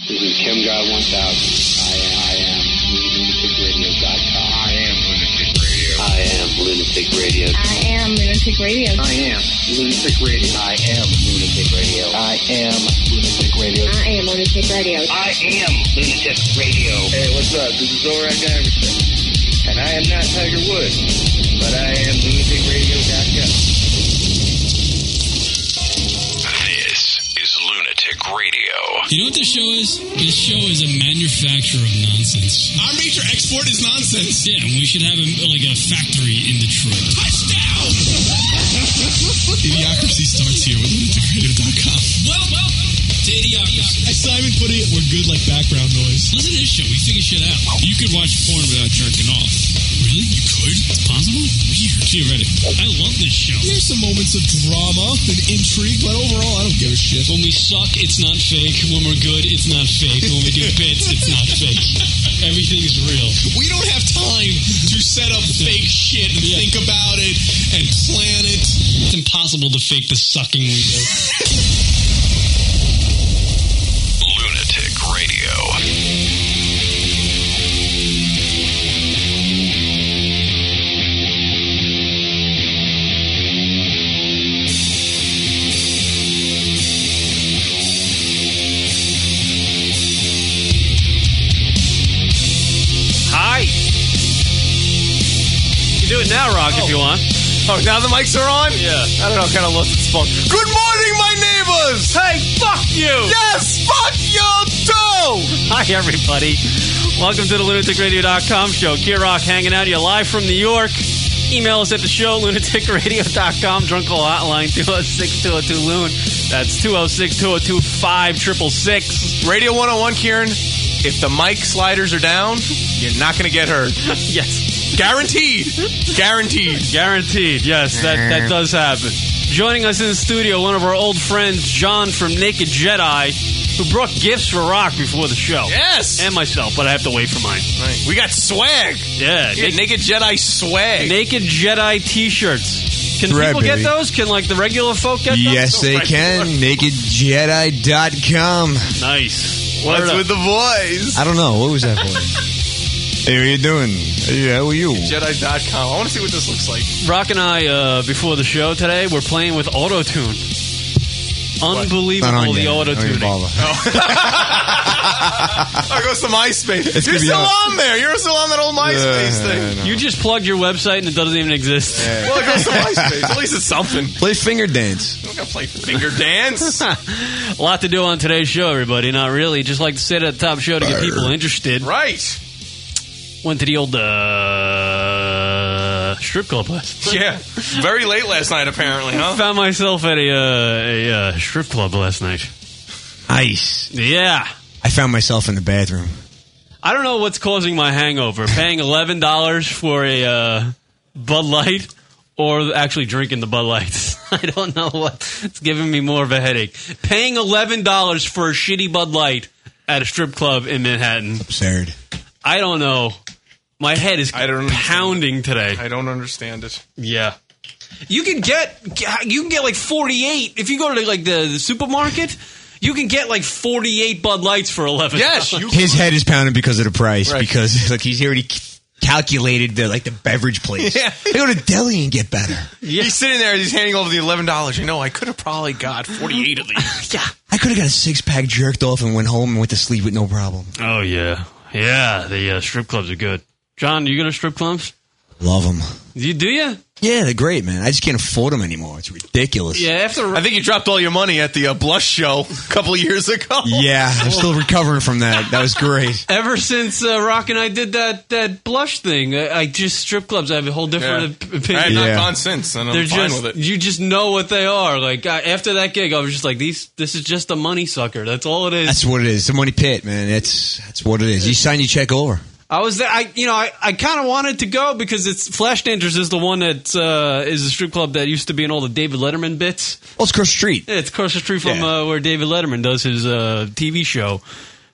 This is ChemGuy 1000. I am, I am lunaticradio.com. I am Lunatic Radio. I am Lunatic Radio. I am Lunatic Radio. I am Lunatic Radio. I am Lunatic Radio. I am Lunatic Radio. I am Lunatic Radio. I am Lunatic Radio. Hey, what's up? This is Zorak Iverson. And I am not Tiger Woods, but I am lunaticradio.com. This is Lunatic Radio. You know what this show is? This show is a manufacturer of nonsense. Our major export is nonsense. Yeah, we should have a, like a factory in Detroit. Touchdown! Idiocracy starts here with lunaticradio.com. Well, well, to Idiocracy. As Simon put it, we're good like background noise. Listen to this show. We figure shit out. You could watch porn without jerking off. Really? You could? It's possible? Weird. Theoretically. I love this show. There's some moments of drama and intrigue, but overall, I don't give a shit. When we suck, it's not fake. When we're good, it's not fake. When we do bits, it's not fake. Everything's real. We don't have time to set up fake shit and Yeah. think about it and plan it. It's impossible to fake the sucking we do. Lunatic Radio. Hi. You can do it now, Rock, if you want. Oh, now the mics are on? Yeah. I don't know, kind of lost its funk. Good morning, my neighbors! Hey, fuck you! Yes, fuck y'all too! Hi, everybody. Welcome to the lunaticradio.com show. Gear Rock hanging out here live from New York. Email us at the show, lunaticradio.com. Drunk call hotline, 206-202-LUN. That's 206-202-5666. Radio 101, Kieran, if the mic sliders are down, you're not going to get heard. Yes, Guaranteed. Guaranteed. guaranteed. Yes, that, that does happen. Joining us in the studio, one of our old friends, John from Naked Jedi, who brought gifts for Rock before the show. Yes! And myself, but I have to wait for mine. we got swag. Yeah, Naked, naked Jedi swag. Naked Jedi T-shirts. Can Right, people baby. get those? Can like the regular folk get those? Yes, they Right. can. NakedJedi.com. Nice. Word What's up. with the voice? I don't know. What was that for? hey, what are you doing? Hey, how are you? Jedi.com. I want to see what this looks like. Rock and I uh, before the show today? We're playing with auto tune. Not on Unbelievable the yet. auto Don't even tuning. bother. Oh, it goes to MySpace. It's You're gonna be still on- on there. You're still on that old MySpace Yeah, thing. no. You just plugged your website and it doesn't even exist. Well, it goes to MySpace. At least it's something. Play finger dance. I'm not gonna play finger dance. A lot to do on today's show, everybody. Not really. Just like to sit at the top show to get people interested. right? Went to the old uh, strip club last. Yeah. Very late last night, apparently, huh? Found myself at a, uh, a uh, strip club last night. Ice. Yeah. I found myself in the bathroom. I don't know what's causing my hangover. Paying eleven dollars for a uh, Bud Light, or actually drinking the Bud Lights. I don't know what. It's giving me more of a headache. Paying eleven dollars for a shitty Bud Light at a strip club in Manhattan. Absurd. I don't know. My head is I don't understand. pounding today. I don't understand it. Yeah. You can get you can get like 48 if you go to like the, the supermarket, you can get like 48 Bud Lights for 11. Yes, you. His head is pounding because of the price. Right. Because like he's already c- calculated the like the beverage place. Yeah. I go to deli and get better. He's sitting there. He's handing over the eleven dollars. You know, I could have probably got forty-eight of these. Yeah. I could have got a six pack jerked off and went home and went to sleep with no problem. Oh yeah, yeah. The uh, strip clubs are good. John, you go to strip clubs? Love them. You do you? Yeah, they're great, man. I just can't afford them anymore. It's ridiculous. Yeah. After I think you dropped all your money at the uh, Blush show a couple of years ago. Yeah, I'm still recovering from that. That was great. ever since uh, Rock and I did that that blush thing, I, I just strip clubs. I have a whole Yeah. different op- I have opinion. not Yeah. gone since, and I'm They're fine just with it. you just know what they are. Like I, after that gig, I was just like these. This is just a money sucker. That's all it is. That's what it is. It's a money pit, man. That's that's what it is. You sign your check over. I was there. I you know I, I kind of wanted to go because it's Flashdangers is the one that uh, is a strip club that used to be in all the David Letterman bits. Well, Oh, it's across the street. Yeah, it's across the street from Yeah. uh, where David Letterman does his uh, TV show.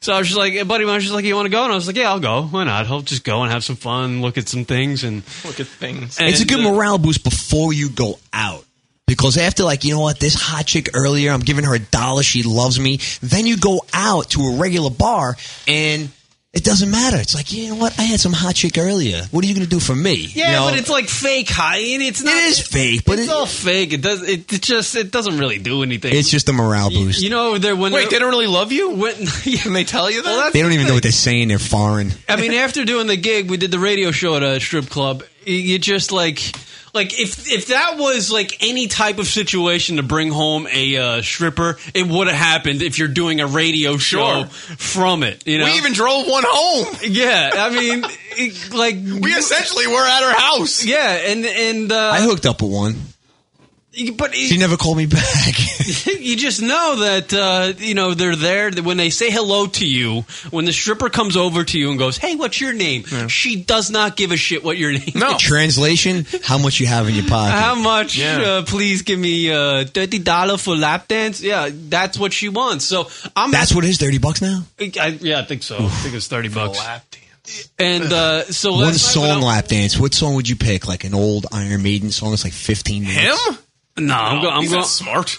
So I was just like, a buddy, of mine was just like, you want to go? And I was like, yeah, I'll go. Why not? I'll just go and have some fun, look at some things, and, Look at things. and It's a good uh, morale boost before you go out. Because after like, you know what, this hot chick earlier, I'm giving her a dollar, she loves me. Then you go out to a regular bar and it doesn't matter. It's like, you know what, I had some hot chick earlier. What are you going to do for me? Yeah, You know? but it's like fake high. and It's not. is fake, but it's it- all fake. It does. It, it just. It doesn't really do anything. it's just a morale boost. you know, they're when Wait, they they're, don't really love you? when, Can they tell you that? Well, that's- They don't even know what they're saying. They're foreign. I mean, after doing the gig, we did the radio show at a strip club. You- You just like, like if if that was like any type of situation to bring home a uh, stripper, it would have happened if you're doing a radio Sure. show from it. You know, we even drove one home. yeah. I mean, it- like We essentially were at her house. yeah, and and uh, I hooked up with one. but it- She never called me back. you just know that uh, you know they're there that when they say hello to you when the stripper comes over to you and goes hey what's your name she does not give a shit what your name No. is. Translation: How much you have in your pocket? how much Yeah. uh, please give me uh, $30 for lap dance yeah that's what she wants so i'm That's what it is. Thirty bucks now. I, yeah i think so i think it's 30 bucks Lap dance. and uh, so One last night when song I- lap dance. What song would you pick? Like an old Iron Maiden song. It's like fifteen Him? minutes. no i'm going i'm He's going not smart.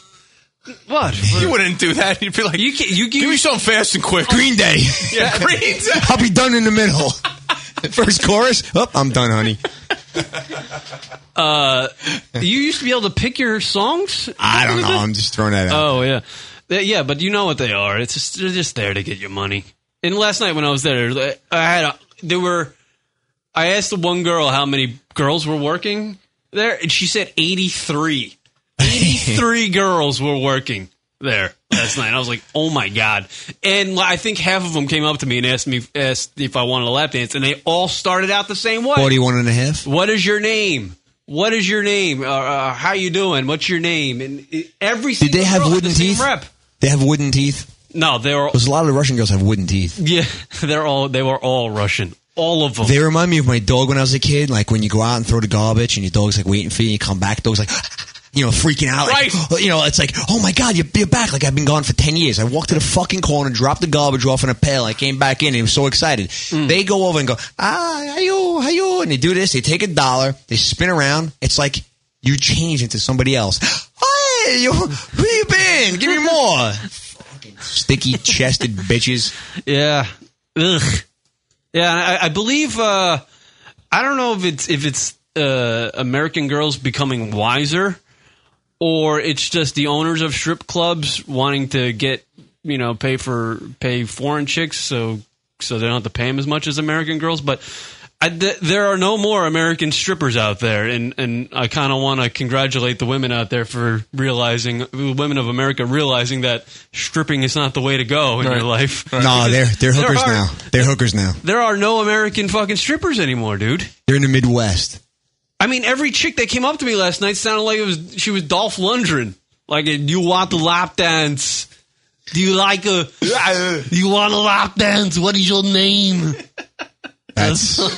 what You wouldn't do that. You'd be like, you can, you give me give something fast and quick. Green Day. Yeah, Green Day. I'll be done in the middle. First chorus. Oh, I'm done, honey. uh, you used to be able to pick your songs I don't know. I'm just throwing that out. Oh yeah, They- yeah. But you know what they are? It's just they're just there to get your money. And last night when I was there, I had a, there were. I asked the one girl how many girls were working there, and she said eighty three. Three girls were working there last night. I was like, oh my god! And I think half of them came up to me and asked me asked if I wanted a lap dance, and they all started out the same way. Forty-one and a half. What is your name? What is your name? Uh, uh, how you doing? What's your name? And uh, every Did single they have girl had wooden the same teeth? Rep. They have wooden teeth. No, they were Because a lot of the Russian girls have wooden teeth. yeah, they're all they were all Russian, all of them. They remind me of my dog when I was a kid. Like when you go out and throw the garbage and your dog's like waiting for you, you come back, dog's like, you know, freaking out. like, Right. You know, it's like, oh my God, you're, you're back. Like I've been gone for 10 years. I walked to the fucking corner, dropped the garbage off in a pail. I came back in and was so excited. Mm. They go over and go, ah, ayo, ayo. And they do this. They take a dollar. They spin around. It's like you change into somebody else. Hey, yo, where you been? Give me more. Fucking Sticky chested bitches. yeah, ugh, yeah. and I, I believe uh, I don't know if it's if it's uh, American girls becoming wiser, or it's just the owners of strip clubs wanting to get you know pay for pay foreign chicks so so they don't have to pay them as much as American girls, but. I, th- there are no more American strippers out there, and, and I kind of want to congratulate the women out there for realizing, the women of America realizing that stripping is not the way to go in your life. No, they're, There they're hookers are- now. They're hookers now. There are no American fucking strippers anymore, dude. They're in the Midwest. I mean, every chick that came up to me last night sounded like it was she was Dolph Lundgren. Like, you want the lap dance? Do you like a? You want a lap dance? What is your name? That's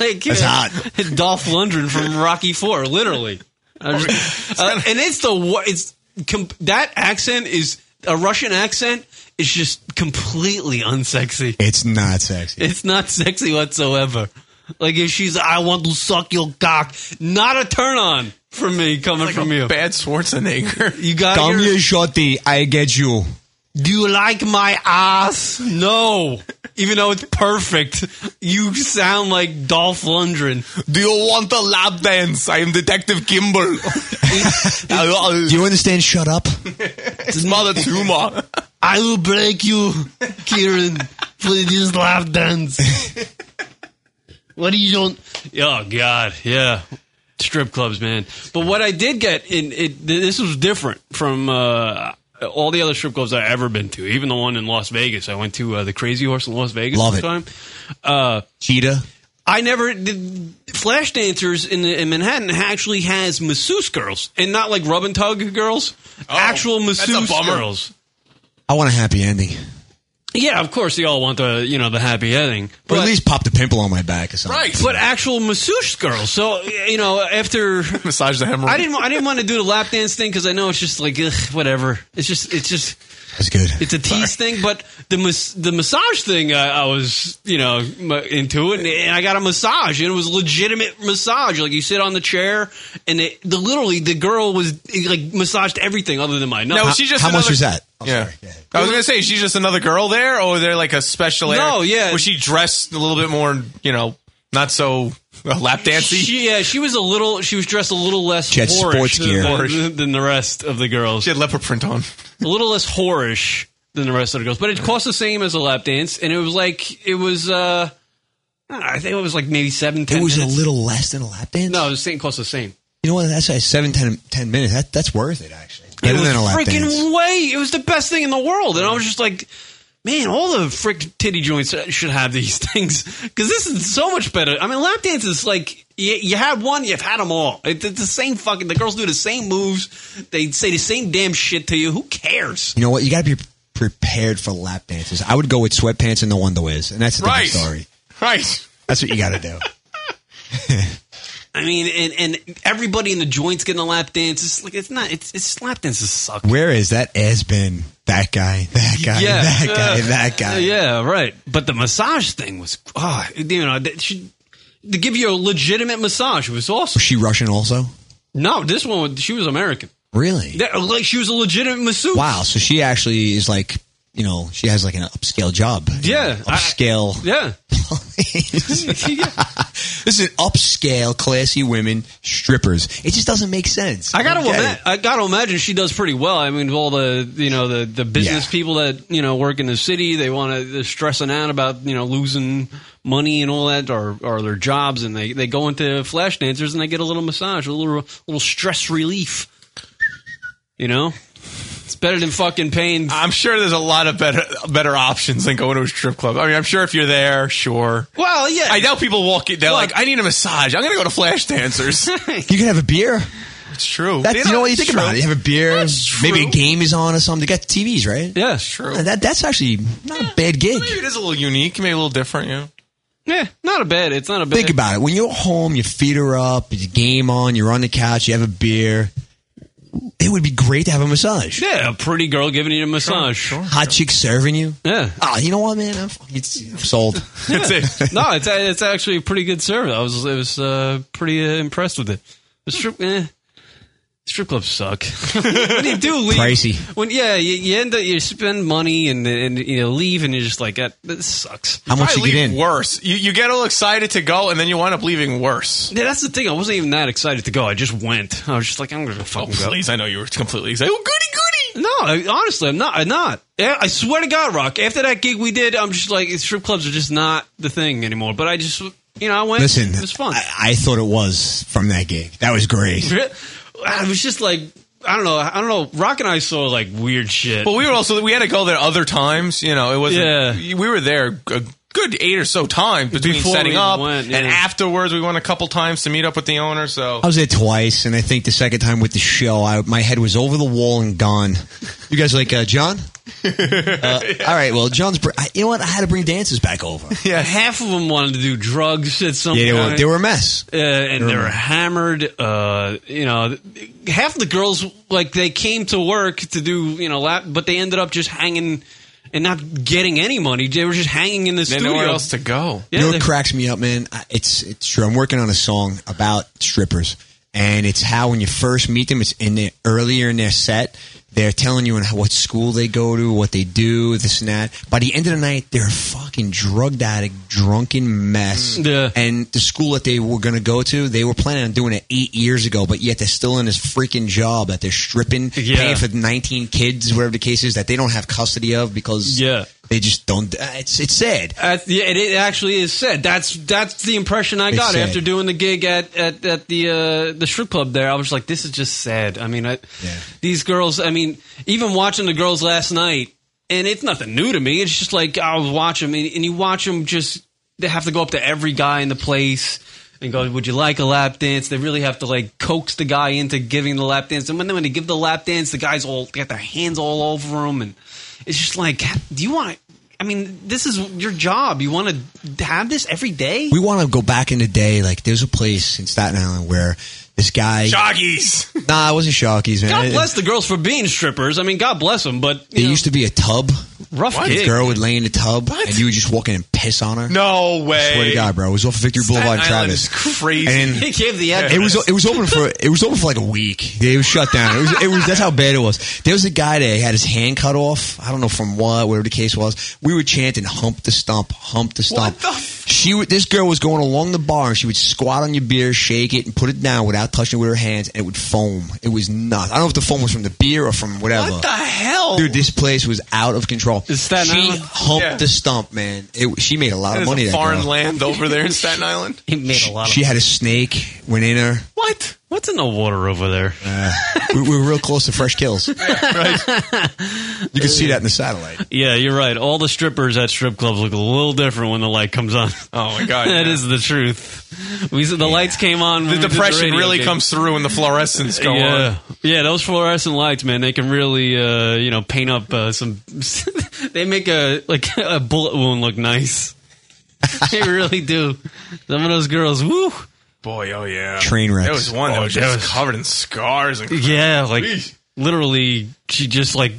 like that's hot. Dolph Lundgren from Rocky Four, literally. I was- uh, and it's the wor- it's com- that accent is a Russian accent is just completely unsexy. It's not sexy. It's not sexy whatsoever. Like if she's, I want to suck your cock. Not a turn on for me coming Like from a you. bad Schwarzenegger. you got Come your- here, shorty. I get you. Do you like my ass? No. Even though it's perfect, you sound like Dolph Lundgren. Do you want a lap dance? I am Detective Gimbal. Do you understand? Shut up. It's Mother Tuma. I will break you, Kieran, for this lap dance. what do you don't? Oh God, yeah, strip clubs, man. But what I did get in it, this was different from uh, all the other strip clubs I've ever been to. Even the one in Las Vegas, I went to uh, the Crazy Horse in Las Vegas. Love one it. Time. Uh, Cheetah. I never the flash dancers in, in Manhattan actually has masseuse girls and not like rub and tug girls. Actual Oh, that's a masseuse bummer. girls. I want a happy ending, Yeah, of course they all want the you know the happy ending, or but at least pop the pimple on my back or something. Right. but actual masseuse girls. So you know after Massage the hemorrhoid. I didn't I didn't want to do the lap dance thing because I know it's just like ugh, whatever. It's just it's just That's good. It's a tease thing, but the mas- the massage thing uh, I, I was you know m- into it, and, and I got a massage, and it was legitimate massage. Like you sit on the chair, and it, the literally the girl was like massaged everything other than my nuts. No, she's just How much another- was that? yeah. I was gonna say she's just another girl there, or they're like a special. area? No, yeah. Was she dressed a little bit more? You know, not so uh, lap dancey. She, She, yeah, she was a little. She was dressed a little less She had whorish sports than- gear. Than, than the rest of the girls. had leopard print on. a little less whorish than the rest of the girls, but it cost the same as a lap dance, and it was like it was. uh I think it was like maybe seven. 10 It was a minutes. little less than a lap dance. No, it was the same cost the same. you know what? That's like seven, ten, ten minutes. That, that's worth it actually. Better it was than a lap freaking dance. way. It was the best thing in the world, and I was just like, man, all the frick titty joints should have these things because this is so much better. I mean, lap dance is like you, you had one, you've had them all. It, it's the same fucking. The girls do the same moves. They say the same damn shit to you. Who cares? You know what? You got to be prepared for lap dances. I would go with sweatpants and no underwears, and that's a Right. different story. Right. That's what you got to do. I mean, and, and everybody in the joints getting a lap dance. It's like it's not. It's, it's lap dances suck. Where is that ass been? That guy, that guy, that guy, uh, that guy. Yeah, right. But the massage thing was, ah, you know, that she, to give you a legitimate massage was awesome. Was she Russian also? No, this one was- she was American. Really? That, like she was a legitimate masseuse. wow. So she actually is like, you know, she has like an upscale job. Yeah, I- Upscale. Yeah. Yeah. this is upscale, classy women strippers. It just doesn't make sense. I gotta Don't get ima- it. I gotta imagine she does pretty well. I mean, all the you know the the business Yeah. people that you know work in the city, they want to they're stressing out about you know losing money and all that, or or their jobs, and they they go into flash dancers and they get a little massage, a little little stress relief. You know, it's better than fucking paying. I'm sure there's a lot of better better options than going to a strip club. I mean, I'm sure if you're there, sure. well, yeah, I doubt people walk in. They're Look. like, I need a massage. I'm gonna go to Flash Dancers. You could have a beer. it's true. That's, you know what you think about it. You have a beer. That's Maybe a true. game is on or something. They got TVs, right? yeah, True. That that's actually not a bad gig. Maybe it is a little unique. Maybe a little different. You know. yeah, not a bad. It's not a bad. Think about it. When you're home, your feet are up, your game on, you're on the couch, you have a beer. It would be great to have a massage. yeah, a pretty girl giving you a massage. Hot chick serving you. Yeah. Ah, you know what, man? I'm, fucking- I'm sold. That's it. no, it's it's actually a pretty good service. I was I was uh, pretty uh, impressed with it. The strip eh, strip clubs suck. what do you do? Leave? Pricey. When yeah, you, you end up you spend money and and you know, leave and you're just like that. This sucks. How much you Probably get leave in? Worse. You, you get all excited to go, and then you wind up leaving worse. Yeah, that's the thing. I wasn't even that excited to go. I just went. I was just like, I'm gonna Oh, fucking go. please! I know you were completely excited. Oh, goody, No, I, honestly, I'm not. I'm not. Yeah, I swear to God, Rock. After that gig we did, I'm just like strip clubs are just not the thing anymore. But I just, you know, I went. Listen, it was fun. I, I thought it was from that gig. That was great. I was just like, I don't know, I don't know. Rock and I saw like weird shit. But we were also we had to go there other times. You know, it wasn't. Yeah. We were there a good eight or so times between Before setting we up went, and yeah. afterwards. We went a couple times to meet up with the owner. So I was there twice, and I think the second time with the show, I, my head was over the wall and gone. You guys like uh, John? Uh, All right, well, John's. Br- I, you know what? I had to bring dances back over. yeah, half of them wanted to do drugs at some Yeah, they were, point. they were a mess. uh, and they were hammered. Uh, you know, half the girls like they came to work to do you know lap, but they ended up just hanging and not getting any money. They were just hanging in the they had studio. nowhere else to go. Yeah, you know they- what cracks me up, man? I- It's it's true. I'm working on a song about strippers, and it's how when you first meet them, it's in their earlier in their set, they're telling you in how- what school they go to, what they do, this and that. By the end of the night, they're a fucking drugged addict, drunken Mm. mess. Mm, Yeah. And the school that they were going to go to, they were planning on doing it eight years ago, but yet they're still in this freaking job that they're stripping, Yeah. paying for 19 kids, whatever the case is, that they don't have custody of because Yeah. they just don't. uh, It's it's sad. Uh, yeah, it, it actually is said. That's that's the impression I It's got sad. after doing the gig at at, at the uh, the strip club there. I was like, this is just sad. I mean, I, Yeah. these girls. I mean, even watching the girls last night, and it's nothing new to me. It's just like I was watching, and, and you watch them just they have to go up to every guy in the place. And go, would you like a lap dance? They really have to like coax the guy into giving the lap dance. And when they, when they give the lap dance, the guys all they got their hands all over them, and it's just like, do you want? I mean, this is your job. You want to have this every day? we want to go back in the day. Like, there's a place in Staten Island where This guy. Jockeys. Nah, it wasn't Sharkies, man. God It- bless the girls for being strippers. I mean, God bless them, but There used to be a tub. rough This gig. girl would lay in the tub, and you would just walk in and piss on her. No way. Swear to God, bro. It was off Victory Boulevard, Staten Island Travis. is crazy. And He gave the it was it was open for it was open for like a week. It was shut down. It was it was that's how bad it was. There was a guy that had his hand cut off. I don't know from what, whatever the case was. We were chanting "hump the stump, hump the stump." What the f- she would, this girl was going along the bar and she would squat on your beer, shake it, and put it down without touching it with her hands, and it would foam. It was nuts. I don't know if the foam was from the beer or from whatever. what the hell? Dude, this place was out of control. Is Staten she Island- humped Yeah. the stump, man. It, she made a lot That of is money. a that foreign girl. land over there in Staten Island. He made a lot of She had a snake, went in her. Uh, what? What's in the water over there? we, we were real close to fresh kills. You can see that in the satellite. Yeah, you're right. All the strippers at strip clubs look a little different when the light comes on. Oh my God. that yeah. is the truth. We said the lights came on. when The we did depression radio really gig. comes through when the fluorescence go yeah, on. yeah. Those fluorescent lights, man, they can really, uh, you know, paint up uh, some. they make a like a bullet wound look nice. they really do. Some of those girls, woo. Boy, oh yeah. Train wrecks. There was one that Oh, was that just was- covered in scars and Yeah, like Eesh. literally, she just like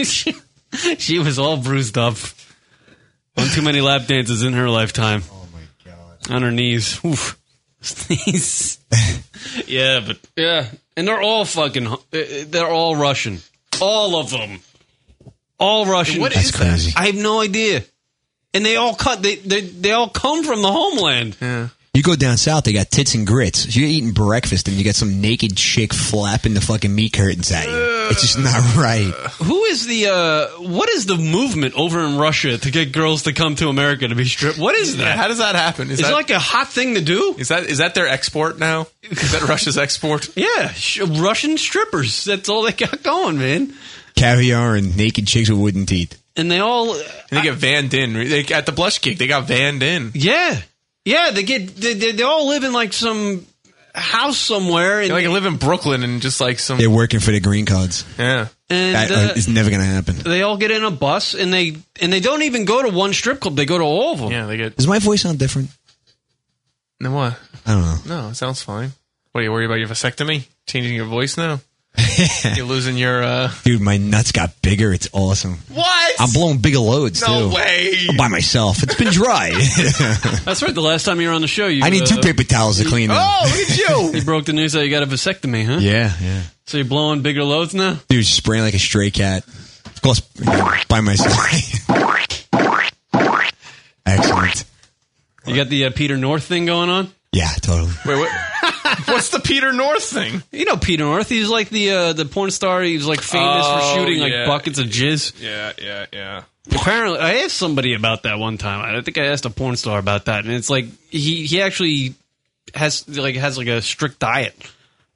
she, she was all bruised up. One too many lap dances in her lifetime. Oh my god! On her knees, Oof. knees. yeah, but yeah, and they're all fucking. uh, They're all Russian. All of them. All Russian. What That's is that? crazy. I have no idea. And they all cut. They they they all come from the homeland. You go down south, they got tits and grits. You're eating breakfast and you got some naked chick flapping the fucking meat curtains at you. It's just not right. Who is the uh what is the movement over in Russia to get girls to come to America to be stripped? What is Yeah, that? how does that happen? Is Is that it like a hot thing to do? is that is that their export now? Is that Russia's export? Yeah, sh- Russian strippers. That's all they got going, man. Caviar and naked chicks with wooden teeth. And they all And they get vanned in. They, at the blush gig, they got vanned in. yeah. Yeah, they get they, they, they all live in like some house somewhere and, They like live in Brooklyn and just like some They're working for the green cards. yeah. and That uh, is never going to happen. they all get in a bus and they and they don't even go to one strip club. They go to all of them. Yeah, they get. Does my voice sound different? No what? I don't know. No, it sounds fine. What are you worried about your vasectomy? Changing your voice now? You're losing your uh Dude, my nuts got bigger. It's awesome. What? I'm blowing bigger loads, no too. way. By myself. It's been dry. That's right. The last time you were on the show, you I need two uh, paper towels to clean them. Oh, look at you. You broke the news that you got a vasectomy, huh? Yeah, yeah. So you're blowing bigger loads now. Dude, spraying like a stray cat. Of course, by myself. Excellent. You got the uh, Peter North thing going on. Yeah, totally. Wait, what? What's the Peter North thing? You know Peter North. He's like the uh, the porn star. He was like famous Oh, for shooting yeah. like buckets of jizz. Yeah, yeah, yeah. Apparently, I asked somebody about that one time. I think I asked a porn star about that, and it's like he he actually has like has like a strict diet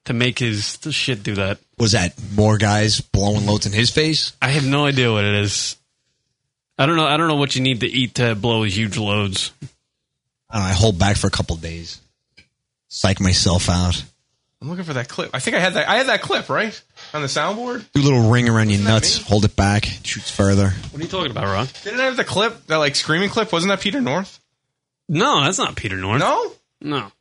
to make his shit do that. Was that more guys blowing loads in his face? I have no idea what it is. I don't know. I don't know what you need to eat to blow huge loads. I, don't know, I hold back for a couple days. Psych myself out. I'm looking for that clip. I think I had that. I had that clip right on the soundboard. Do a little ring around your nuts. Hold it back. it Shoots further. What are you talking about, Ron? Didn't I have the clip? That like screaming clip? Wasn't that Peter North? No, that's not Peter North. No. no.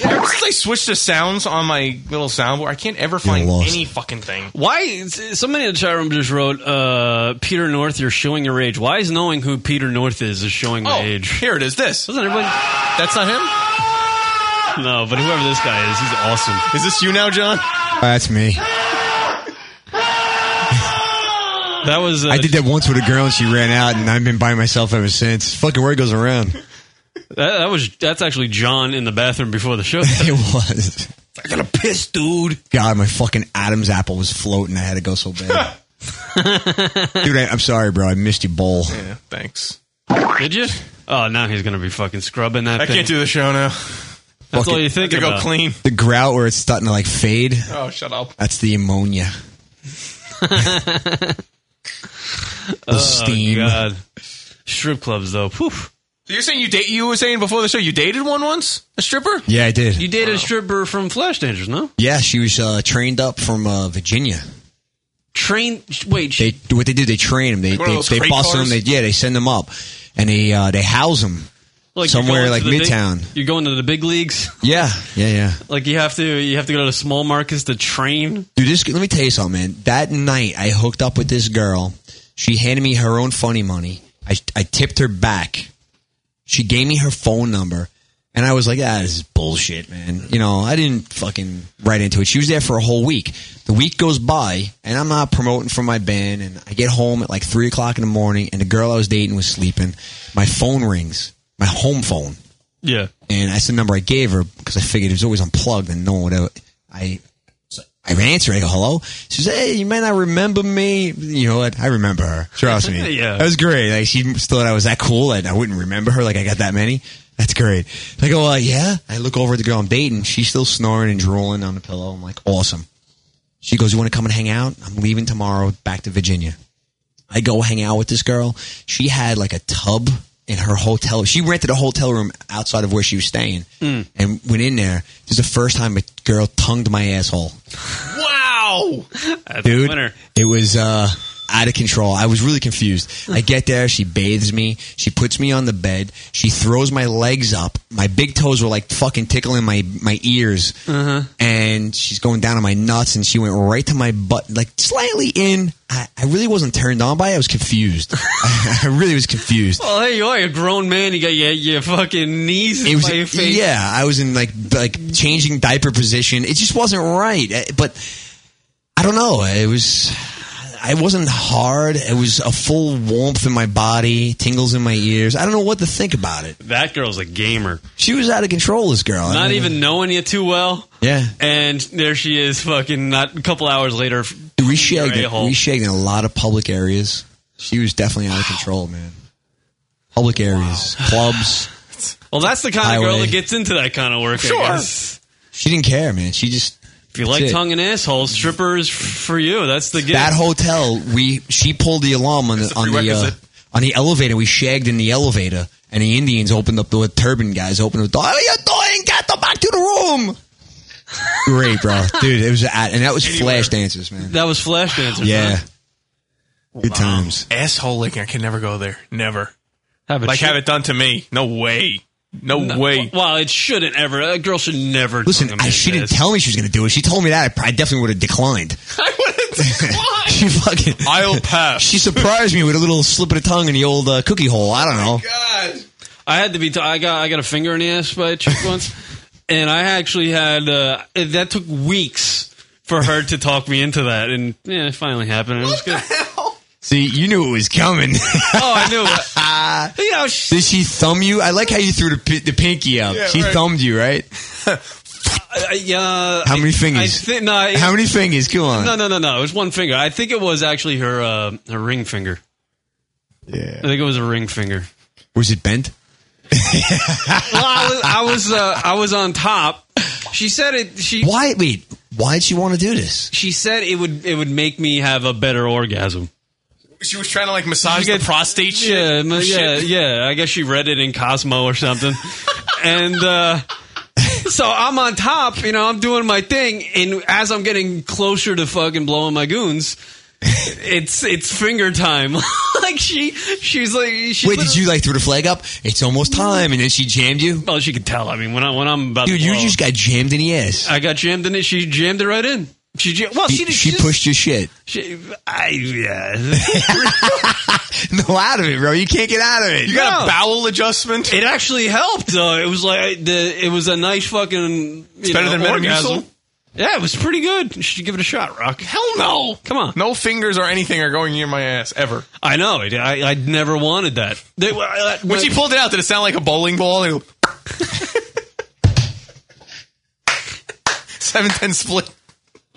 Yeah, ever since I switched the sounds on my little soundboard, I can't ever find lost. any fucking thing. Why? Somebody in the chat room just wrote, uh, Peter North, you're showing your age. Why is knowing who Peter North is is showing my Oh, age? here it is. This. Doesn't everybody? That's not him. No, but whoever this guy is, he's awesome. Is this you now, John? Oh, that's me. That was. Uh, I did that once with a girl and she ran out, and I've been by myself ever since. Fucking word goes around. that. That was. That's actually John in the bathroom before the show. It was. I got a piss, dude. God, my fucking Adam's apple was floating. I had to go so bad. Dude, I, I'm sorry, bro. I missed your bowl. Yeah. Thanks. Did you? Oh, now he's gonna be fucking scrubbing that. I thing. can't do the show now. That's fuck all it. you I have think to go about. clean. The grout where it's starting to like fade, Oh, shut up. that's the ammonia. the steam. Oh, God. Strip clubs, though. Whew. So you're saying you date? You were saying before the show you dated one once, a stripper. Yeah, I did. You dated a stripper from Flashdangers, no? yeah, she was uh, trained up from uh, Virginia. Train. Wait. They what they do? They train them. They Like one of they, those they crate bust them. cars? They yeah, they send them up, and they uh, they house them. Like you're Somewhere going like to the big- Midtown. you're going to the big leagues. Yeah, yeah, yeah. Like you have to you have to go to small markets to train. Dude, this, let me tell you something, man. That night, I hooked up with this girl. She handed me her own funny money. I, I tipped her back. She gave me her phone number. And I was like, ah, this is bullshit, man. You know, I didn't fucking write into it. She was there for a whole week. The week goes by, and I'm not promoting for my band. And I get home at like 3 o'clock in the morning, and the girl I was dating was sleeping. My phone rings, my home phone. Yeah. And that's the number I gave her because I figured it was always unplugged and no one would ever. I, so I answer. I go, hello? She says, hey, you may not remember me. You know what? I remember her. Trust me. Yeah. That was great. Like, she still thought I was that cool and I wouldn't remember her. Like, I got that many. That's great. I go, uh, yeah. I look over at the girl I'm dating. She's still snoring and drooling on the pillow. I'm like, awesome. She goes, you want to come and hang out? I'm leaving tomorrow back to Virginia. I go hang out with this girl. She had like a tub in her hotel. She rented a hotel room outside of where she was staying Hmm. and went in there. This is the first time a girl tongued my asshole. Wow. That's a Dude, winner. it was uh, out of control. I was really confused. I get there. She bathes me. She puts me on the bed. She throws my legs up. My big toes were like fucking tickling my, my ears. Uh-huh. And she's going down on my nuts and she went right to my butt, like slightly in. I, I really wasn't turned on by it. I was confused. I really was confused. Well, hey, you are a grown man. You got your, your fucking knees It in was, by your face. yeah, I was in like like changing diaper position. It just wasn't right. Eh, But I don't know. It was. I wasn't hard. It was a full warmth in my body, tingles in my ears. I don't know what to think about it. That girl's a gamer. She was out of control, this girl. I Not don't- even knowing you too well. Yeah. And there she is, fucking. Not a couple hours later. Dude, we You're shagged. a-hole. We shagged in a lot of public areas. She was definitely out of control, man. Public areas, clubs. Well, that's the kind of girl Highway. that gets into that kind of work. Sure. I guess. She didn't care, man. She just If you like That's it. tongue and assholes, strippers for you. That's the gift. that hotel we she pulled the alarm on the It's a on the uh, prerequisite. on the elevator we shagged in the elevator and the indians opened up the turban guys opened up the door what are you doing get the back to the room great bro dude it was at, and that was flash dances man That was flash dancers. yeah huh? good times Asshole licking. I can never go there. Never. Have it Like shoot- have it done to me. No way. No, way. Well, it shouldn't ever. A girl should never. listen tongue a I, man she didn't this. tell me she was going to do it she told me that I, probably definitely would have declined I wouldn't decline. she fucking I'll pass. she surprised me with a little slip of the tongue in the old uh, cookie hole I don't know Oh God. I had to be. T- I got. I got a finger in the ass by a chick once, and I actually had. Uh, that took weeks for her to talk me into that, and yeah, it finally happened. It was good. see you knew it was coming Oh, I knew. it. you know, sh- Did she thumb you? I like how you threw the, pi- the pinky up. Yeah, she right. thumbed you, right? I- yeah. How many Uh, I fingers? think no. I- how many fingers? Come on. No, no, no, no. It was one finger. I think it was actually her uh, her ring finger. I Yeah. think it was a ring finger. Was it bent? Well, I was I was, uh, I was on top. She said it. She Why? Wait. Why did she want to do this? she said it would it would make me have a better orgasm. She was trying to like massage You get- the prostate shit. Yeah, ma- yeah, Shit. yeah. I guess she read it in Cosmo or something. and uh, so I'm on top, you know, I'm doing my thing, and as I'm getting closer to fucking blowing my goons, it's it's finger time. like she she's like she Wait, did you like throw the flag up? It's almost time, and then she jammed you. Well, she could tell. I mean, when I when I'm about Dude, to you blow, just got jammed in the ass. I got jammed in it. She jammed it right in. She jam- well, Oh, she she did- she just- pushed your shit. She, I yeah. No, out of it, bro. You can't get out of it. You got No. a bowel adjustment? It actually helped though. It was like I- the it was a nice fucking. It's better than Metamucil? Yeah, it was pretty good. You should give it a shot, Rock. Hell no. Come on. No fingers or anything are going near my ass ever. I know. it- I I never wanted that. They, uh, I- I- When she pulled it out, did it sound like a bowling ball? And it go- Seven ten split.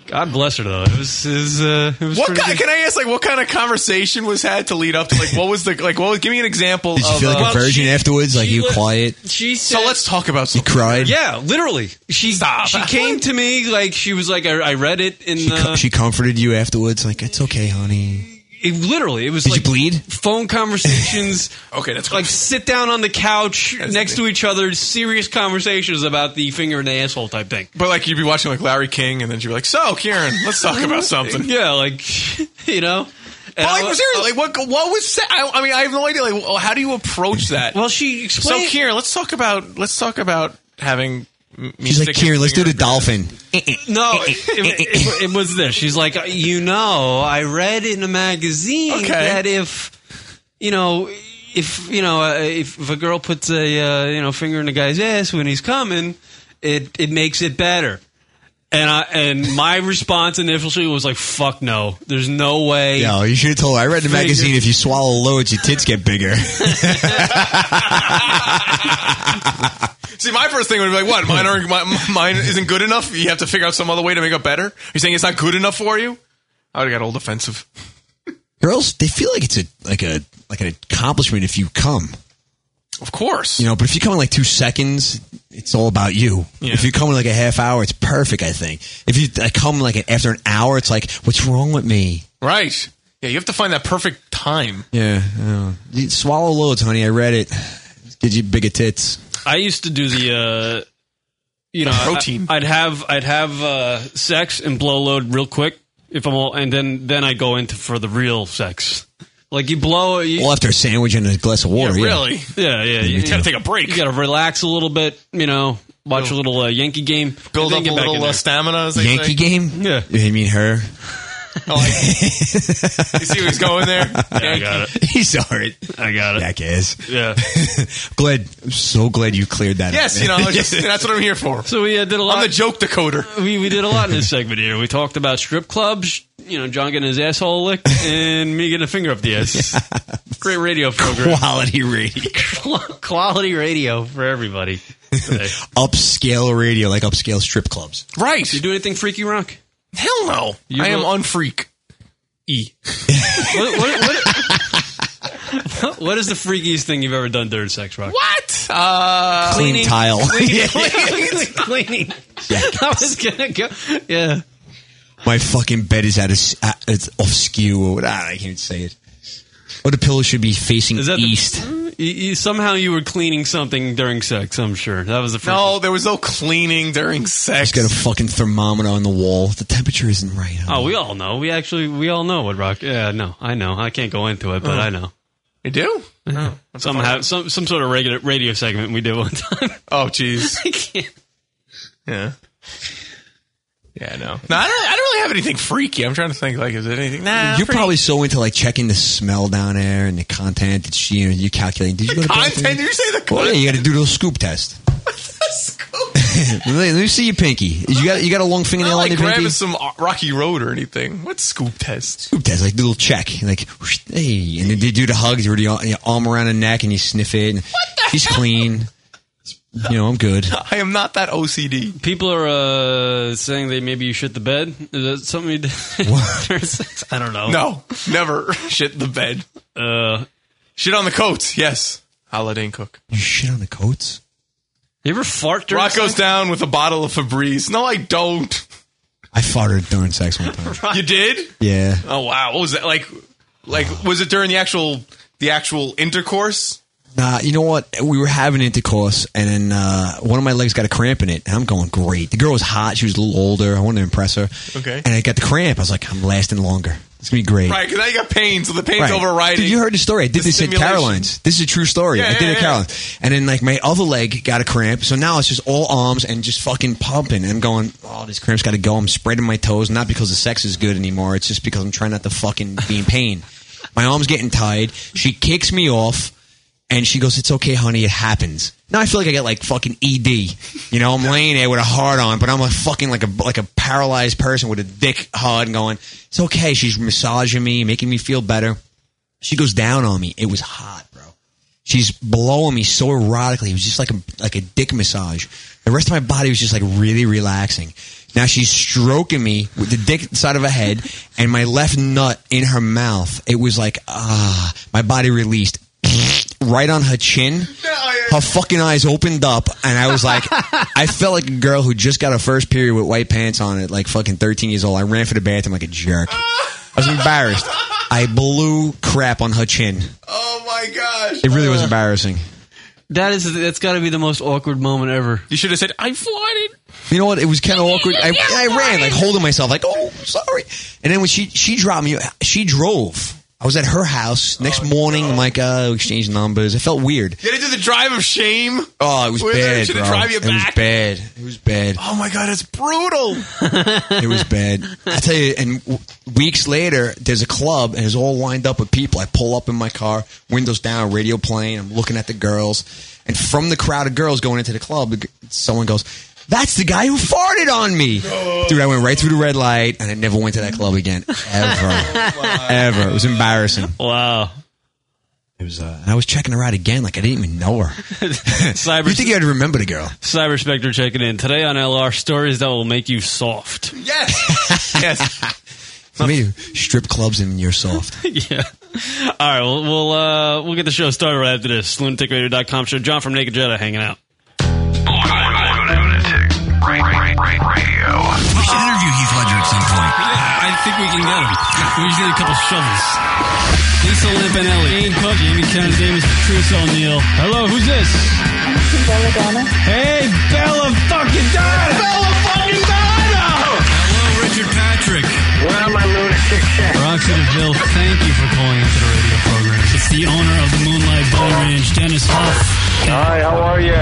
God bless her though. It was it was, uh, it was What pretty kind, good. can I ask? Like, what kind of conversation was had to lead up to? Like, what was the like? What was? Give me an example. Did you of, feel uh, like a well, virgin she- afterwards? Like she you was- quiet, She said, so let's talk about you something. cried. Yeah, literally. She Stop. She came to me like she was like I, I read it in She, co- uh, she comforted you afterwards. Like it's okay, honey. it, literally it was Did like you bleed? phone conversations Okay, that's like sit down on the couch next to each other, serious conversations about the finger in the asshole type thing. But like, you'd be watching like Larry King, and then she'd be like, "So, Kieran, let's talk about something." Yeah, like you know, And But I like, was- seriously, like, what what was? Sa- I, I mean, I have no idea. Like, well, how do you approach that? Well, she so explained. Kieran, let's talk about let's talk about having. m- me She's like, eh, stick his Kieran, let's do finger the in your- dolphin. no, it, it- it was this. She's like, you know, I read in a magazine Okay. that if, you know, if you know, uh, if, if a girl puts a uh, you know finger in a guy's ass when he's coming, it it makes it better. And I and my response initially was like, fuck no, there's no way. No, you should have told her. I read the magazine. If you swallow loads, your tits get bigger. eh." See, my first thing would be like, what? Mine aren't my, mine isn't good enough. You have to figure out some other way to make it better. You're saying it's not good enough for you? I would have got all defensive. Girls, they feel like it's a like a like an accomplishment if you come. Of course. You know, but if you come in like two seconds, it's all about you. Yeah. If you come in like a half hour, it's perfect. I think. If you I come like an, after an hour, it's like, what's wrong with me? Right. Yeah, you have to find that perfect time. Yeah, you swallow loads, honey. I read it. Get you bigger tits. I used to do the, uh, you know, I- Protein. I, would have I'd have uh, sex and blow load real quick if I'm all, and then then I go into for the real sex. Like you blow, you, Well, after a sandwich and a glass of water. Yeah, really. yeah, yeah. You, You got to take a break. you got to relax a little bit, you know, watch a little uh, Yankee game, build up and a then get back in little uh, there. stamina. As they Yankee say. game. Yeah. you mean her? Oh, like- you see where he's going there? I got it. He's sorry, I got it. jackass. Yeah. glad. I'm so glad you cleared that. Yes, up, you know, I man. was just- that's what I'm here for. So we uh, did a lot. I'm the joke decoder. we, we did a lot in this segment here. We talked about strip clubs, you know, John getting his asshole licked, and me getting a finger up the ass. Great radio program. quality radio, quality radio for everybody. Today. upscale radio, like upscale strip clubs. Right. you do anything freaky rock? Hell no. You I am will- unfreak. E. what, what- what- what is the freakiest thing you've ever done during sex, Rock? What? Uh, Clean Cleaning. tile. Yeah. Cleaning. Cleaning. I was gonna go. Yeah. My fucking bed is out of s- uh, it's off skew. Or what, ah, I can't say it. Or the pillow should be facing Is that the- east. You, you, somehow you were cleaning something during sex. I'm sure that was the first. no, there was no cleaning during sex. Just got a fucking thermometer on the wall. The temperature isn't right. Oh, we all know. We actually, we all know what rock. Yeah, no, I know. I can't go into it, but I know. Uh-huh. You do? Oh, Some have some some sort of regular radio segment we did one time. Oh, jeez. I can't. Yeah. Yeah, no. No, I don't, I don't really have anything freaky. I'm trying to think, like, is it anything? Nah. You're probably so into like checking the smell down there and the content that she and you calculating. Did you go to the Content? Did bathroom? you say the Well, yeah, content? you got to do those scoop tests. Scoop. let, me, let me see your pinky. You got you got a long Not fingernail on like your pinky. grabbing some uh, Rocky Road or anything. What scoop test? Scoop test, like the little check, like whoosh, hey, and then they do the hugs where you your arm around the neck and you sniff it. And she's clean. You know, I'm good. I am not that OCD. People are uh, saying that maybe you shit the bed. Is that something you did? What? during sex? I don't know. No, never shit in the bed. Uh, Shit on the coat. Yes. Holiday Cook. You shit on the coats. you ever fart during Rock goes sex? down with a bottle of Febreze. No, I don't. I farted during sex one time. You did? Yeah, Oh wow. What was that like? Like was it during the actual the actual intercourse? nah. You know what? We were having intercourse, and then uh, one of my legs got a cramp in it, and I'm going great. The girl was hot. She was a little older. I wanted to impress her. Okay. And I got the cramp. I was like, I'm lasting longer. It's gonna be great. Right, because now you got pain, so the pain's overriding. Dude, you heard the story. I the did this at stimulation. Caroline's. This is a true story. Yeah, I did yeah, it at yeah. Caroline's. And then, like, my other leg got a cramp. So now it's just all arms and just fucking pumping. And I'm going, oh, this cramp's got to go. I'm spreading my toes, not because the sex is good anymore. It's just because I'm trying not to fucking be in pain. my arm's getting tired. She kicks me off. And she goes, "It's okay, honey. It happens." Now I feel like I got like fucking ED. You know, I'm laying there with a hard on, but I'm a fucking like a like a paralyzed person with a dick hard, and going, "It's okay." She's massaging me, making me feel better. She goes down on me. It was hot, bro. She's blowing me so erotically. It was just like a like a dick massage. The rest of my body was just like really relaxing. Now she's stroking me with the dick side of her head and my left nut in her mouth. It was like ah, my body released right on her chin. Her fucking eyes opened up, and I was like, I felt like a girl who just got her first period with white pants on at like fucking 13 years old. I ran for the bathroom like a jerk. I was embarrassed. I blew crap on her chin. Oh my gosh. It really was embarrassing. That is, that's got to be the most awkward moment ever. You should have said, I farted. You know what? It was kind of awkward. I, I ran, like holding myself, like, oh, sorry. And then when she she dropped me, she drove. I was at her house next Oh, morning. I'm like, uh, we exchanged numbers. It felt weird. Did it do the drive of shame? Oh, it was Where they bad, should bro. have drive you it was back? bad. It was bad. Oh my god, it's brutal. It was bad. I tell you, and w- weeks later, there's a club and it's all lined up with people. I pull up in my car, windows down, radio playing. I'm looking at the girls, and from the crowd of girls going into the club, the g- someone goes, "That's the guy who farted on me, dude." I went right through the red light, and I never went to that club again, ever, ever. It was embarrassing. Wow. It was. Uh, and I was checking her out again, like I didn't even know her. Cyber, You think I'd remember the girl? Cyber Spectre checking in. Today on LR, stories that will make you soft. Yes. yes. I mean, strip clubs and you're soft. yeah. All right, we'll we'll, uh, we'll get the show started right after this. LunaticRadio.com show. John from Naked Jedi hanging out. Lunatic Radio. We should interview Heath Ledger at some point. I think we can get him. We just need a couple shovels. Lisa Lampanelli. Jane Cook. Amy Ken's name is Patrice O'Neill. Hello, who's this? Bella Donna. Hey, Bella fucking Donna! Bella fucking Donna! Hello, Richard Patrick. Well, my lunatic sex. Roxy DeVille, thank you for calling into the radio program. It's the owner of the Moonlight Bow Ranch, Dennis Huff. Hi, how are you?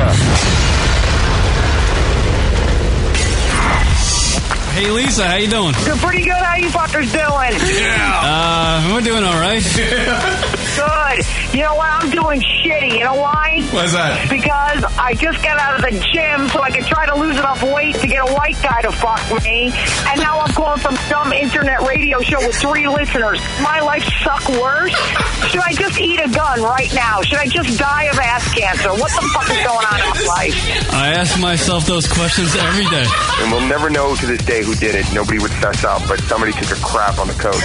Hey, Lisa, how you doing? You're pretty good. How you fuckers doing? Uh, we're doing all right. Good. You know what? I'm doing shitty. You know why? What's that? Because I just got out of the gym so I could try to lose enough weight to get a white guy to fuck me. And now I'm calling some dumb internet radio show with three listeners. My life suck worse. Should I just eat a gun right now? Should I just die of ass cancer? What the fuck is going on in my life? I ask myself those questions every day. And we'll never know to this day who did it. Nobody would fess up, but somebody took a crap on the coach.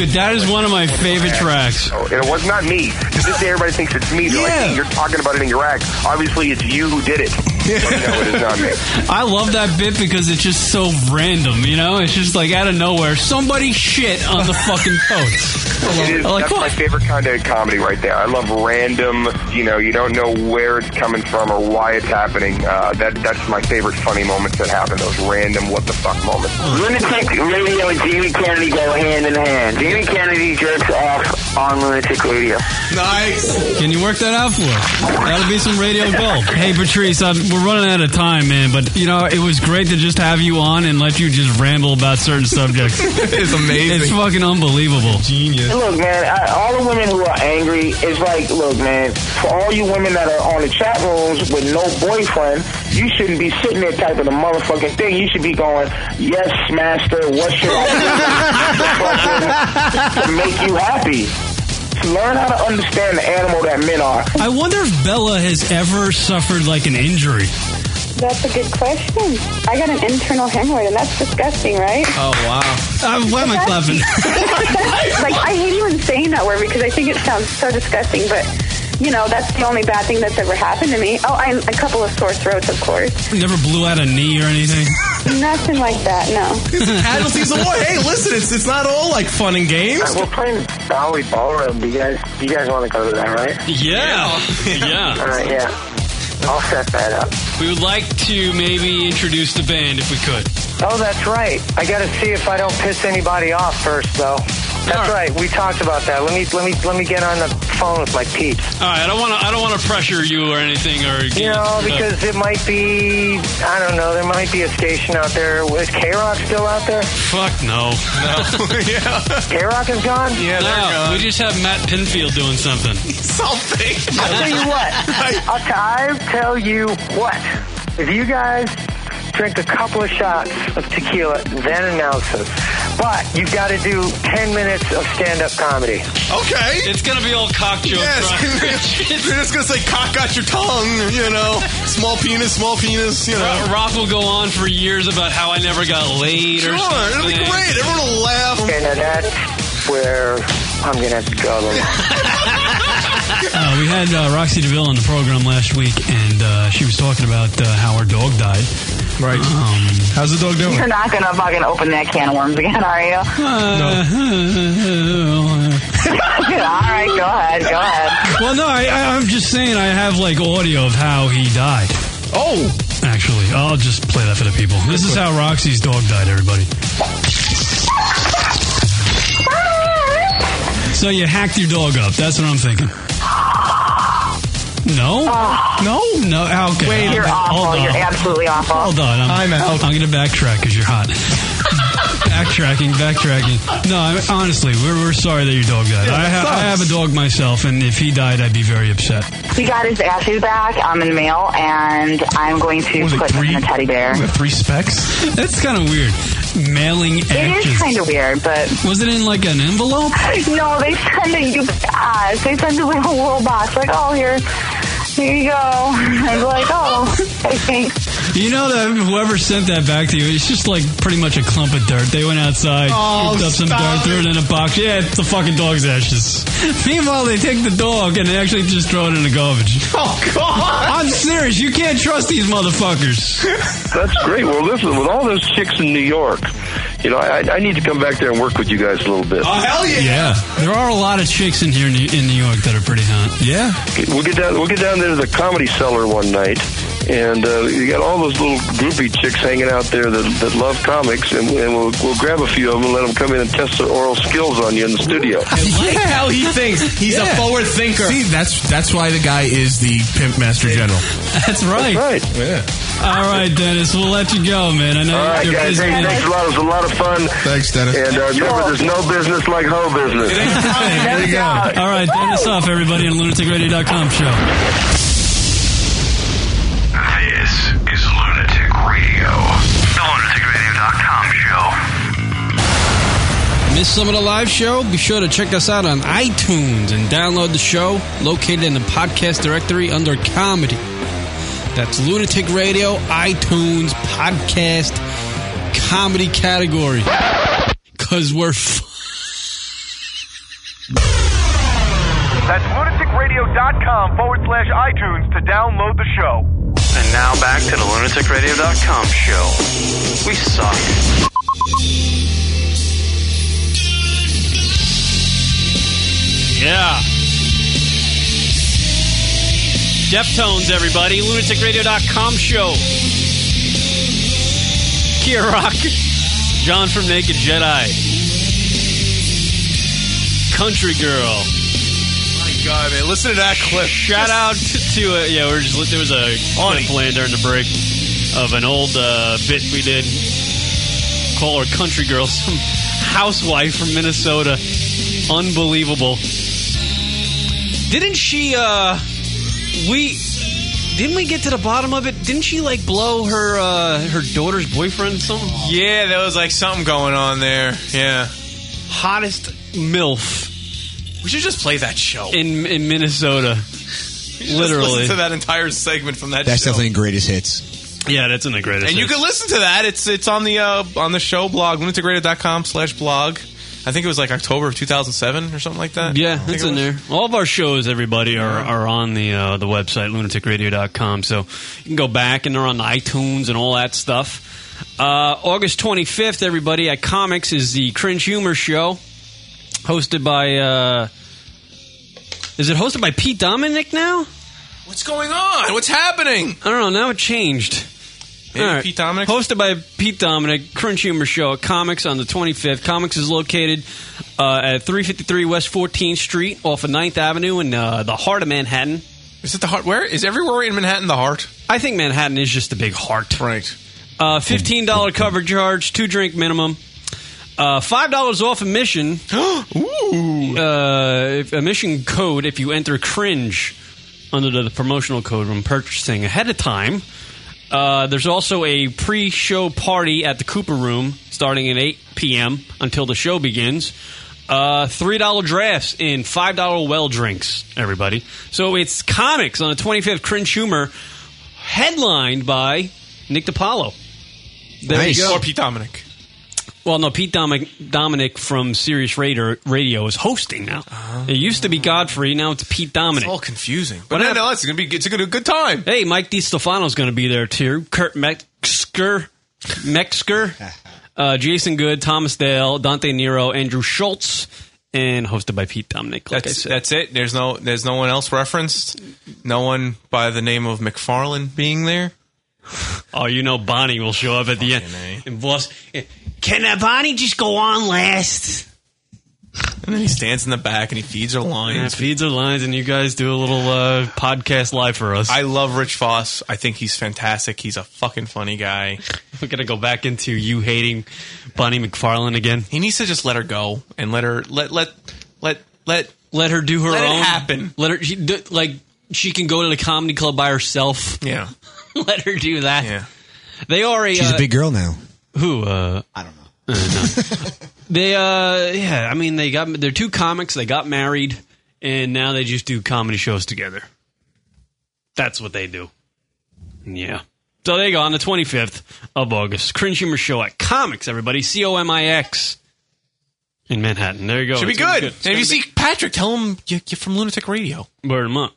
Dude, that is one of my favorite tracks. Oh, and it was not me. To this day, everybody thinks it's me. They're Yeah. like, "Hey, you're talking about it in your act. Obviously, it's you who did it. But no, it is not me. I love that bit because it's just so random, you know? It's just like out of nowhere, somebody shit on the fucking It coats. is, Like, that's my what? favorite kind of comedy right there. I love random, you know, you don't know where it's coming from or why it's happening. Uh, that That's my favorite funny moments that happen, those random what the fuck moments. Lunatic Radio and Jamie Kennedy go hand in hand. Jamie Kennedy jerks off on Lunatic Radio. Nice. Can you work that out for us? That'll be some radio gold. Hey, Patrice, uh, we're running out of time, man, but, you know, it was great to just have you on and let you just ramble about certain subjects. It's It's amazing. fucking unbelievable. Genius. Look, man, I, all the women who are angry, it's like, look, man, for all you women that are on the chat rooms with no boyfriend, you shouldn't be sitting there typing a motherfucking thing. You should be going, yes, master, what's your fucking to make you happy? Learn how to understand the animal that men are. I wonder if Bella has ever suffered, like, an injury. That's a good question. I got an internal hemorrhoid, and that's disgusting, right? Oh, wow. Uh, why am I clapping? like, I hate even saying that word because I think it sounds so disgusting, but. You know, that's the only bad thing that's ever happened to me. Oh, and a couple of sore throats, of course. Never blew out a knee or anything. Nothing like that, no. Casualties of war. Hey, listen, it's it's not all like fun and games. We're playing Dolly Ballroom. Do you guys, do you guys want to go to that, right? Yeah. Yeah. right, yeah. I'll set that up. We would like to maybe introduce the band if we could. Oh, that's right. I got to see if I don't piss anybody off first, though. That's right. We talked about that. Let me let me let me get on the phone with my peeps. All right, I don't want to. I don't want to pressure you or anything. Or You know, because it might be I don't know. There might be a station out there. Is K Rock still out there? fuck no. yeah. K Rock is gone. Yeah, they're No, we gone. just have Matt Pinfield doing something. Something. I'll tell you what. I'll t- I tell you what. If you guys drink a couple of shots of tequila, then announce it. But you've got to do ten minutes of stand-up comedy. Okay. It's gonna be all cock jokes. Yes. You're just gonna say cock out your tongue, you know. Small penis, small penis, you know. Rock, Rock will go on for years about how I never got laid Sure, or something. it'll be great. Everyone will laugh. And now that's where I'm gonna have to go. Uh, we had uh, Roxy DeVille on the program last week, and uh, she was talking about uh, how her dog died. Right. Um, How's the dog doing? You're not gonna fucking open that can of worms again, are you? All right, go ahead, go ahead. well, no, I, I, I'm just saying I have like audio of how he died. Oh, Actually, I'll just play that for the people. This is how Roxy's dog died. Everybody. So you hacked your dog up. That's what I'm thinking. No, Oh. no, no. how- Okay, Wait, you're awful. You're absolutely awful. Hold on, I'm, out. I'm gonna backtrack because you're hot. backtracking, backtracking. No, I mean, honestly, we're, we're sorry that your dog died. Yeah, I, that ha- I have a dog myself, and if he died, I'd be very upset. He got his ashes back. I'm in the mail, and I'm going to put him in a teddy bear. Three specs. That's kind of weird. Mailing It is ashes. kind of weird, but was it in like an envelope? no, they send it UPS. They send it like a little box. Like, oh, here, here you go. I'm like, oh, thanks. You know that whoever sent that back to you, it's just like pretty much a clump of dirt. They went outside, Oh, scooped up some dirt, stop threw it in a box. Yeah, it's the fucking dog's ashes. Meanwhile, they take the dog and they actually just throw it in the garbage. Oh God! I'm serious. You can't trust these motherfuckers. That's great. Well, listen, with all those chicks in New York, you know, I, I need to come back there and work with you guys a little bit. Oh, yeah! there are a lot of chicks in here in New, in New York that are pretty hot. Yeah, We'll get down. We'll get down there to the comedy cellar one night, and uh, you got all those little groupie chicks hanging out there that, that love comics, and, and we'll, we'll grab a few of them and let them come in and test their oral skills on you in the studio. Like how he thinks. He's a forward thinker. See, that's that's why the guy is the pimp master general. that's right. That's right. All right, Dennis, we'll let you go, man. I know All right, you're guys. busy. Hey, man. thanks a lot. It was a lot of fun. Thanks, Dennis. And uh, remember, there's no business like hoe business. There you go. All right, Dennis off, everybody, on lunaticradio.com show. This is Lunatic Radio. The LunaticRadio.com show. Miss some of the live show? Be sure to check us out on iTunes and download the show located in the podcast directory under comedy. That's Lunatic Radio, iTunes, podcast, comedy category. Because we're f- That's lunaticradio.com forward slash iTunes to download the show. And now back to the LunaticRadio.com show. We suck. Yeah. Deftones, everybody. LunaticRadio.com show. Kia Rock. John from Naked Jedi. Country Girl. My God, man, listen to that clip. Shout out to, to uh, yeah, we are just li- there was a clip playing during the break of an old uh, bit we did. Call her country girl, some housewife from Minnesota. Unbelievable. Didn't she? uh We didn't we get to the bottom of it? Didn't she like blow her uh her daughter's boyfriend? Some Yeah, there was like something going on there. Yeah. hottest milf We should just play that show. in in Minnesota. We should just Literally, listen to that entire segment from that That's show. definitely greatest hits. yeah, that's in the greatest. and you hits. can listen to that. It's it's on the uh, on the show blog, lunaticradio.com slash blog. I think it was like October of 2007 or something like that. I Yeah, think it's it in was. there. All of our shows, everybody, are, are on the uh, the website lunaticradio.com. So you can go back and they're on the iTunes and all that stuff. Uh, August 25th, everybody, at Comics is the Cringe Humor Show, hosted by. Uh, is it hosted by Pete Dominic now? What's going on? What's happening? I don't know. Now it changed. Maybe All right. Pete Dominic? Hosted by Pete Dominic, Crunch Humor Show at Comics on the 25th. Comics is located uh, at 353 West 14th Street off of 9th Avenue in uh, the heart of Manhattan. Is it the heart? Where is everywhere in Manhattan the heart? I think Manhattan is just the big heart. Right. Uh, Fifteen dollar cover charge, two drink minimum. Uh, Five dollars off admission. Ooh. Uh, if- admission code if you enter cringe under the promotional code when purchasing ahead of time. Uh, there's also a pre-show party at the Cooper Room starting at 8 p.m. until the show begins. Uh, Three dollar drafts and five dollar well drinks. Everybody, so it's comics on the 25th. Cringe humor, headlined by Nick DiPaolo. There you go. Or Pete Dominic. Well, no, Pete Dominic, Dominic from Sirius Radio, Radio is hosting now. It used to be Godfrey, now it's Pete Dominic. It's all confusing. Ah. But no, hap- no, it's gonna be it's gonna be a good time. Hey, Mike DiStefano's going to be there too. Kurt Metzger, Metzger, uh, Jason Good, Thomas Dale, Dante Nero, Andrew Schultz, and hosted by Pete Dominic. Like That's I said. that's it. There's no there's no one else referenced. No one by the name of McFarlane being there. Oh, you know Bonnie will show eh. up at the end. And boss, can uh, Bonnie just go on last? And then he stands in the back and he feeds her Yeah, lines. feeds are lines, and you guys do a little uh, podcast live for us. I love Rich Foss. I think he's fantastic. He's a fucking funny guy. We're gonna go back into you hating Bonnie McFarlane again. He needs to just let her go and let her let let let let let her do her let own. It happen. Let her she, d- like she can go to the comedy club by herself. Yeah. let her do that. Yeah. They are a. She's uh, a big girl now. Who? Uh, I don't know. They uh yeah, I mean they got they're two comics, they got married and now they just do comedy shows together. That's what they do. Yeah. So there you go on the 25th of August. Cringe Humor Show at Comics everybody, C O M I X in Manhattan. There you go. Should be Oh, It's gonna good. It's And if gonna you see be- Patrick, tell him you- you're from Lunatic Radio. Word him up.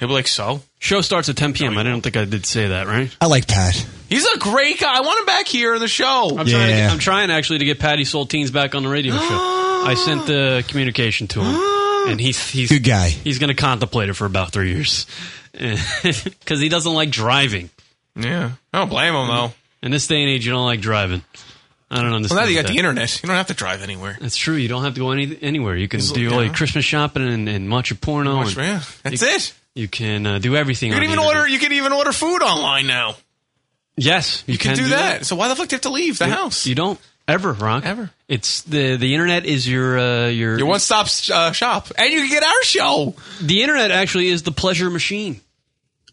He'll be like, so? Show starts at 10 p.m. I don't think I did say that, right? I like Pat. He's a great guy. I want him back here in the show. I'm, trying, to get, I'm trying actually to get Patty Saltines back on the radio show. I sent the communication to him, and he's he's Good guy. He's going to contemplate it for about three years because he doesn't like driving. Yeah, I don't blame him though. In this day and age, you don't like driving. I don't understand. Well, now that you got that. the internet, you don't have to drive anywhere. That's true. You don't have to go any, anywhere. You can It's- do yeah. like Christmas shopping and, and watch your porno. Watch- and yeah, that's you, it. You can uh, do everything. You can on the even internet. order. You can even order food online now. Yes, you, You can, do, that. So why the fuck do you have to leave the You- house? You don't ever, Rock. Ever. It's the the internet is your uh, your Your one stop uh, shop, and you can get our show. The internet actually is the pleasure machine.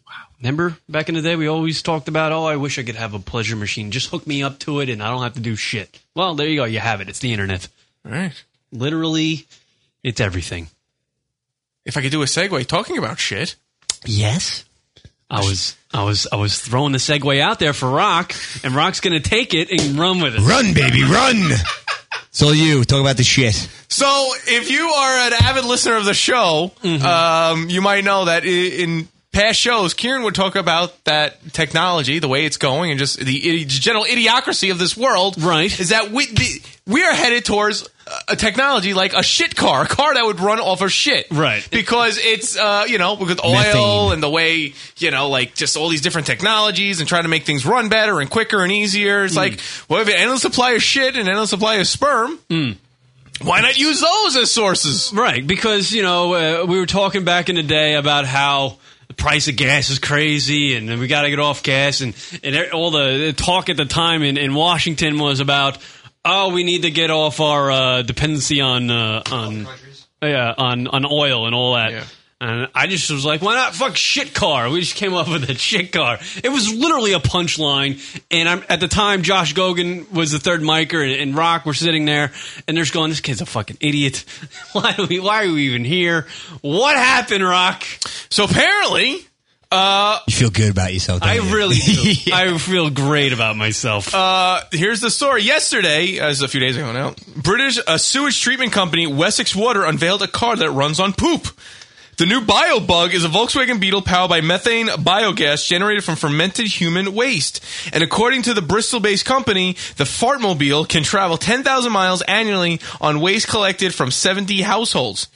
Wow. Remember back in the day, we always talked about, oh, I wish I could have a pleasure machine. Just hook me up to it and I don't have to do shit. Well, there you go. You have it. It's the internet. All right. Literally, it's everything. If I could do a segue talking about shit, Yes. I was, I was, I was throwing the segue out there for Rock, and Rock's going to take it and run with it. Run, baby, run. It's all you. Talk about the shit. So, if you are an avid listener of the show, um, you might know that i- in past shows, Kieran would talk about that technology, the way it's going, and just the idi- general idiocracy of this world. Right. Is that we, the, we are headed towards a- a technology like a shit car, a car that would run off of shit. Right. Because it's, uh, you know, with oil Methane. and the way, you know, like just all these different technologies and trying to make things run better and quicker and easier. It's like, well, if you have an endless supply of shit and endless supply of sperm. Why not use those as sources? Right, because you know uh, we were talking back in the day about how the price of gas is crazy, and we got to get off gas, and and there- all the, the talk at the time in, in Washington was about oh we need to get off our uh, dependency on uh, on yeah on on oil and all that. And I just was like, why not fuck shit car? We just came up with a shit car. It was literally a punchline. And I'm, at the time, Josh Gogan was the third micer, and, and Rock were sitting there, and they're just going, this kid's a fucking idiot. why, do we, why are we even here? What happened, Rock? So apparently, uh, You feel good about yourself. don't I you? really do. I feel great about myself. Uh, here's the story. Yesterday, as a few days ago now, British a sewage treatment company, Wessex Water, unveiled a car that runs on poop. The new BioBug is a Volkswagen Beetle powered by methane biogas generated from fermented human waste. And according to the Bristol-based company, the Fartmobile can travel 10,000 miles annually on waste collected from 70 households.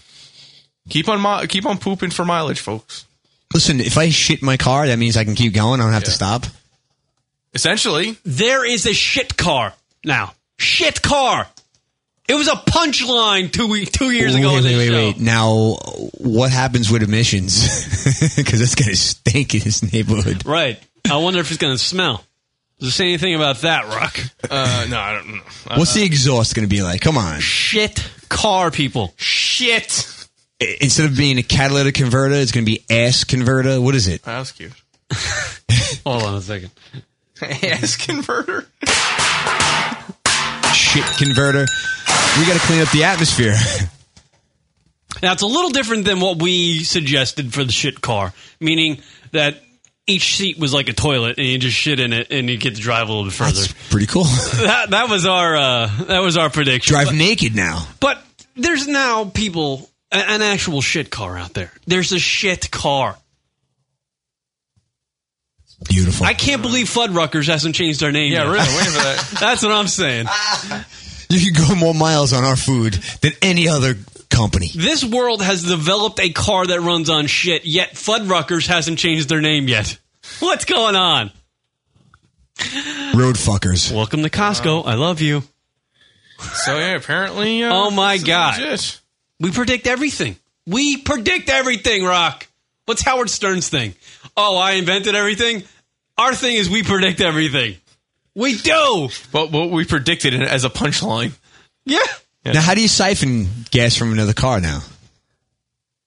Keep on mi- keep on pooping for mileage, folks. Listen, if I shit my car, that means I can keep going. I don't have to stop. Essentially, there is a shit car now. Shit car. It was a punchline two we- two years ago. Wait, on wait, this wait, show. wait. Now, what happens with emissions? Because it's going to stink in this neighborhood. Right. I wonder if it's going to smell. Does it say anything about that, Rock? Uh, no, I don't know. What's the exhaust going to be like? Come on. Shit car, people. Shit. I- Instead of being a catalytic converter, it's going to be ass converter. What is it? Uh. That was cute. Hold on a second. Ass converter. Shit converter. We got to clean up the atmosphere. Now, it's a little different than what we suggested for the shit car, meaning that each seat was like a toilet and you just shit in it and you get to drive a little bit further. Pretty cool. that, that was our uh, that was our prediction. Drive But- naked now. But there's now people a- an actual shit car out there. There's a shit car. Beautiful. I can't believe Fuddruckers hasn't changed their name. Yeah, yet. really. Wait for that. That's what I'm saying. You can go more miles on our food than any other company. This world has developed a car that runs on shit, yet Fuddruckers hasn't changed their name yet. What's going on? Road fuckers. Welcome to Costco. I love you. So yeah, apparently. Uh, oh my it's god, legit. we predict everything. We predict everything. Rock. What's Howard Stern's thing? Oh, I invented everything. Our thing is we predict everything. We do. But what we predicted it as a punchline. Yeah. Now, how do you siphon gas from another car now?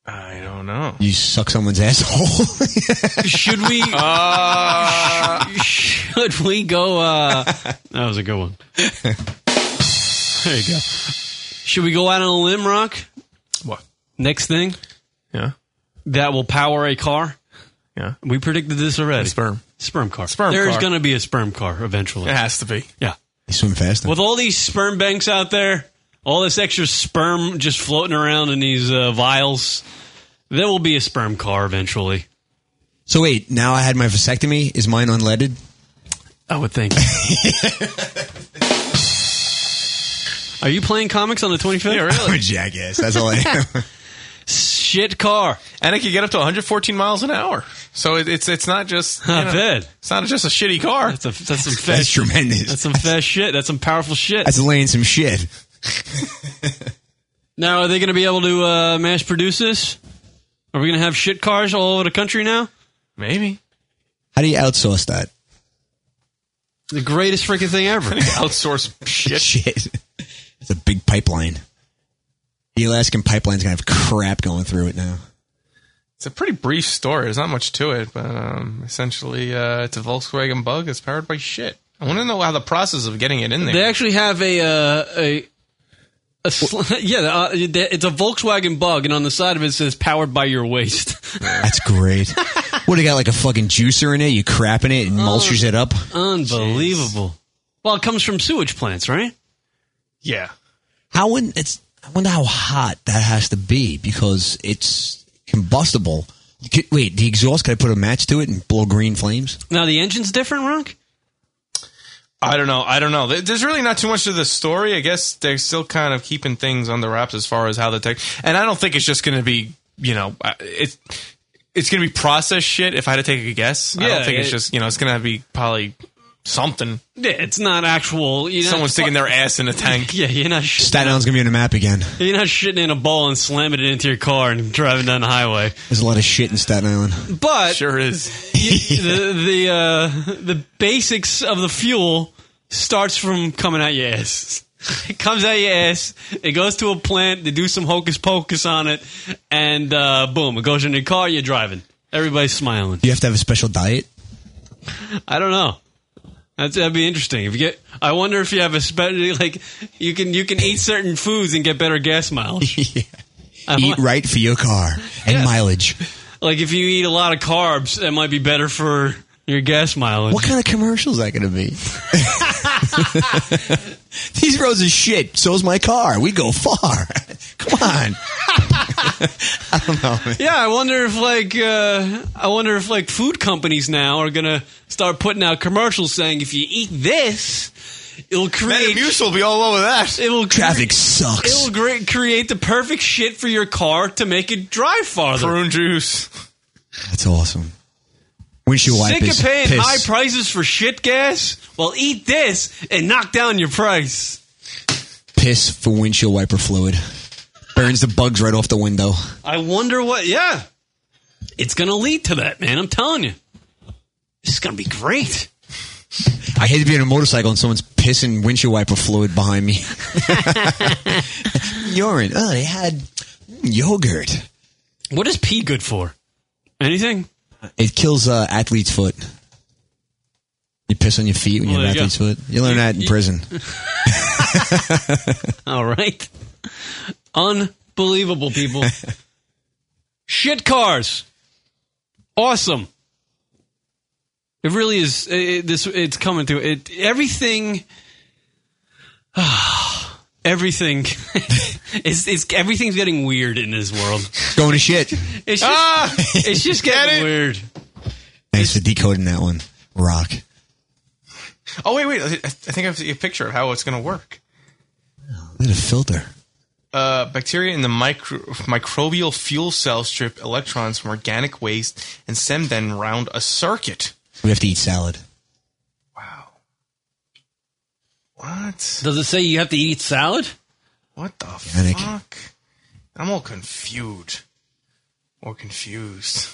I don't know. You suck someone's asshole. should we? Uh. should we go? Uh, that was a good one. There you go. Should we go out on a limb, Rock? What? Next thing? Yeah. That will power a car. Yeah. We predicted this already. sperm. Sperm car. Sperm There's car. going to be a sperm car eventually. It has to be. Yeah. you swim fast. With all these sperm banks out there, all this extra sperm just floating around in these uh, vials, there will be a sperm car eventually. So wait, now I had my vasectomy. Is mine unleaded? I would think. Are you playing comics on the 25th? Yeah, I'm a jackass. That's all I am. Shit car. And it could get up to 114 miles an hour. So it, it's it's not just you Not know, bad. It's not just a shitty car. That's, a, that's some fast, That's tremendous. That's some fast shit. That's some powerful shit. That's laying some shit. Now, are they going to be able to uh, mass produce this? Are we going to have shit cars all over the country now? Maybe. How do you outsource that? The greatest freaking thing ever. Outsource shit. shit. It's a big pipeline. The Alaskan pipeline's gonna have crap going through it now. It's a pretty brief story. There's not much to it, but um, essentially, uh, it's a Volkswagen Bug. It's powered by shit. I want to know how the process of getting it in there. They actually have a uh, a, a sl- yeah. Uh, it's a Volkswagen Bug, and on the side of it says "powered by your waste." That's great. what do you got like a fucking juicer in it? You crap in it and mulches it up. Oh, Unbelievable. Well, it comes from sewage plants, right? Yeah. How would it's? I wonder how hot that has to be because it's combustible. You could- wait, the exhaust? Could I put a match to it and blow green flames? Now the engine's different, Rock. I don't know. I don't know. There- There's really not too much to the story. I guess they're still kind of keeping things on the wraps as far as how the tech. And I don't think it's just going to be, you know, I- it's it's going to be process shit. If I had to take a guess, I Yeah, don't think it's it- just you know it's going to be probably something. Yeah, it's not actual. You know, Someone's sticking their ass in a tank. Yeah, you're not sh- Staten Island's gonna be on the map again. you're not shitting in a bowl and slamming it into your car and driving down the highway. There's a lot of shit in Staten Island. But sure is. you- the the uh, the basics of the fuel starts from coming out your ass. It comes out your ass. It goes to a plant. They do some hocus pocus on it, and uh, boom, it goes in your car. You're driving. Everybody's smiling. Do you have to have a special diet? I don't know. That's, that'd be interesting. If you get, I wonder if you have a special like you can you can eat certain foods and get better gas mileage. I Eat want- right for your car and mileage. Like if you eat a lot of carbs, that might be better for your gas mileage. What kind of commercial is that going to be? These roads are shit. So's my car. We go far. Come on. I don't know. Man. Yeah, I wonder if like uh, I wonder if like food companies now are gonna start putting out commercials saying if you eat this, it'll create Metamucil will be all over that. it will Traffic sucks. it'll great create the perfect shit for your car to make it drive farther. Prune juice. That's awesome. Windshield Sick wipers. of paying piss. high prices for shit gas? Well, eat this and knock down your price. piss for windshield wiper fluid. Burns the bugs right off the window. I wonder what. Yeah, it's gonna lead to that, man. I'm telling you, this is gonna be great. I hate to be on a motorcycle and someone's pissing windshield wiper fluid behind me. Urine. Oh, they had yogurt. What is pee good for? Anything? It kills uh, athlete's foot. You piss on your feet when you Well, have there you athlete's go. foot. You learn that in prison. All right. Unbelievable, people. Shit cars. Awesome. It really is. It, this it's coming through. It everything. everything is it's everything's getting weird in this world. Going to shit. It's just, it's just getting weird. Thanks for decoding that one. Rock. Oh wait, wait. I I think I have a picture of how it's going to work. Did a filter. Uh, bacteria in the micro- microbial fuel cell strip electrons from organic waste and send them round a circuit. We have to eat salad. What? Does it say you have to eat salad? What the fuck? I'm all confused. Or confused.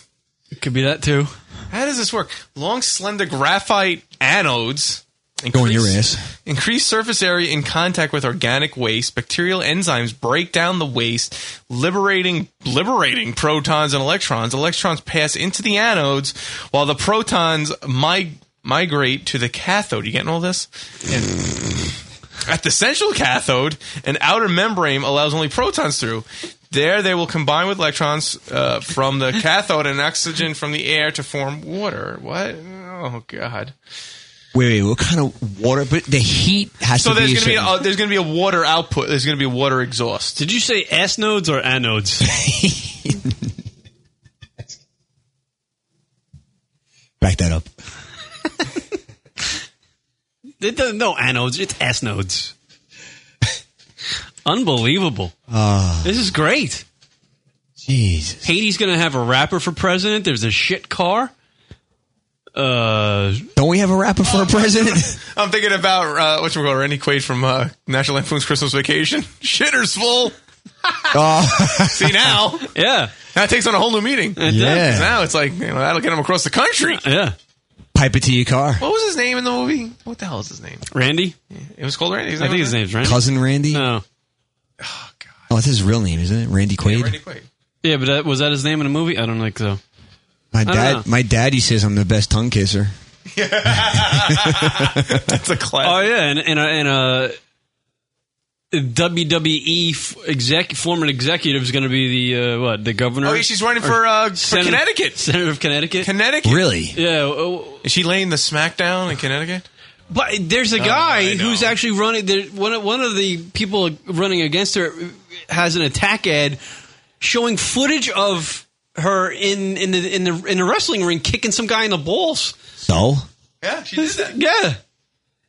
It could be that too. How does this work? Long, slender graphite anodes Go in your increase- increase surface area in contact with organic waste. Bacterial enzymes break down the waste, liberating liberating protons and electrons. Electrons pass into the anodes, while the protons mig- migrate to the cathode. You getting all this? At the central cathode, an outer membrane allows only protons through. There, they will combine with electrons uh, from the cathode and oxygen from the air to form water. What? Oh God! Wait, wait, what kind of water? But the heat has so to there's be. a gonna be certain- a, oh, there's gonna be a water output. There's gonna be a water exhaust. Did you say S nodes or anodes? Back that up. It doesn't, no anodes. It's S nodes. Unbelievable. Ah. this is great. Jesus. Haiti's going to have a rapper for president. There's a shit car. Uh, Don't we have a rapper for a president? I'm thinking about uh, what's called Randy Quaid from uh, National Lampoon's Christmas Vacation. Shitter's full. Oh. See now, yeah, that takes on a whole new meaning. Yeah. does. now it's like you know, that'll get him across the country. Yeah. Pipe it to your car. What was his name in the movie? What the hell is his name? Randy. It was called Randy. I think his name's Randy. Cousin Randy? No. Oh, that's his real name, isn't it? Randy Quaid. Yeah, but that, was that his name in the movie? I don't think so. My I don't know. dad. My daddy says I'm the best tongue kisser. That's a classic. Oh yeah, and and a, and a WWE f- exec former executive is going to be the uh, what the governor? Oh, yeah, she's running Or for, uh, for senator- Connecticut. senator of Connecticut. Connecticut, really? Yeah, oh, Is she laying the smackdown in Connecticut? But there's a No, guy I know. who's actually running. there- One of- one of the people running against her has an attack ad showing footage of her in in the in the in the wrestling ring kicking some guy in the balls. So Yeah, she did that. Yeah.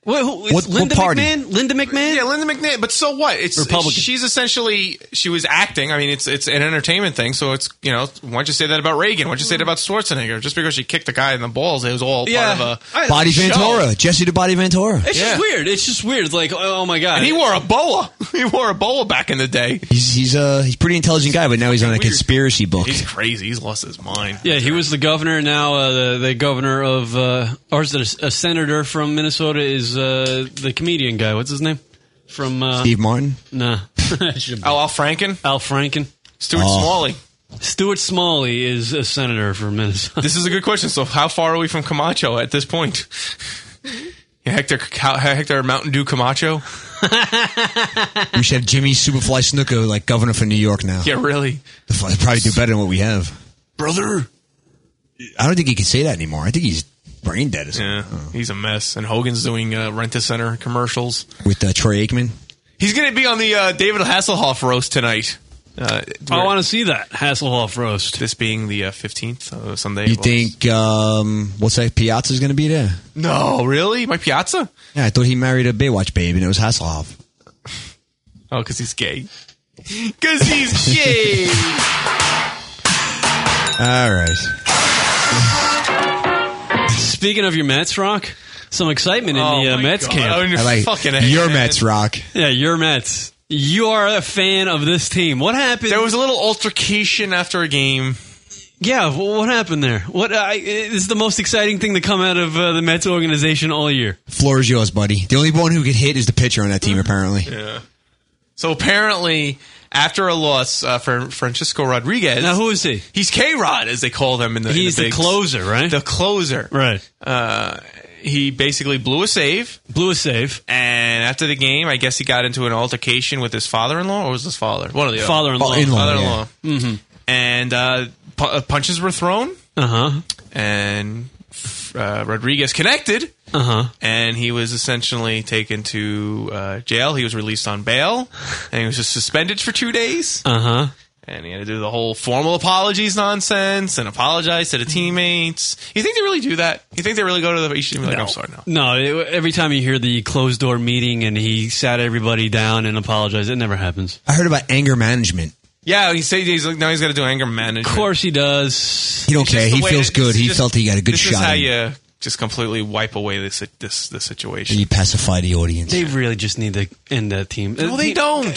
What, who, it's What- what Linda party? McMahon? Linda McMahon? Yeah, Linda McNair. But so what? It's Republican. She's essentially she was acting. I mean, it's it's an entertainment thing. So it's you know, why don't you say that about Reagan? Why don't you say that about Schwarzenegger? Just because she kicked the guy in the balls, it was all Yeah. part of I- a Body show. Ventura. Jesse the Body Ventura. It's Yeah. just weird. It's just weird. It's Like, oh my god. And he wore a boa. He wore a boa back in the day. He's he's uh he's a pretty intelligent guy, but now he's on a Weird. conspiracy book. He's crazy. He's lost his mind. yeah, he was the governor. Now uh, the, the governor of, uh, or is it a, a senator from Minnesota? Is uh, the comedian guy? What's his name? From uh, Steve Martin. Nah, Oh, Al Franken, Al Franken. Stuart Oh. Smalley. Stuart Smalley is a senator from Minnesota. This is a good question. So, how far are we from Camacho at this point? Yeah, Hector, Ca- Hector Mountain Dew Camacho. We should have Jimmy Superfly Snuka like governor for New York now. Yeah, really. They'd probably do better than what we have, brother. I don't think he can say that anymore. I think he's brain dead. Oh. Or something. Yeah, he's a mess. And Hogan's doing uh, Rent a Center commercials. With uh, Troy Aikman. He's going to be on the uh, David Hasselhoff roast tonight. Uh, I want to see that Hasselhoff roast. this being the uh, 15th uh, Sunday. You of August. think um what's that Piazza's going to be there? No, really? My Piazza? Yeah, I thought he married a Baywatch babe, and it was Hasselhoff. Oh, because he's gay. Because he's gay. All right. Speaking of your Mets, Rock, some excitement in Oh, the uh, my Mets God. camp. Oh, and I like fucking A, your man. Mets rock. yeah, your Mets. You are a fan of this team. What happened? There was a little altercation after a game. Yeah, wh- what happened there? What I, this is the most exciting thing to come out of uh, the Mets organization all year? Floor is yours, buddy. The only one who could hit is the pitcher on that team, apparently. Yeah. So apparently, after a loss uh, for Francisco Rodriguez, Now, who is he? he's K Rod, as they call them in the in He's the bigs. closer, right? The closer. right. Uh, he basically blew a save. Blew a save. And after the game, I guess he got into an altercation with his father-in-law, or was his father? One of the other. Father-in-law. Mm-hmm. Oh, in-law. father-in-law. And uh, pu- uh, punches were thrown, Uh huh. and uh, Rodriguez connected, Uh huh. and he was essentially taken to uh, jail. He was released on bail, and he was just suspended for two days. Uh huh. And he had to do the whole formal apologies nonsense and apologize to the teammates. You think they really do that? You think they really go to the? You should be like, I'm sorry, no. No, it, every time you hear the closed door meeting and he sat everybody down and apologized, it never happens. I heard about anger management. Yeah, he said he's like, now he's got to do anger management. Of course he does. He don't It's just care. the He way feels that- this good. is He just- felt he got a good this shot. Is how in. you just completely wipe away this this this situation. You pacify the audience. They really just need to end that team. Uh, No, they don't.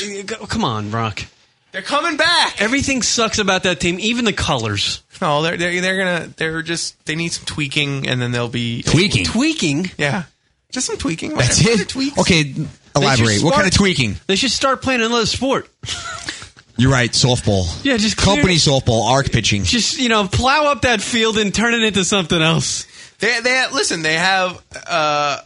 Come on, Brock. They're coming back. Everything sucks about that team, even the colors. No, they're they're, they're gonna they're just they need some tweaking, and then they'll be Tweaking? tweaking. Yeah, just some tweaking. That's whatever. it. Okay, elaborate. What kind of tweaking? They should start playing another sport. You're right. Softball. Yeah, just clear- company softball, arc pitching. Just you know, plow up that field and turn it into something else. They they listen. They have uh,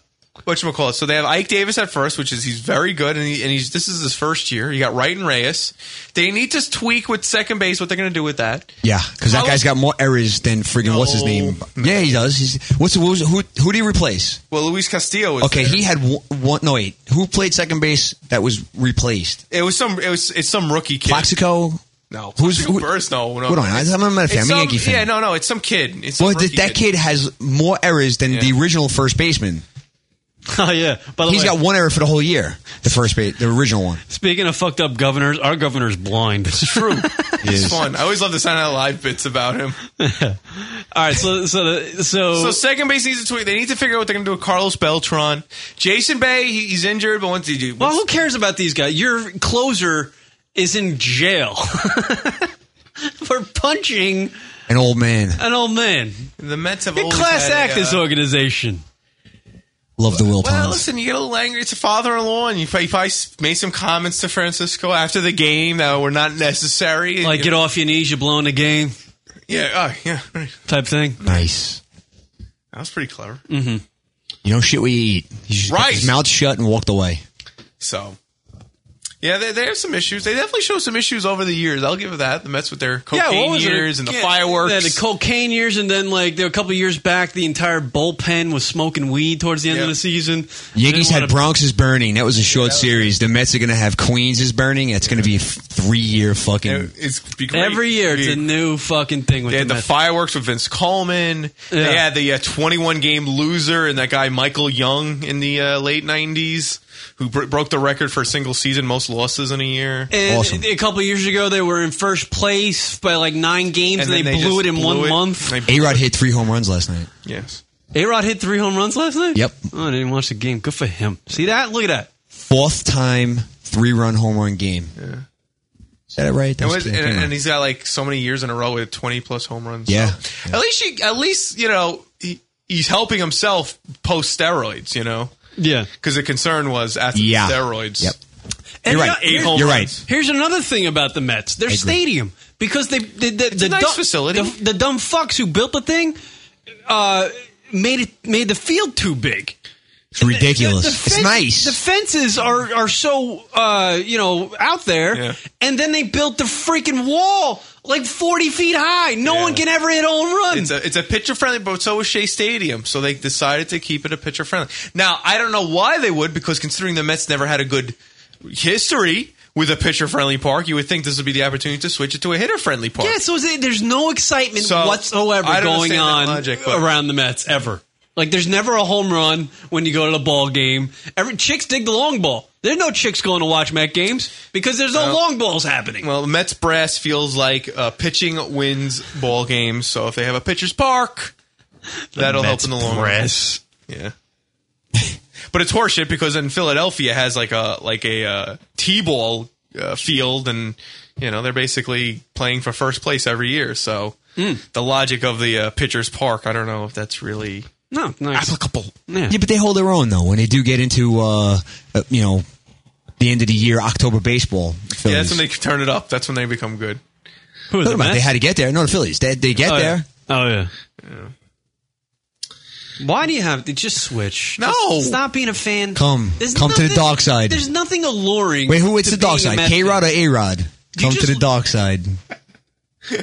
what you call it. So they have Ike Davis at first, which is he's very good, and, he, and he's this is his first year. You got Wright and Reyes. They need to tweak with second base. What they're going to do with that? Yeah, because that guy's got more errors than friggin' what's his name? Yeah, he does. He's what's what was, who who did he replace? Well, Luis Castillo. Was Okay, there. he had one, one. No, wait. Who played second base that was replaced? It was some. It was it's some rookie kid. Plaxico. No, Who's- Plaxico who- Burress, no, no. Hold on, I'm not a Met It's fan, I'm a some- Yankee fan. Yeah, no, no. It's some kid. It's some Well, th- rookie that kid has more errors than the original first baseman. Oh yeah. By the He's way, got one error for the whole year. The first base, the original one. Speaking of fucked up governors, our governor's blind. It's true. It's fun. I always love the sound out live bits about him. All right, so so the- so So second base needs to tweak. They need to figure out what they're going to do with Carlos Beltran. Jason Bay, he- he's injured, but once he do, well, who cares about these guys? Your closer is in jail for punching An old man. an old man. The Mets have a always class had a, act. This uh, organization. Love the Will Well, Thomas. listen, you get a little angry. It's a father-in-law, and you probably, you probably made some comments to Francisco after the game that were not necessary. Like, get off your knees, you're blowing the game Yeah, oh, yeah, right. type thing. Nice. that was pretty clever. Mm-hmm. You know shit we eat. He just kept Rice. his mouth shut and walked away. So, yeah, they, they have some issues. They definitely show some issues over the years. I'll give it that. The Mets with their cocaine years and the fireworks. Yeah, the cocaine years, and then like there were a couple years back, the entire bullpen was smoking weed towards the end of the season. Yankees They had didn't wanna- Bronx is burning. That was a short series. The Mets are going to have Queens is burning. It's going to be a three year fucking. it's be great. Every year, it's a new fucking thing with They had the the Mets. fireworks with Vince Coleman. Yeah. They had the uh, 21 game loser and that guy Michael Young in the uh, late 90s who br- broke the record for a single season most losses in a year. And Oh, a couple of years ago, they were in first place by like nine games, and, And then they, they blew it just in blew one it. month. A Rod hit three home runs last night. Yes. A Rod hit three home runs last night. Yep. Oh, I didn't watch the game. Good for him. See that? Look at that. Fourth time three run home run game. Is that right? And, was- That's- and, and he's got like so many years in a row with 20 plus home runs. yeah. At least, he, at least you know he, he's helping himself post steroids. You know, Yeah. because the concern was after the Yeah. steroids. Yep. You're right. you know, Eight here's- home you're runs. right. Here's another thing about the Mets: their agree. stadium, because they the, the, the a nice dumb, facility. The, the dumb fucks who built the thing uh, made it made the field too big. It's ridiculous. The it's fence- nice. The fences are are so uh, you know out there, Yeah. and then they built the freaking wall like forty feet high. No one can ever hit a home run. It's a, it's a pitcher friendly, but so is Shea Stadium. So they decided to keep it a pitcher friendly. Now I don't know why they would, because considering the Mets never had a good history with a pitcher friendly park, you would think this would be the opportunity to switch it to a hitter friendly park. Yeah, so is it- there's no excitement So, whatsoever I don't going understand that on logic, but- around the Mets ever. Like there's never a home run when you go to the ball game. Every chicks dig the long ball. There's no chicks going to watch Met games because there's no long balls happening. Well, Mets brass feels like uh, pitching wins ball games. So if they have a pitcher's park, that'll Mets help in the long brass. run. Yeah. but it's horseshit because in Philadelphia has like a like a uh, t-ball uh, field, and you know they're basically playing for first place every year. So the logic of the uh, pitcher's park, I don't know if that's really no, applicable. Yeah. but they hold their own though. When they do get into uh, uh, you know the end of the year October baseball, yeah, Phillies. that's when they turn it up. That's when they become good. Talk the about Mets? they had to get there. No, the Phillies. They, they get Oh, yeah. there. Oh yeah. Why do you have to just switch? No. Just stop being a fan. Come. Come to the dark side. There's nothing alluring. Wait, who? It's to the dark being a side. Mets K Rod or fan. A Rod? Come to the dark side. No,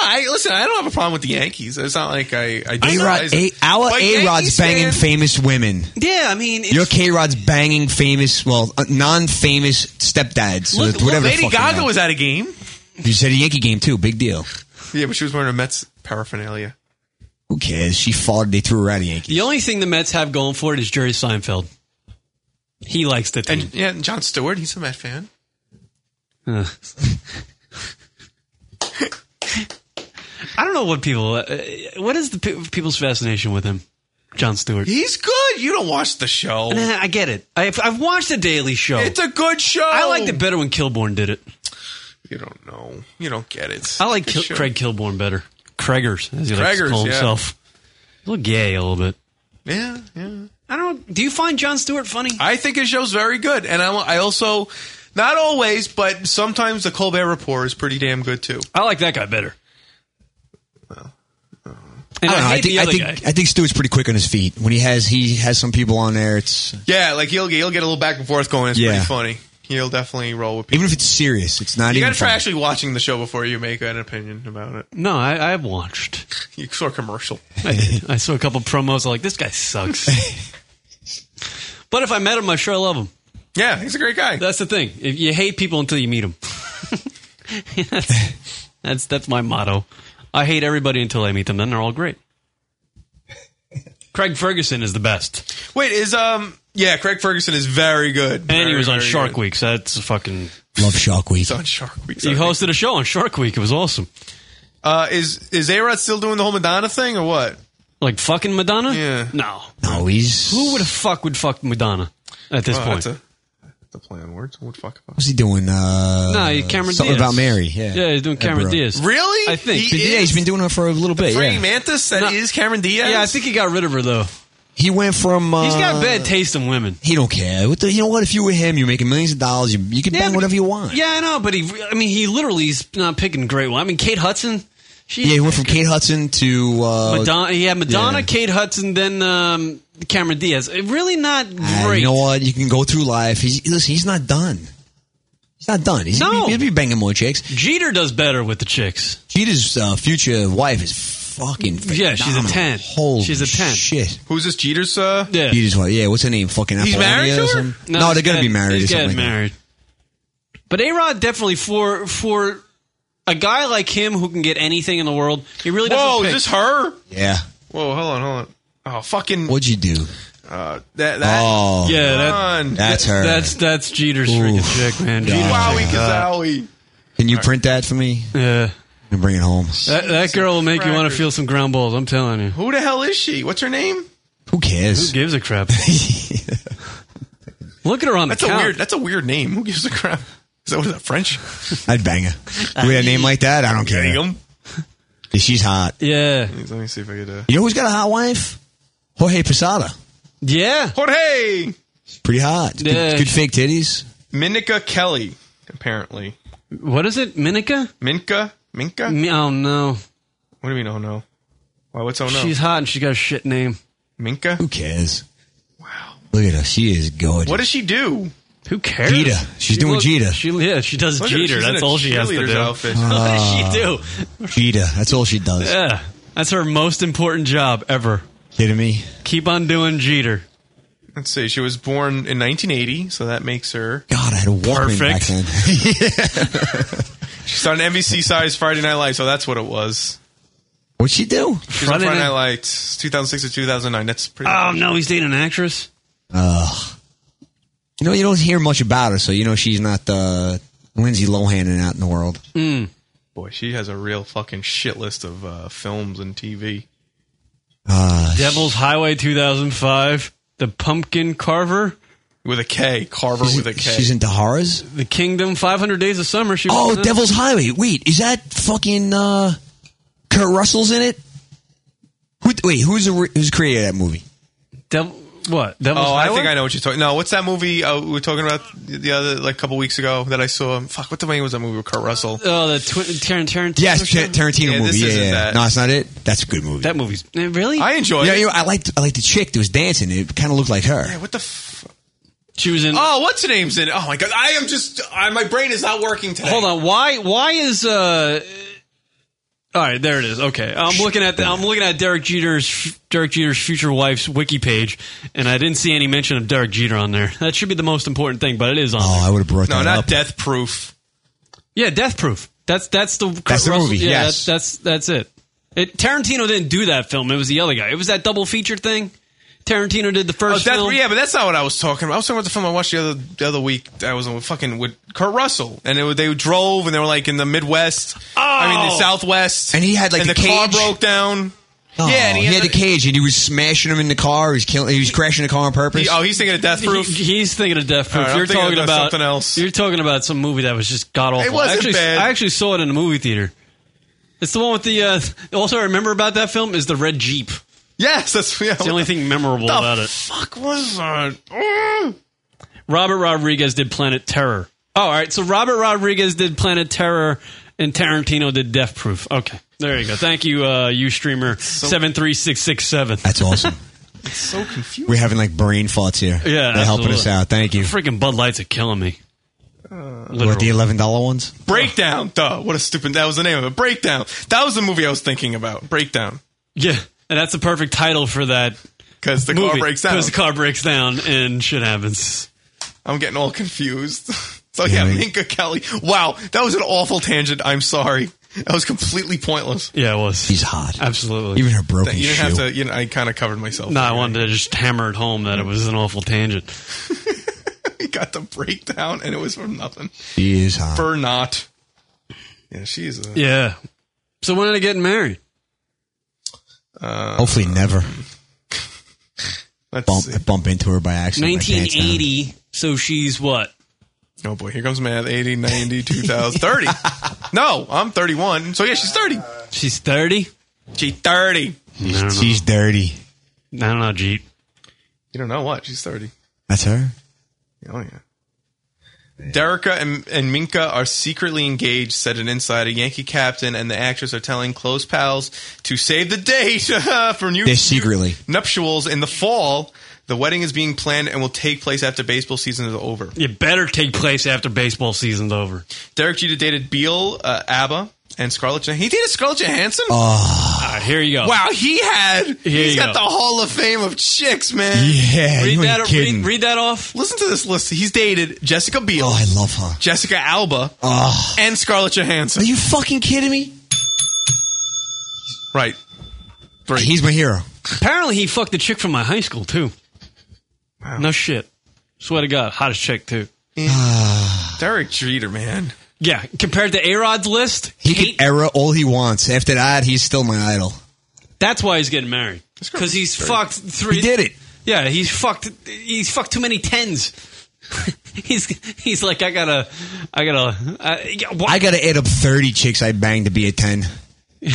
I listen. I don't have a problem with the Yankees. It's not like I. I A Rod. despise them. Our But A Rod's Yankees banging fans- famous women. Yeah, I mean, Your K Rod's banging famous, well, uh, non-famous stepdads. or whatever. the Lady fuck they Gaga are. was at a game. You said a Yankee game too. Big deal. Yeah, but she was wearing a Mets paraphernalia. Who cares? She farted. They threw her out of Yankee. The only thing the Mets have going for it is Jerry Seinfeld. He likes the team. Yeah, and John Stewart, he's a Met fan. Ugh. I don't know what people. Uh, what is the pe- people's fascination with him? John Stewart. He's good. You don't watch the show. Nah, I get it. I've, I've watched The Daily Show. It's a good show. I liked it better when Kilborn did it. You don't know. You don't get it. I like It's a Kil- show. Craig Kilborn better. Craigers, as he likes to Craigers, call yeah. himself. A little gay, a little bit. Yeah, yeah. I don't. Do you find John Stewart funny? I think his show's very good, and I, I also not always, but sometimes the Colbert Report is pretty damn good too. I like that guy better. And I, I, don't know, hate I think the I other think guy. I think Stewart's pretty quick on his feet. When he has he has some people on there, it's Yeah, like he'll he'll get a little back and forth going. It's Yeah. pretty funny. He'll definitely roll with people. even if it's serious, it's not you even. gotta try funny. actually watching the show before you make an opinion about it. No, I, I've watched. You saw a commercial. I, did. I saw a couple promos. I'm like, this guy sucks. but if I met him, I sure love him. Yeah, he's a great guy. That's the thing. If you hate people until you meet them. that's, that's that's my motto. I hate everybody until I meet them. Then they're all great. Craig Ferguson is the best, Wait, is um yeah, Craig Ferguson is very good. and he was on Shark Week. So that's a fucking. Love Shark Week. on Shark Week. He hosted a show Oh, on Shark Week. It was awesome. Uh, is is A Rod still doing the whole Madonna thing or what? Like fucking Madonna? Yeah. No. No, he's. Who would have fuck would fuck Madonna at this Well, point? Oh, that's a- The play on words. What fuck? What's he doing? Uh, no, you Cameron something Diaz. about Mary. Yeah, Yeah, he's doing Cameron Diaz. Edinburgh. I think. But yeah, he's been doing it for a little bit. Frankie yeah. Mantis. That is Cameron Diaz. Yeah, I think he got rid of her though. He went from. Uh, He's got bad taste in women. He don't care. What the, you know what? If you were him, you're making millions of dollars. You, you can bang whatever you want. Yeah, I know, but he I mean he literally is not picking great one. I mean Kate Hudson, she yeah, he went from Kate Hudson to uh, Madonna yeah, Madonna, yeah. Kate Hudson, then um Cameron Diaz. Eh, Really not Ah, great. You know what? You can go through life. He's listen. He's not done. He's not done. He's No. he'll be banging more chicks. Jeter does better with the chicks. Jeter's uh, future wife is fucking. Yeah, she's a phenomenal. ten. Holy she's a ten. shit. Who's this Jeter's? Uh, yeah. Jeter's wife. Yeah, what's her name? Fucking He's Apollonia married to or her? something? No, they're he's gonna be getting- married. He's or something getting like that. married. But A Rod definitely for for a guy like him who can get anything in the world, he really doesn't. Whoa, pick. is this her? Yeah. Whoa, hold on, hold on. Oh, fucking. What'd you do? Uh, that, that. Oh. Yeah, that- Come on. That's her. That's that's Jeter's freaking chick, man. God. Wowie Kazowie. Can you print that for me? Yeah. And bring it home. That, that girl will make you want to crackers. feel some ground balls. I'm telling you. Who the hell is she? What's her name? Who Who cares? gives a crap? Look at her on the That's a couch. weird. That's a weird name. Who gives a crap? Is that what is that French? I'd bang her. With a name like that, I don't care. Damn. She's hot. Yeah, Let me see if I could. Uh... You know who's got a hot wife? Jorge Posada. yeah. Jorge Pretty hot. Good, Yeah. good fake titties. Minica Kelly. Apparently, What is it, Minica? Minka. Minka. Me- Oh no, What do you mean? Oh no. Why? What's oh no? she's hot and she got a shit name. Minka. Who cares? Wow. Look at her. She Oh, is gorgeous. What does she do? Who cares? Jeter. She's doing look- Jeter. She yeah, she does Look at her, Jeter. she's in That's a all she has to cheerleader's do. outfit. Ah. what does she do? Jeter. That's all she does. Yeah, that's her most important job ever. Kidding me? Keep on doing Jeter. Let's see. She was born in 1980, so that makes her. God, I had a Walkman back Perfect. then. She's on NBC size Friday Night Lights, so that's what it was. What'd she do? She was on Friday Friday Night Night- Lights, 2006 to 2009. That's pretty. Oh no, he's dating an actress. Ugh. You know, you don't hear much about her, so you know she's not the Lindsay Lohan and out in the world. Hmm. Boy, she has a real fucking shit list of uh, films and TV. Uh, Devil's Highway 2005. The Pumpkin Carver. With a K, Carver she's, with a K. she's into horrors. The Kingdom. 500 Days of Summer. She was Oh, in that. Devil's Highway. Wait, is that fucking uh, Kurt Russell's in it? Who, wait, who's the, who's the creator of that movie? Devil. What? Devil's oh, I Highway? think I know what you're talking. No, what's that movie uh, we were talking about the other like a couple weeks ago that I saw? Fuck, what the name was that movie with Kurt Russell? Oh, the twi- Tarant- Tarantino. Yes, or Tar- something? Tarantino Yeah, movie. this Yeah, isn't yeah. that. no, it's not it. That's a good movie. That movie's eh, really. I enjoyed yeah, it. you know, I liked I liked the chick that was dancing. It kind of looked like her. Yeah, what the? F- she was in. oh, what's the name's in it? Oh my god, I am just. I, my brain is not working today. Hold on. Why? Why is? uh All right, there it is. Okay, I'm looking at the, I'm looking at Derek Jeter's Derek Jeter's future wife's wiki page, and I didn't see any mention of Derek Jeter on there. That should be the most important thing, but it is on. Oh, there. I would have brought No, that not up. Death Proof. Yeah, Death Proof. That's that's the Kurt That's the Russell- movie, Yeah, yes. that's, that's that's it. It Tarantino didn't do that film. It was the other guy. It was that double feature thing. Tarantino did the Oh, first Death, film. yeah, but that's not what I was talking about. I was talking about the film I watched the other the other week. That was with fucking with Kurt Russell, and it, was- they drove, and they were like in the Midwest. I mean, the Oh! Southwest, And he had, like, and the the car cage. broke down. Oh, Yeah, and he he, had had the cage and he was smashing him in the car. He was killing. He was crashing the car on purpose. He- oh, he's thinking of Death Proof. He- he's thinking of Death Proof. All right, I'm you're thinking talking of about something else. You're talking about some movie that was just god awful. It wasn't I actually, bad. I actually saw it in the movie theater. It's the one with the. Uh, also, I remember about that film is the red jeep. Yes, that's yeah, it's the only thing memorable the about it. Fuck was uh, that? Robert Rodriguez did Planet Terror. Oh, all right. So Robert Rodriguez did Planet Terror, and Tarantino did Death Proof. Okay, there you go. Thank you, uh, you streamer seven three six six seven. That's awesome. It's so confusing. We're having like brain farts here. Yeah, they're helping us absolutely. out. Thank you. Freaking Bud Lights are killing me. What the eleven dollar ones? Breakdown. Duh. What a stupid. That was the name of it. Breakdown. That was the movie I was thinking about. Breakdown. Yeah, and that's the perfect title for that because the car breaks down. Because the car breaks down and shit happens. I'm getting all confused. So yeah, Minka Kelly. Wow, that was an awful tangent. I'm sorry. That was completely pointless. Yeah, it was. He's hot. Absolutely. Even her broken you didn't shoe. have to. You know, I kind of covered myself. No, I wanted to just hammer it home that it was an awful tangent. We got the breakdown, and it was from nothing. She is hot. For not. Yeah, she's. A, Yeah. So when are they getting married? Uh, Hopefully, never let's bump see. bump into her by accident. with my pants down. 1980. So she's what? Oh boy, here comes math. 80, 90, 2000, 30. no, I'm 31. So yeah, she's 30. She's 30. She's 30. She's dirty. I don't know, Jeep. You don't know what? She's 30. That's her. Oh yeah. Derica and, and Minka are secretly engaged, said an insider. Yankee captain and the actress are telling close pals to save the date for new They're secretly. nuptials in the fall. The wedding is being planned and will take place after baseball season is over. You better take place after baseball season's over. Derek Jeter dated Beal, uh, ABBA, and Scarlett Johansson. He dated Scarlett Johansson? Ah. Oh, All right, here you go. Wow, he had. Here he's you got go. the Hall of Fame of chicks, man. Yeah, Read you ain't that, kidding. read, read that off. Listen to this list. He's dated Jessica Biel, oh, I love her. Jessica Alba, Oh, and Scarlett Johansson. are you fucking kidding me? right. Three. He's my hero. Apparently, he fucked a chick from my high school, too. Wow. No shit. Swear to God, hottest chick, too. Ah, Derek Jeter, man. Yeah, compared to A Rod's list, He can error all he wants. After that, he's still my idol. that's why he's getting married. Because he's fucked three. He did it. Yeah, he's fucked. He's fucked too many tens. he's he's like I gotta, I gotta. I, yeah, why- I gotta add up thirty chicks I banged to be a ten.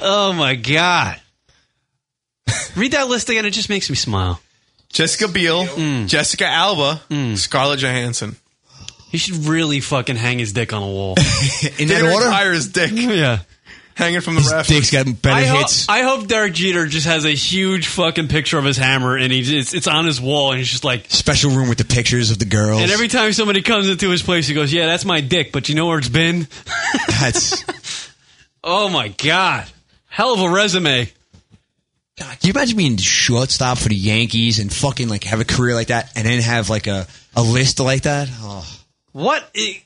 oh my god! Read that list again. It just makes me smile. Mm. Jessica Biel, Jessica Alba, Scarlett Johansson. He should really fucking hang his dick on a wall. In that Derek order, Jeter is dick yeah. hanging from the his rafters. dick's got better I, ho- hits. I hope Derek Jeter just has a huge fucking picture of his hammer and he's it's, it's on his wall and he's just like. Special room with the pictures of the girls. And every time somebody comes into his place, he goes, "Yeah, that's my dick, but you know where it's been." That's. Oh my god! Hell of a resume. Can you imagine being shortstop for the Yankees and fucking like have a career like that, and then have like a, a list like that? Oh, What? i-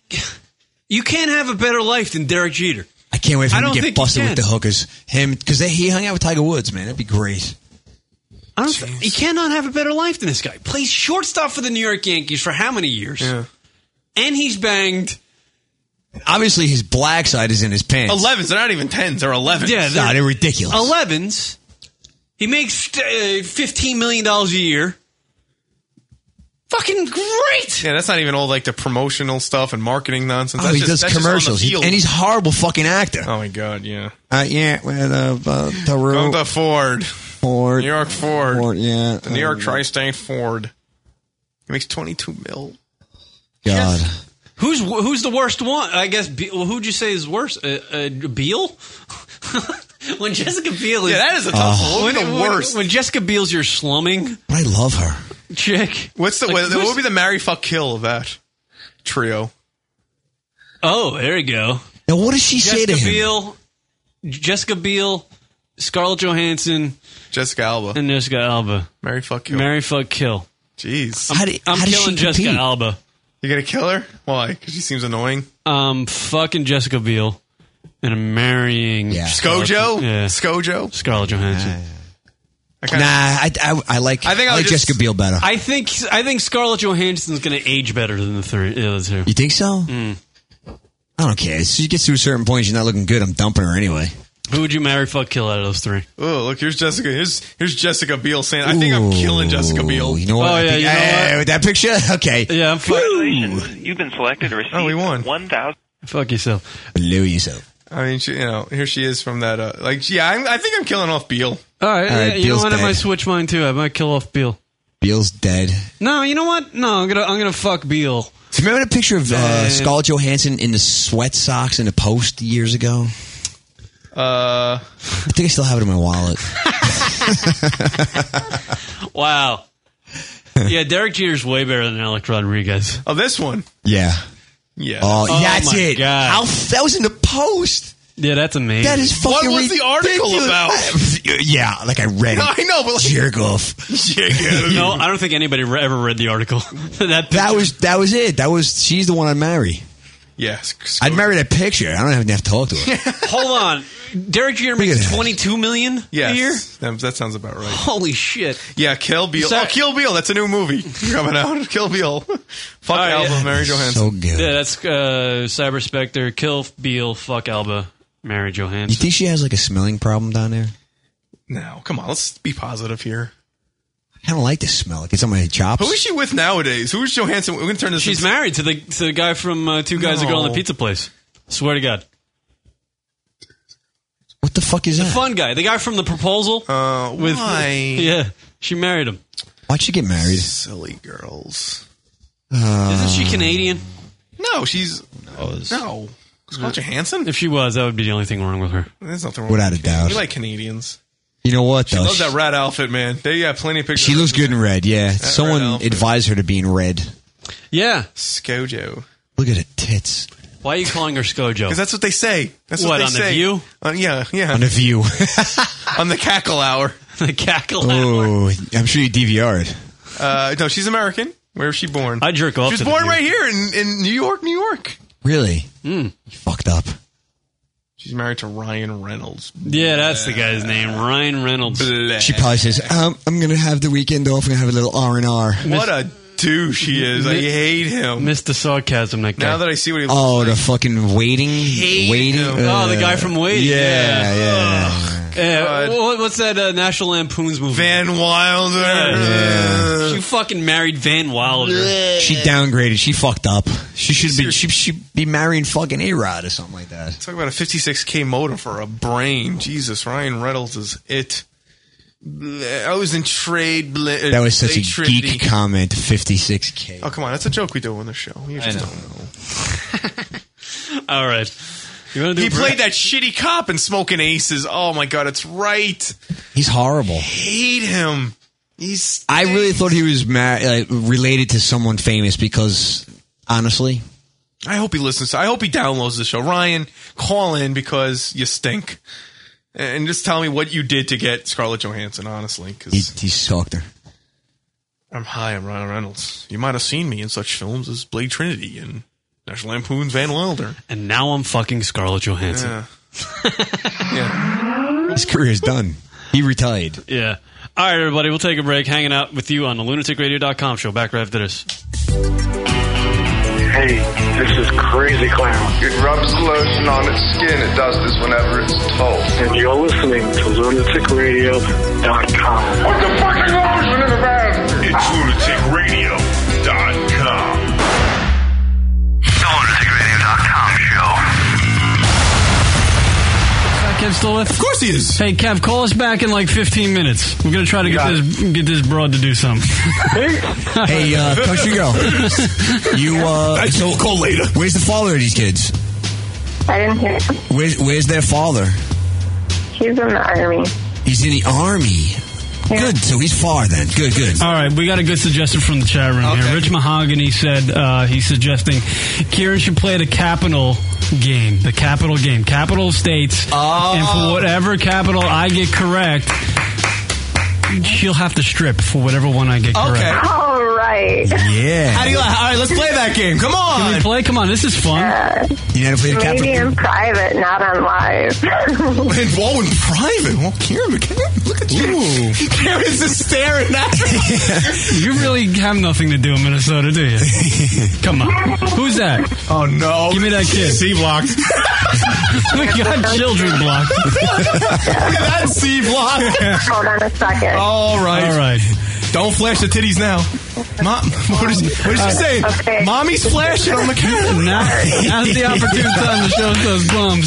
You can't have a better life than Derek Jeter. I can't wait for I him don't to get think you busted with can. the hookers. Him because he hung out with Tiger Woods, man. That'd be great. I don't. Th- he cannot have a better life than this guy. Plays shortstop for the New York Yankees for how many years? Yeah. And he's banged. Obviously, his black side is in his pants. 11s. They're not even 10s. They're 11s. Yeah, Nah, they're ridiculous. Elevens. He makes uh, fifteen million dollars a year. Fucking great. Yeah, that's not even all like the promotional stuff and marketing nonsense. Oh, that's he just, does that's just on the commercials, He- field. and he's a horrible fucking actor. oh my god, yeah. Uh, yeah, well, uh, uh, Taru, Gunther Ford, Ford, New York Ford, Ford, yeah, the New York um, Tri-State Ford. He makes 22 mil. God, Who's who's the worst one? I guess. Be- well, who'd you say is worse? Uh, uh, Beal. when Jessica Beal is Uh, Yeah, that is a tough one. Look when, at the when- worst. When, Jessica Biel's your slumming but I love her. chick. What's the Like, what, what who's- would be the marry fuck kill of that trio? Oh, there you go. Now, what does she say to Jessica him? Biel, Jessica Biel, Scarlett Johansson, Jessica Alba, and Jessica Alba. marry fuck kill. Mary fuck kill. Jeez, How, do, I'm how does killing she Jessica compete? Alba. you gonna kill her? Why? Because she seems annoying. Um, fucking Jessica Biel, and I'm marrying Yeah. Scarlett- Skojo, Yeah, Skojo. Scarlett Johansson. I Nah, kinda- I, I, I like I, I think think I I'll like just- Jessica Biel better. I think I think Scarlett Johansson's going to age better than the three the other two. you Hmm. think so? I don't care. She gets to a certain point, she's not looking good. I'm dumping her anyway. Who would you marry, fuck, kill out of those three? Oh, look, here's Jessica. Here's here's Jessica Biel saying, "I think I'm killing Jessica Biel." You Oh, know what? I think- eh, with that picture, okay. Yeah, I'm Congratulations. You've been selected to receive Oh, we won. one thousand. Fuck yourself. Blew yourself. I mean, she, you know, here she is from that. Uh, like, yeah, I'm, I think I'm killing off Beal. All right, yeah, you know Beal's what? I dead. might switch mine too. I might kill off Beal. Beal's dead. No, you know what? No, I'm gonna I'm gonna fuck Beal. Do you remember the picture of uh, Man. Scarlett Johansson in the sweat socks in the post years ago? Uh, I think I still have it in my wallet. Wow. yeah, Derek Jeter's way better than Alex Rodriguez. Oh, this one. yeah. Yeah. Oh, Oh, that's my it. God. How f- that was in the post. Yeah, that's amazing. That is fucking What was the article ridiculous. about? I- yeah, like I read it. I know, but like- jerk off. no, I don't think anybody re- ever read the article. that That was that was it. That was she's the one I'd marry. Yes. I'd marry that picture. I don't even have to talk to her. Hold on, Derek Jeter makes 22 million a year. Yes, that, that sounds about right. Holy shit! Yeah, Kill Bill. Is that- oh, Kill Bill. That's a new movie coming out. Kill Bill. Fuck Alba, Mary Johansson. Yeah, that's uh, Cyber Spectre, kill Beal, fuck Alba, marry Johansson. You think she has like a smelling problem down there? No, come on. Let's be positive here. I kind of like the smell. It gets on my chops. Who is she with nowadays? Who is Johansson? We're gonna turn this. She's into- married to the to the guy from uh, Two Guys Ago on the No. Pizza Place. Swear to God, What the fuck is the that? fun guy, the guy from the proposal. Uh, with why? yeah, she married him. Why'd she get married? Silly girls. Uh, Isn't she Canadian? No, she's no. Scarlett Johansson. If she was, that would be the only thing wrong with her. There's nothing wrong. Without with a doubt. You like Canadians. You know what She though? loves that red outfit, man. They got plenty of pictures. She looks good in red. Yeah, That red someone outfit. advised her to be in red. Yeah. Skojo. Look at her tits Why are you calling her Skojo? Because that's what they say. That's What, what, they on The say. View? Uh, yeah, yeah. on the view. on the cackle hour. the cackle. oh, I'm sure you DVR'd. Uh, no, she's American. Where was she born? I jerk off She was to The born View. right here in, in New York, New York. Really? Hmm. You fucked up. She's married to Ryan Reynolds. Yeah, that's the guy's name, Ryan Reynolds. She probably says, um, "I'm gonna have the weekend off. I'm gonna have a little R and R." What a douche he is. I Mi- hate him. Missed the sarcasm that guy. Now that I see what he looks Oh, the fucking waiting, waiting. Oh, the guy from Waiting. Yeah, Yeah. yeah. Yeah, what, Uh, what's that uh, National Lampoon's movie? Van Wilder. Yeah. She fucking married Van Wilder. She downgraded. She fucked up. She should be. She should be marrying fucking A Rod or something like that. Talk about a 56k motor for a brain. Jesus, Ryan Reynolds is it. Bleh. I was in trade. Bleh, That was such a They Trinity. geek comment. 56k. Oh come on, that's a joke we do on the show. You just don't know. All right. You want to He do Bra- played that shitty cop in Smoking Aces. Oh my god, it's right. He's horrible. Hate him. He's I really thought he was mar- like, related to someone famous because honestly, I hope he listens. I hope he downloads the show. Ryan, call in because you stink, and just tell me what you did to get Scarlett Johansson. Honestly, he, because he stalked her. I'm high. I'm Ryan Reynolds. You might have seen me in such films as Blade Trinity and National Lampoon's Van Wilder. and now I'm fucking Scarlett Johansson. Yeah. yeah. His career's done. He retired. Yeah. All right, everybody, we'll take a break. Hanging out with you on the lunaticradio.com show. Back right after this. Hey, this is Crazy Clown. It rubs the lotion on its skin. It does this whenever it's told. And you're listening to lunaticradio.com. What the fuck is lotion in the bathroom? It's lunaticradio.com. Kev still with? Of course he is. Hey, Kev, call us back in like 15 minutes. We're gonna try to get this get this broad to do something. Hey, uh, country girl, you uh, I so call later. Where's the father of these kids? I didn't hear. it. Where's Where's their father? He's in the army. He's in the army. Good. So he's far then. Good. Good. All right, we got a good suggestion from the chat room here. Rich Mahogany said uh, he's suggesting Kieran should play the capital game, the capital game, capital states, and Oh. for whatever capital I get correct, she'll have to strip for whatever one I get correct. All right. right. Yeah. How do you- all right, let's play that game. Come on. Can we play? Come on, this is fun. you know, if we Maybe in private, not on live. And whoa, in private. Well, Karen, Karen, look at you. Karen's just staring at You really have nothing to do in Minnesota, do you? Come on. Who's that? Oh, no. Give me that kid. C blocked. we got children blocked. That's C block. Hold on a second. All right. All right. Don't flash the titties now. Mom, what is, what Uh, is she saying? Mommy's flashing on the camera. Now, now's the opportune time to show us those bums.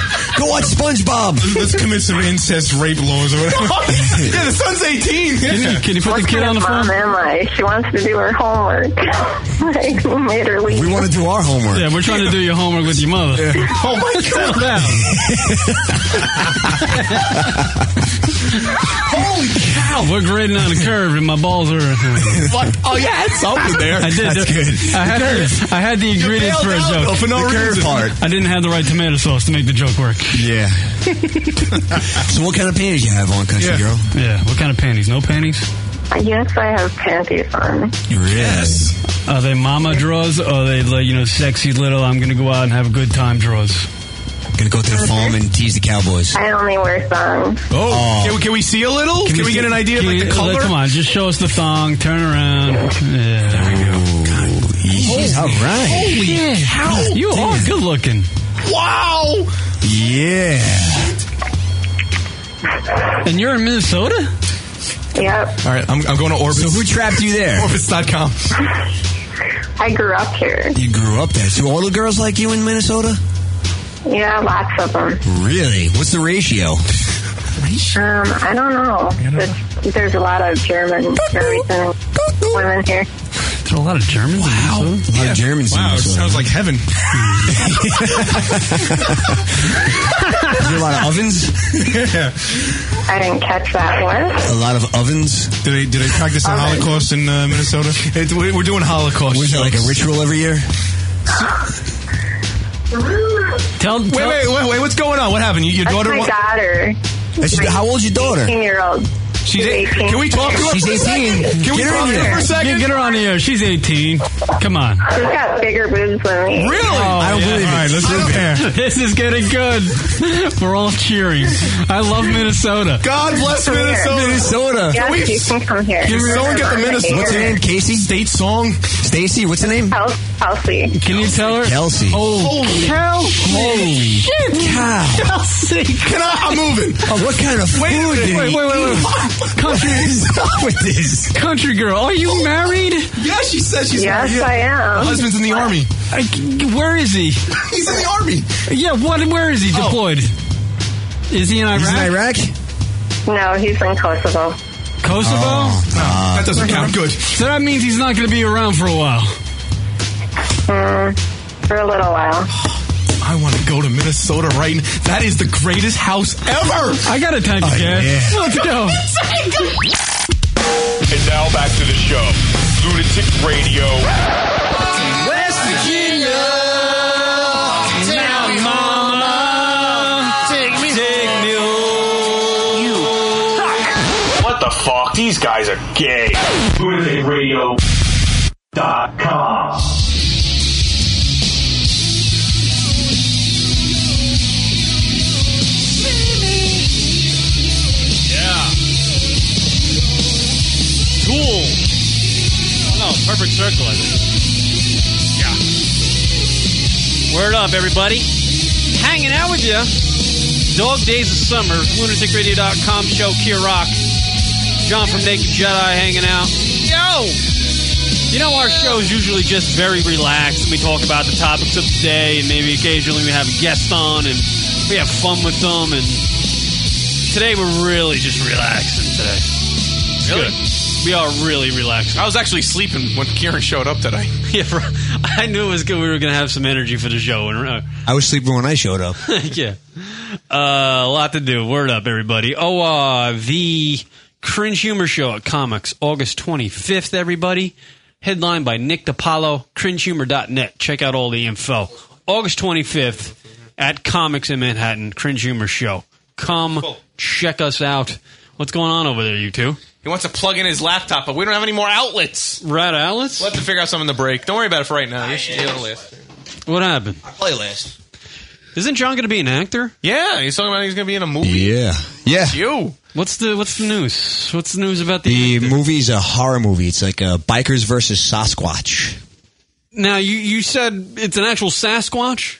Go watch SpongeBob. Let's commit some incest rape laws or whatever. yeah, the son's 18. Can you, can you put the kid on the phone? Mom am I? She wants to do her homework. like, made her leave. We want to do our homework. Yeah, we're trying to do your homework with your mother. Oh my Settle god. down. Holy cow. We're grading on a curve and my balls are. Fuck. Oh yeah, it's something there. I did. That's good. I had, the, I had the ingredients bailed for a out, though, joke. for no The curve reason. I didn't have the right tomato sauce to make the joke work. Yeah. so what kind of panties you have on, country Yeah. girl? Yeah. What kind of panties? No panties? Yes, I have panties on. Yes. Are they mama draws or are they like, you know, sexy little, I'm going to go out and have a good time draws? Gonna go to the farm and tease the cowboys. I only wear thongs. Oh, Oh. Can, we, can we see a little? Can, we see- get an idea of can like you- the color? Come on, just show us the thong, turn around. Yeah. She's all right. Holy cow! You are good looking. Wow! Yeah. And you're in Minnesota? Yep. All right, I'm, I'm going to So Orbitz. who trapped you there? Orbitz.com. I grew up here. You grew up there. So all the girls like you in Minnesota? Yeah, lots of them. Really? What's the ratio? Um, I don't know. It's, there's a lot of German Norwegian women here. There's a lot of Germans in Minnesota. A lot of Germans in Wow, it Minnesota. sounds like heaven. Is there a lot of ovens? I didn't catch that one. A lot of ovens? Do they do they practice the Holocaust in uh, Minnesota? It, we- we're doing Holocaust. Was it like a ritual every year? Tell, tell Wait, wait, wait, wait! What's going on? What happened? You, your That's daughter? my wa- daughter. That's- how old's your daughter? 18 year old. She's eight. She's 18. Can we talk to her? She's for a 18. second? Can we Get her talk to her in there. for a Get, second? get her on the air. She's 18. Come on. Oh, She's got bigger boobs than me. Really? Oh, I don't believe it. All right, let's look there. This is getting good. We're all cheering. I love Minnesota. God bless Come here. Minnesota. Minnesota. Can Yes, we- you can come here. Can someone get the Minnesota? What's her name? Casey? State song. Stacy? What's her name? Kelsey. Kelsey. Can you tell her? Kelsey. Oh, Holy cow. Kelsey. Can I? I'm moving. Oh, what kind of food Wait, did wait, he Wait, wait, wait. wait. Country, Stop with this. country girl, are you married? Yeah, she says she's. Yes, yeah. I am. Her husband's in the army. I, where is he? He's in the army. Yeah, what? Where is he Oh. deployed? Is he in Iraq? He's in Iraq? No, he's in Kosovo. Kosovo. No, Oh, that doesn't count. Good. So that means he's not going to be around for a while. Mm, for a little while. I want to go to Minnesota right now. That is the greatest house ever. Oh, I got a time to care. yeah. Let's go. And now back to the show. Lunatic Radio. West Virginia. Now, mama. Take me. Take me What the fuck? These guys are gay. LunaticRadio.com. Tool. Oh, no, perfect circle, I think. Yeah. Word up, everybody. Hanging out with you. Dog Days of Summer, lunaticradio.com show, Kier Rock. John from Naked Jedi hanging out. Yo! You know, our show is usually just very relaxed. We talk about the topics of the day, and maybe occasionally we have a guest on, and we have fun with them. And today we're really just relaxing today. It's Really? Good. We are really relaxing. I was actually sleeping when Kieran showed up today. Yeah, bro. I knew it was good. We were going to have some energy for the show, and uh, I was sleeping when I showed up. yeah, uh, a lot to do. Word up, everybody! Oh, uh, the Cringe Humor Show at Comics, August twenty fifth. Everybody, headlined by Nick DiPaolo, CringeHumor.net. Check out all the info. August twenty fifth at Comics in Manhattan, Cringe Humor Show. Come check us out. What's going on over there, you two? He wants to plug in his laptop, but we don't have any more outlets. Right outlets? We'll have to figure out something to break. Don't worry about it for right now. You should deal with it. What happened? I play last. Isn't John going to be an actor? Yeah, he's talking about he's going to be in a movie. Yeah. Yeah. you. What's the What's the news? What's the news about the? The movie's a horror movie. It's like uh, bikers versus Sasquatch. Now you you said it's an actual Sasquatch.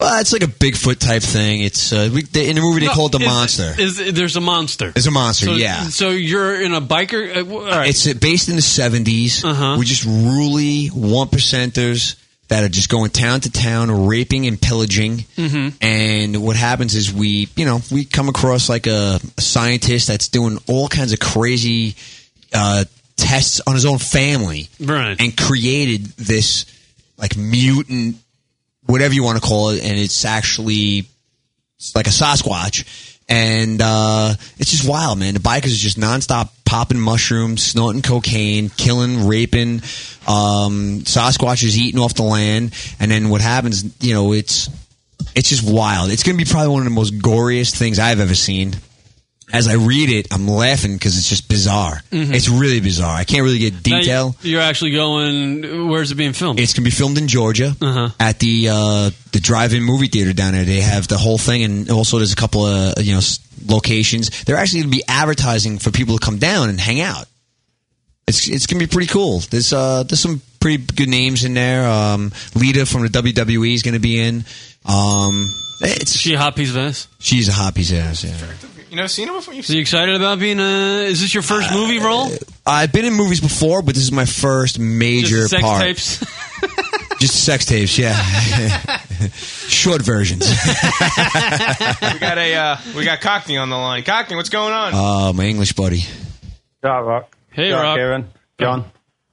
Uh, it's like a Bigfoot type thing. It's uh, we, they, in the movie they No, call it the is- monster. Is, there's a monster? There's a monster, So- yeah. So you're in a biker. Uh, w- all right. It's uh, based in the 70s. Uh-huh. We just ruly one percenters that are just going town to town, raping and pillaging. Mhm. And what happens is we, you know, we come across like a, a scientist that's doing all kinds of crazy uh, tests on his own family, right? And created this like mutant, whatever you want to call it, and it's actually it's like a Sasquatch. And uh, it's just wild, man. The bikers are just nonstop popping mushrooms, snorting cocaine, killing, raping. Um, Sasquatch is eating off the land, and then what happens? You know, it's it's just wild. It's going to be probably one of the most goriest things I've ever seen. As I read it, I'm laughing because it's just bizarre. Mhm. It's really bizarre. I can't really get Now you- detail. You're actually going. Where's it being filmed? It's gonna be filmed in Georgia Uh-huh. at the uh, the drive-in movie theater down there. They have the whole thing, and also there's a couple of you know s- locations. They're actually gonna be advertising for people to come down and hang out. It's it's gonna be pretty cool. There's uh there's some pretty good names in there. Um, Lita from the WWE is gonna be in. Um, it's she a hot piece of ass. She's a hot piece of ass. Yeah. You never seen him before? You've So you excited about being a? Is this your first Uh, movie role? I've been in movies before, but this is my first major Just sex part. tapes. Just sex tapes, yeah. Short versions. we got a uh, we got Cockney on the line. Cockney, what's going on? Oh, my English buddy. Yeah, Rock. Hey, yeah, Rock. Kieran. John.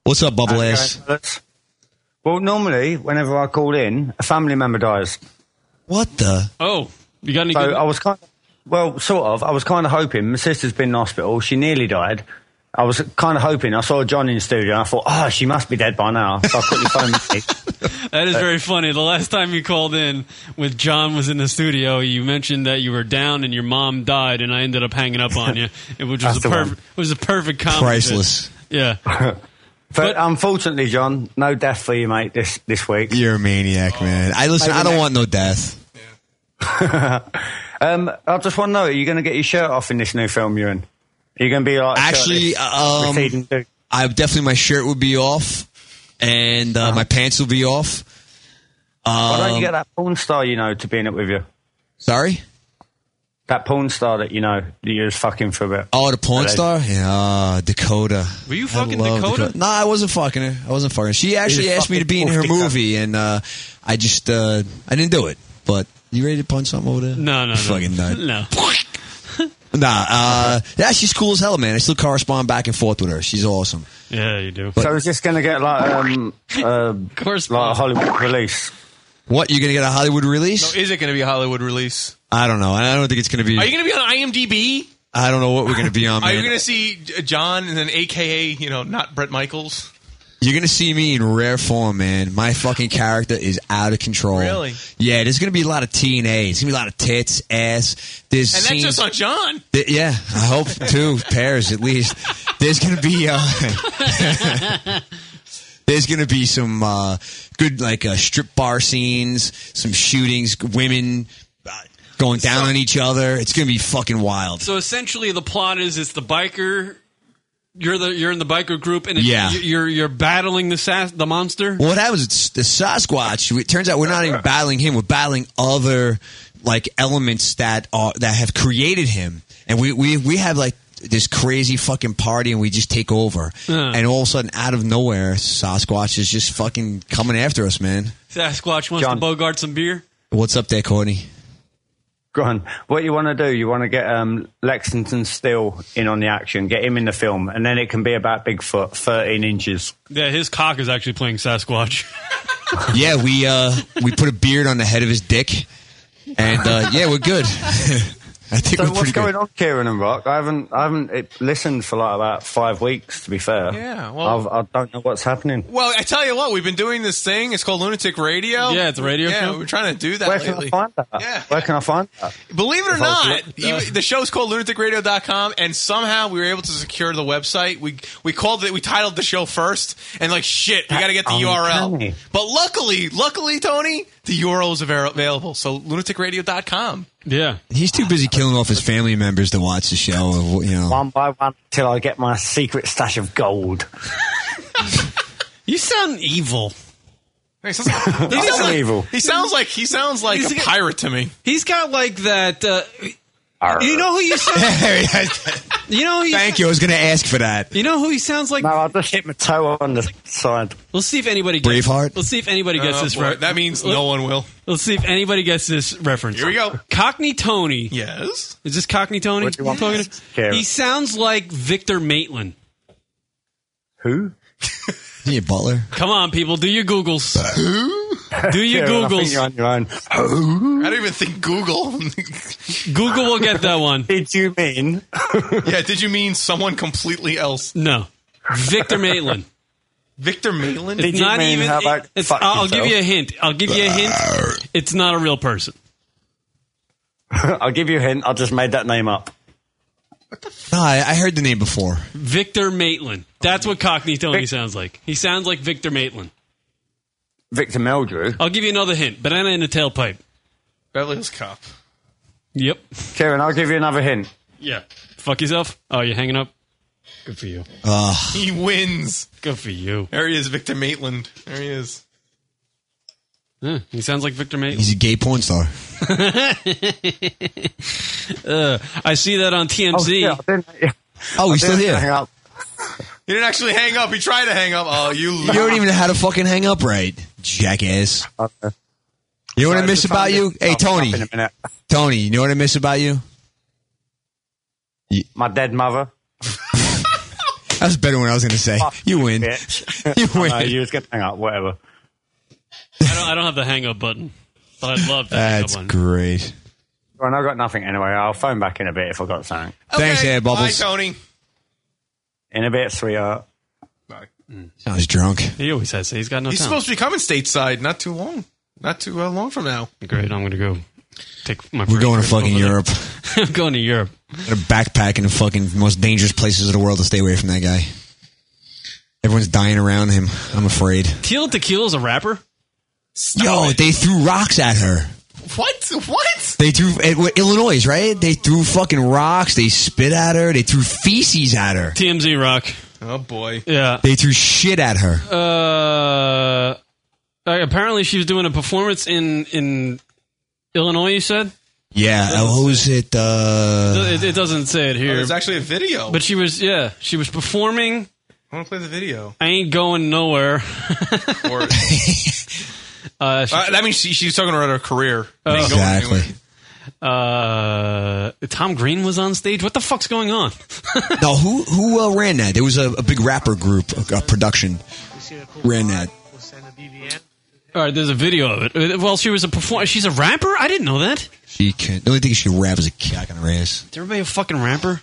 What's up, Bubble How's it Ass? going, fellas? Well, normally, whenever I call in, a family member dies. What the? Oh, you got any? So good- I was kind of, well, sort of. I was kind of hoping. My sister's been in hospital. She nearly died. I was kind of hoping. I saw John in the studio and I thought, oh, she must be dead by now. So I quickly phoned Mickey. That uh, is very funny. The last time you called in with John was in the studio, you mentioned that you were down and your mom died, and I ended up hanging up on you, It was That's just a the one. perfect was a perfect comedy. Priceless. Yeah. but, unfortunately, John, no death for you, mate, this, this week. You're a maniac, Oh, man. I listen. I don't want no death. um, I just want to know: Are you going to get your shirt off in this new film you're in? Are you going to be like Actually, shirtless, um, receding dude? I definitely my shirt would be off, and uh, my pants will be off. Um, Uh-huh. Why don't you get that porn star you know to be in it with you? Sorry, that porn star that you know that you was fucking for a bit. Oh, the porn Hello. star? Yeah, uh, Dakota. Were you fucking Dakota? No, I wasn't fucking her. I wasn't fucking her. She actually You asked me to be in fucking her wolf movie, and uh, I just uh, I didn't do it. But you ready to punch something over there? No, no, no. fucking nut. No. Nah, uh, yeah, she's cool as hell, man. I still correspond back and forth with her. She's awesome. Yeah, you do. so is this going to get like um, uh, like a Hollywood release? What you gonna get a Hollywood release? Is it going to be a Hollywood release? I don't know. I don't think it's gonna be. Are you going to be on IMDb? I don't know what we're gonna be on. Are Man. you going to see J- John and then AKA you know not Brett Michaels? You're gonna see me in rare form, man. My fucking character is out of control. Really? Yeah. There's gonna be a lot of TNA. It's gonna be a lot of tits, ass. There's And that's scenes- just on John. Th- yeah, I hope two pairs at least. There's gonna be uh, there's gonna be some uh, good like uh, strip bar scenes, some shootings, women uh, going down on each other. It's gonna be fucking wild. So essentially, the plot is it's the biker. You're the you're in the biker group, and it's, Yeah. you- you're you're battling the sas- the monster. Well, what happens? It's the Sasquatch. It turns out we're not even battling him. We're battling other like elements that are that have created him, and we we we have like this crazy fucking party, and we just take over. Yeah. And all of a sudden, out of nowhere, Sasquatch is just fucking coming after us, man. Sasquatch wants John. to bogart some beer. What's up there, Courtney? Go on. What you want to do? You want to get um, Lexington Steele in on the action, get him in the film, and then it can be about Bigfoot, thirteen inches. Yeah, his cock is actually playing Sasquatch. yeah, we uh we put a beard on the head of his dick, and uh, yeah, we're good. I think so we're what's pretty going on, Kieran and Rock? I haven't, I haven't eh, listened for like about five weeks. To be fair, Yeah, well- I've, I don't know what's happening. Well, I tell you what, we've been doing this thing. It's called Lunatic Radio. Yeah, it's a radio Yeah, show. we're trying to do that Where can I lately. find that? Where can I find that? Believe it or If I was not, to you, look- the show's called lunaticradio.com, and somehow we were able to secure the website. We we called it, we titled the show first, and like shit, we got to get the I'm URL. telling. But luckily, luckily, Tony, the URL is avail- available. So lunaticradio.com. Yeah. He's too busy killing off his family members to watch the show. You know. One by one till I get my secret stash of gold. you sound evil. He sounds like, he I sounds am like- evil. He sounds like he sounds like He's a got- pirate to me. He's got like that. Uh, you know who you sound. you know who you Thank you. I was going to ask for that. You know who he sounds like? No, I just hit my toe on the side. Let's see if anybody gets Braveheart? Let's see if anybody gets Oh, this boy. right. That means no one will. Let's see if anybody gets this reference. Here we go. Cockney Tony. Yes. Is this Cockney Tony? What do you want? I'm talking to? Yes. He sounds like Victor Maitland. Who? Yeah, Butler. Come on, people, do your Googles. do your Kieran, I think you're Googles. on your own. I don't even think Google. Oh. Google will get that one. Did you mean? yeah, did you mean someone completely else? No. Victor Maitland. Victor Maitland? It's not even. how about it- it's- fuck I'll give yourself? you a hint. I'll give you a hint. It's not a real person. I'll give you a hint. I just made that name up. No, I, I heard the name before. Victor Maitland. That's what Cockney Tony sounds like. He sounds like Victor Maitland. Victor Meldrew. I'll give you another hint. Banana in a tailpipe. Beverly Hills Cop. Yep. Kieran, I'll give you another hint. Yeah. Fuck yourself. Oh, you're hanging up. Good for you. He wins. Good for you. There he is, Victor Maitland. There he is. Yeah, he sounds like Victor Maitland. He's a gay porn star. Uh, I see that on TMZ. Oh, he's I didn't still here. hang up. He didn't actually hang up. He tried to hang up. Oh, you. You don't even know how to fucking hang up right, jackass. You know what I Sorry, miss just about found you? it. Hey, I'll pick up Tony. in a minute. Tony, you know what I miss about you? My dead mother. That's better than what I was going to say. You win. You Bitch. win. I know, you was going to hang up, whatever. I, don't, I don't have the hang up button, but I'd love to hang up That's one. great. Well, I've got nothing anyway. I'll phone back in a bit if I've got something. Thanks, Air Bubbles. Bye, Tony. In a bit, sweetheart. Sounds drunk. He always says he's got no He's time. supposed to be coming stateside not too long. Not too uh, long from now. Great, I'm going to go take my. We're first going to trip fucking over there. Europe. I'm going to Europe. Gonna backpack in the fucking most dangerous places of the world to stay away from that guy. Everyone's dying around him. I'm afraid. Teal Tequila's a rapper. Yo, they threw rocks at her. What? What? They threw it, wa- Illinois, right? They threw fucking rocks. They spit at her. They threw feces at her. TMZ Rock. Oh boy. Yeah. They threw shit at Uh, her. apparently she was doing a performance in in Illinois. You said Yeah, uh, who's it? Uh, it, it doesn't say it Oh, here, there's actually a video. but she was yeah she was performing. I want to play the video. I ain't going nowhere. Or, uh, Uh, she- Oh. that means she, she's talking about her career. They ain't going exactly. anywhere. uh, Tom Green was on stage. What the fuck's going on? no, who who uh, ran that? There was a, a big rapper group, a, a production, ran that. All right, there's a video of it. Uh, Well, she was a performer. She's a rapper. I didn't know that. She can. The only thing she could rap is a cock on her ass. Is everybody a fucking rapper?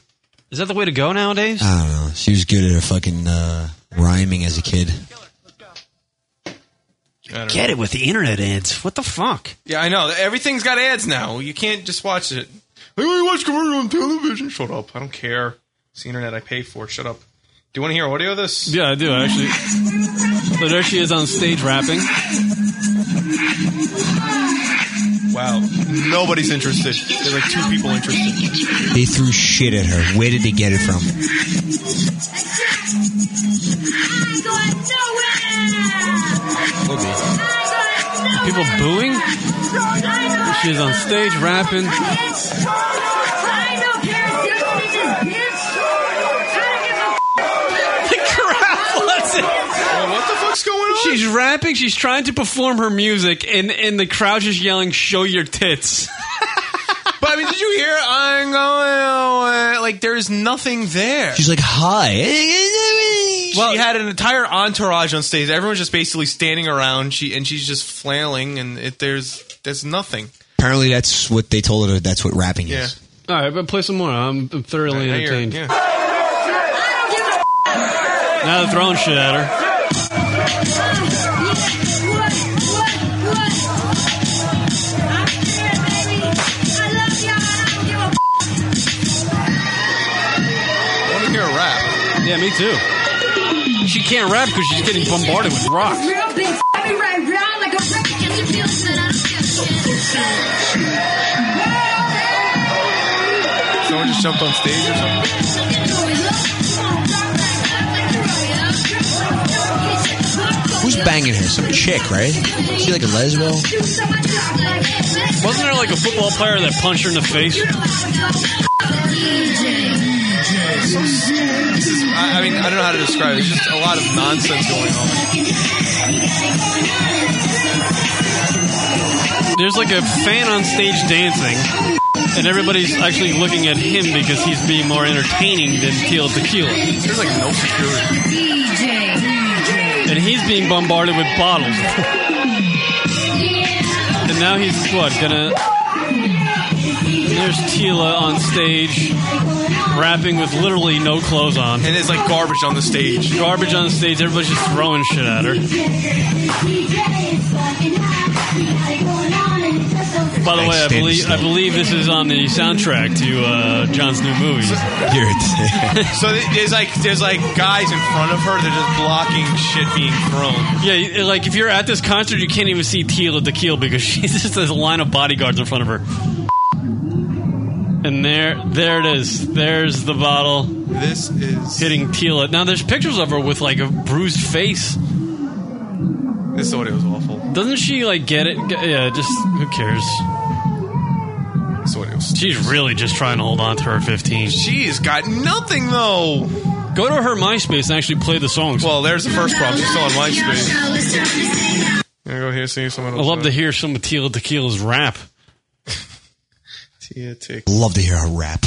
Is that the way to go nowadays? I don't know. She was good at her fucking uh, rhyming as a kid. I don't know. Get it with the internet ads. What the fuck? Yeah, I know. Everything's got ads now. You can't just watch it. I only watch commercial on television. Shut up. I don't care. It's the internet I pay for. Shut up. Do you want to hear audio of this? Yeah, I do actually. So there she is on stage rapping. Wow. Nobody's interested. There's like two people interested. They threw shit at her. Where did they get it from? People booing. She's on stage rapping. The crowd loves it. Well, what the fuck's going on? She's rapping. She's trying to perform her music, and and the crowd just yelling, "Show your tits." But I mean, did you hear? I'm going away. Like, there's nothing there. She's like, hi. she had an entire entourage on stage. Everyone's just basically standing around. She and she's just flailing, and it, there's there's nothing. Apparently, that's what they told her. That's what rapping Yeah. is. All right, but play some more. I'm, I'm thoroughly Now you're- entertained. yeah. Now they're throwing shit at her. I want to hear a rap. Yeah, me too. She can't rap because she's getting bombarded with rock. Real big. I be right round like a wreck. Get your feelings and I don't give Someone just jumped on stage or something. Who's banging her? Some chick, right? Is she like a lesbo? Wasn't there like a football player that punched her in the face? I, I mean, I don't know how to describe it. It's just a lot of nonsense going on. There's like a fan on stage dancing, and everybody's actually looking at him because he's being more entertaining than Teal Tequila. There's like no security. And he's being bombarded with bottles. and now he's what, gonna. There's Tila on stage, rapping with literally no clothes on. And it's like garbage on the stage. Garbage on the stage, everybody's just throwing shit at her. By the way, I Standing believe I believe this is on the soundtrack to uh, John's new movie. Hear it. so th- there's like there's like guys in front of her. They're just blocking shit being thrown. Yeah, you- like if you're at this concert, you can't even see Teal the Keel because she's just there's a line of bodyguards in front of her. And there, there it is. There's the bottle. This is hitting Teal. Now there's pictures of her with like a bruised face. This audio is awful. Doesn't she like get it? G- Yeah, just who cares? This audio. She's really just trying to hold on to her 15. She's got nothing though. Go to her MySpace and actually play the songs. Well, there's the first problem. She's still on MySpace. Gonna go here see someone I else. love to hear some of Teal Tequila's rap. Tia Tick. Love to hear her rap.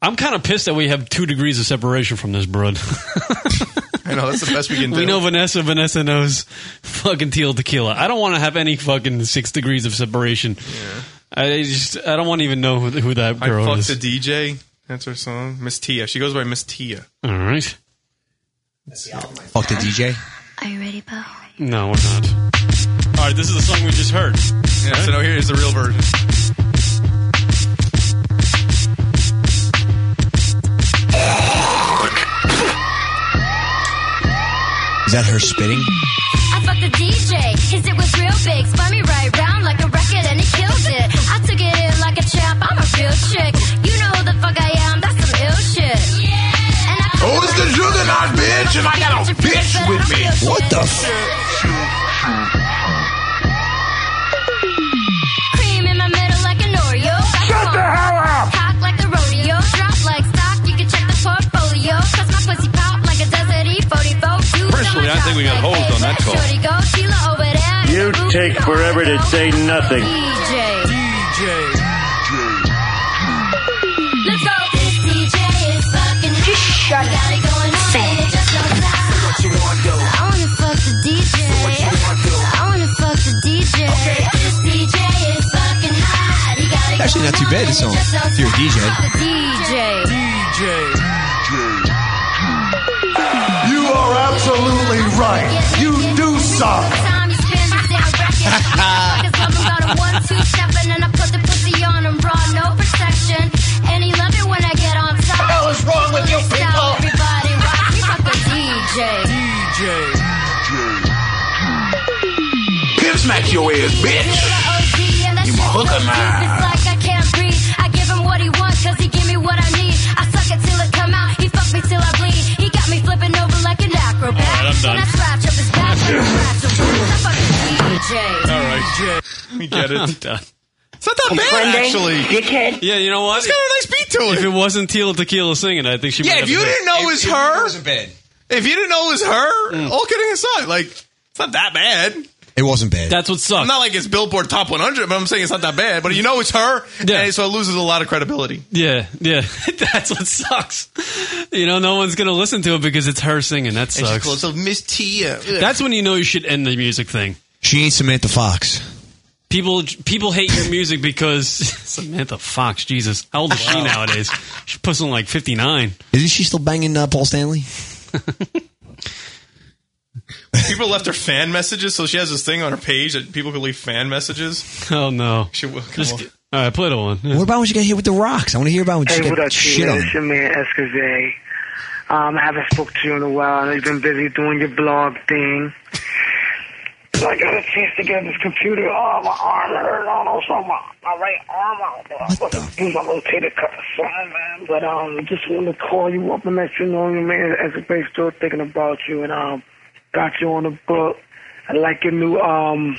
I'm kind of pissed that we have two degrees of separation from this, bro. I know that's the best we can do. We know Vanessa. Vanessa knows fucking teal tequila. I don't want to have any fucking six degrees of separation. I just I don't want to even know who, who that I girl fucked is. a DJ. That's her song, Miss Tia. She goes by Miss Tia. All right. Oh, Fuck the DJ. Are you ready, Bo? No, we're not. All right, this is the song we just heard. Yeah. So now here's the real version. Is that her spitting? I fucked the DJ, cause it was real big. Spun me right round like a record and it killed it. I took it in like a champ, I'm a real chick. You know who the fuck I am, that's some ill shit. And I Who's the juggernaut, bitch? And I got a bitch with me. What the cream in my middle like an Oreo. Shut the hell up! Cock like the rodeo. Drop like stock, you can check the portfolio. Cause my pussy pop like a desert E E44. You Personally, I think we got hosed on that call. shorty go, Sheila over there. You take forever to say nothing. DJ. DJ. Let's go. This DJ is fucking Just shut up. Got it going on. and it just don't stop. I wanna fuck the DJ. I wanna fuck the DJ. This DJ is fucking hot. He got it Actually, not too bad, this song. If you're a DJ. DJ. DJ. You are absolutely right. You do suck. Time you spend this damn racket. Like it's coming out of one, two, seven, and I put the pussy on him raw, no protection. And he love it when I get on top. What the hell is wrong with you people? Everybody rock, we fuck the DJ. DJ. Pimp smack your ass, bitch. You my hooker, man. It's like I can't breathe. I give him what he wants, cause he give me what I need. I suck it till it come out, he fuck me till I bleed. He got me flipping over like an acrobat. All right, I'm done. When I scratch up his back, like a scratch I fuck the DJ. All right, we get it. I'm done. It's not that Hey, bad Brendan, actually. dickhead. Yeah, you know what? It's got a nice beat to it. If it wasn't Teal Tequila singing, I think she. might yeah, if have you been- didn't know it was her, If you didn't know it was her, Mm. all kidding aside, like it's not that bad. It wasn't bad. That's what sucks. Not like it's Billboard Top 100, but I'm saying it's not that bad. But you know it's her, and so it loses a lot of credibility. Yeah, yeah. That's what sucks. You know, no one's gonna listen to it because it's her singing. That And she sucks. calls herself Miss Tia. That's when you know you should end the music thing. She ain't Samantha Fox. People people hate your music because Samantha Fox. Jesus, how old is she nowadays? She's pushing like fifty nine. Isn't she still banging uh, Paul Stanley? People left her fan messages, so she has this thing on her page that people can leave fan messages. Oh no! She will. Come Just on. get- all right, play the one. What about when she got hit with the rocks? I want to hear about when she Hey, got what up, shit Tina? on. This your man Escazay. Um, I haven't spoke to you in a while. I know you've been busy doing your blog thing. So I got a chance to get this computer. Oh, my arm hurt. I don't know, so my, my right arm out. What the? Use my rotator cuff. Sorry, man. But um, I just wanted to call you up and let you know your man Escazay still thinking about you and um, got you on the book. I like your new um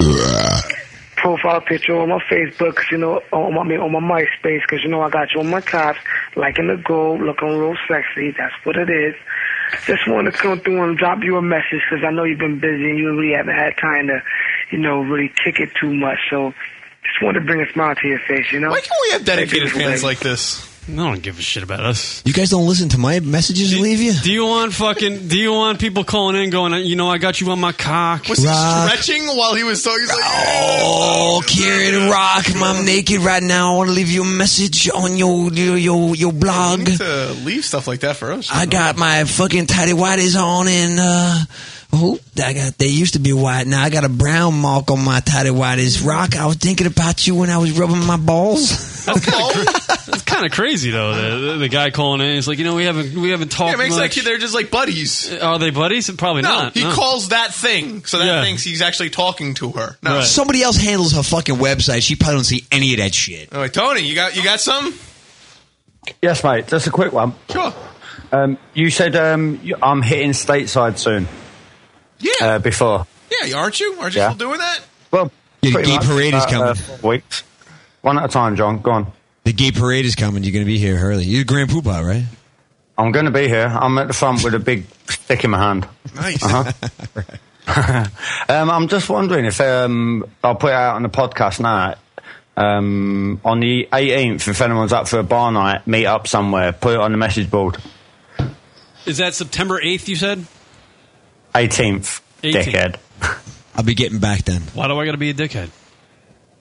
profile picture on my Facebook, 'cause you know, on my, I mean, on my MySpace, because you know I got you on my tops, liking the gold, looking real sexy. That's what it is. Just wanted to come through and drop you a message 'cause I know you've been busy and you really haven't had time to, you know, really kick it too much. So just wanted to bring a smile to your face, you know? Why can't we have Dedicated fans like this. No one gives a shit about us. You guys don't listen to my messages and leave you? Do you want fucking? Do you want people calling in, going, you know, I got you on my cock? Was he Rock. stretching while he was talking? He's like, Oh, Kieran Rock, I'm naked right now. I want to leave you a message on your your your, your blog. to leave stuff like that for us. I got my fucking tidy whities on, and uh, oh, I got they used to be white. Now I got a brown mark on my tidy whities. Rock, I was thinking about you when I was rubbing my balls. It's kind of crazy though. The, the, the guy calling in, he's like, you know, we haven't we haven't talked. Yeah, it makes much. like they're just like buddies. Are they buddies? Probably no, not. he no. calls that thing, so that Yeah. thinks he's actually talking to her. No. Somebody else handles her fucking website. She probably don't see any of that shit. All right, Tony, you got you got some? Yes, mate. Just a quick one. Sure. Um, you said um, you- I'm hitting stateside soon. Yeah. Uh, before. Yeah, aren't you? Aren't you Yeah. still doing that? Well, Yeah, the pretty gay much, parade is uh, coming. uh, four weeks. One at a time, John. Go on. The gay parade is coming. You're gonna be here early. You're Grand Poopah, right? I'm going to be here. I'm at the front with a big stick in my hand. Nice. Uh-huh. um, I'm just wondering if um, I'll put it out on the podcast now. Um, on the 18th, if anyone's up for a bar night, meet up somewhere. Put it on the message board. Is that September eighth? You said. 18th, 18th. dickhead. I'll be getting back then. Why do I got to be a dickhead?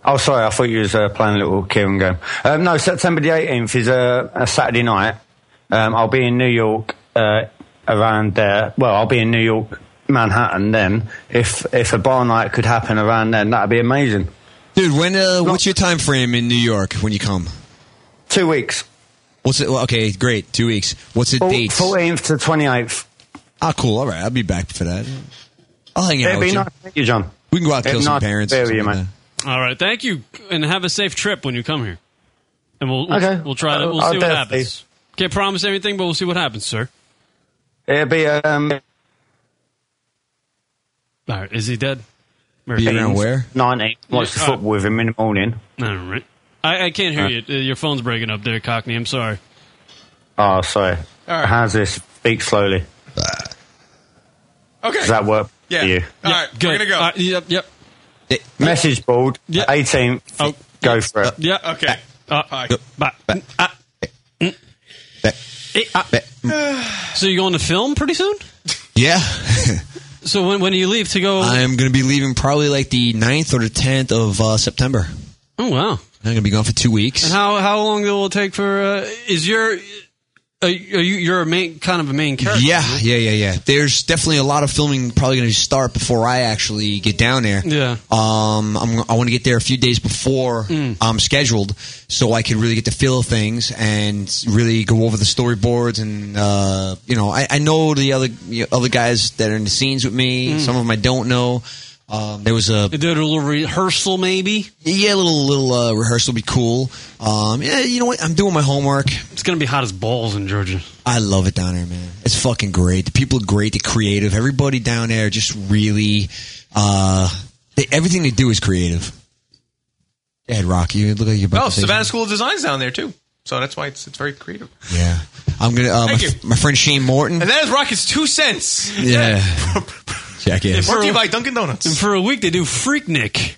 Oh, sorry. I thought you was uh, playing a little Kieran game. Um, no, September the 18th is a, a Saturday night. Um, I'll be in New York uh, around there. Well, I'll be in New York, Manhattan then. If if a bar night could happen around then, that'd be amazing. Dude, when uh, what's your time frame in New York when you come? Two weeks. What's it? Well, okay, great. Two weeks. What's the Four- date? 14th to 28th. Ah, cool. All right, I'll be back for that. I'll hang out It'd with be you. nice to meet you, John. We can go out and It'd kill be some nice to parents. be or with you, something mate. like All right, thank you, and have a safe trip when you come here. And we'll we'll, Okay. we'll try to we'll I'll see what definitely. happens. Can't promise anything, but we'll see what happens, sir. It'd be um, All right, is he dead? where? 19th. Watch the Yeah, uh, football with him in the morning. All right. I, I can't hear Uh. you. Uh, Your phone's breaking up there, Cockney. I'm sorry. Oh, sorry. All right. How's this? Speak slowly. Okay. Does that work Yeah. for you? All right, we're gonna go. yep. Yep. Message board, 18th. Go for it. Yeah. Okay. Uh, Bye. Bye. Ah. Mm. Eh, ah. So you're going to film pretty soon? that. Yeah, So when when do you leave to go? I'm going to be leaving probably like the 9th or the 10th of uh, September. Oh wow! I'm going to be gone for two weeks. And how how long will it take for? Uh, is your are you are you- you're a main kind of a main character? Yeah, yeah, Mm-hmm. yeah, yeah. There's definitely a lot of filming probably going to start before I actually get down there. Yeah. Mm. Um, I'm, I want to get there a few days before I'm scheduled, so I can really get to feel of things and really go over the storyboards. And uh, you know, I, I know the other you know, other guys that are in the scenes with me. Mm. Some of them I don't know. Um, there was a They did a little rehearsal, maybe. yeah, a little little uh, rehearsal would be cool. Um, yeah, you know what? I'm doing my homework. It's gonna be hot as balls in Georgia. I love it down there, man. It's fucking great. The people are great. The creative. Everybody down there just really. Uh, they, everything they do is creative. Ed Rock, you look like you're about Oh, to say Savannah School of Design's down there too. So that's why it's it's very creative. something. Yeah, I'm gonna. Uh, my, Thank you. my friend Shane Morton. And that is Rocket's two cents. Yeah, check it. Brought to you by Dunkin' Donuts. And for a week, they do Freak Nick.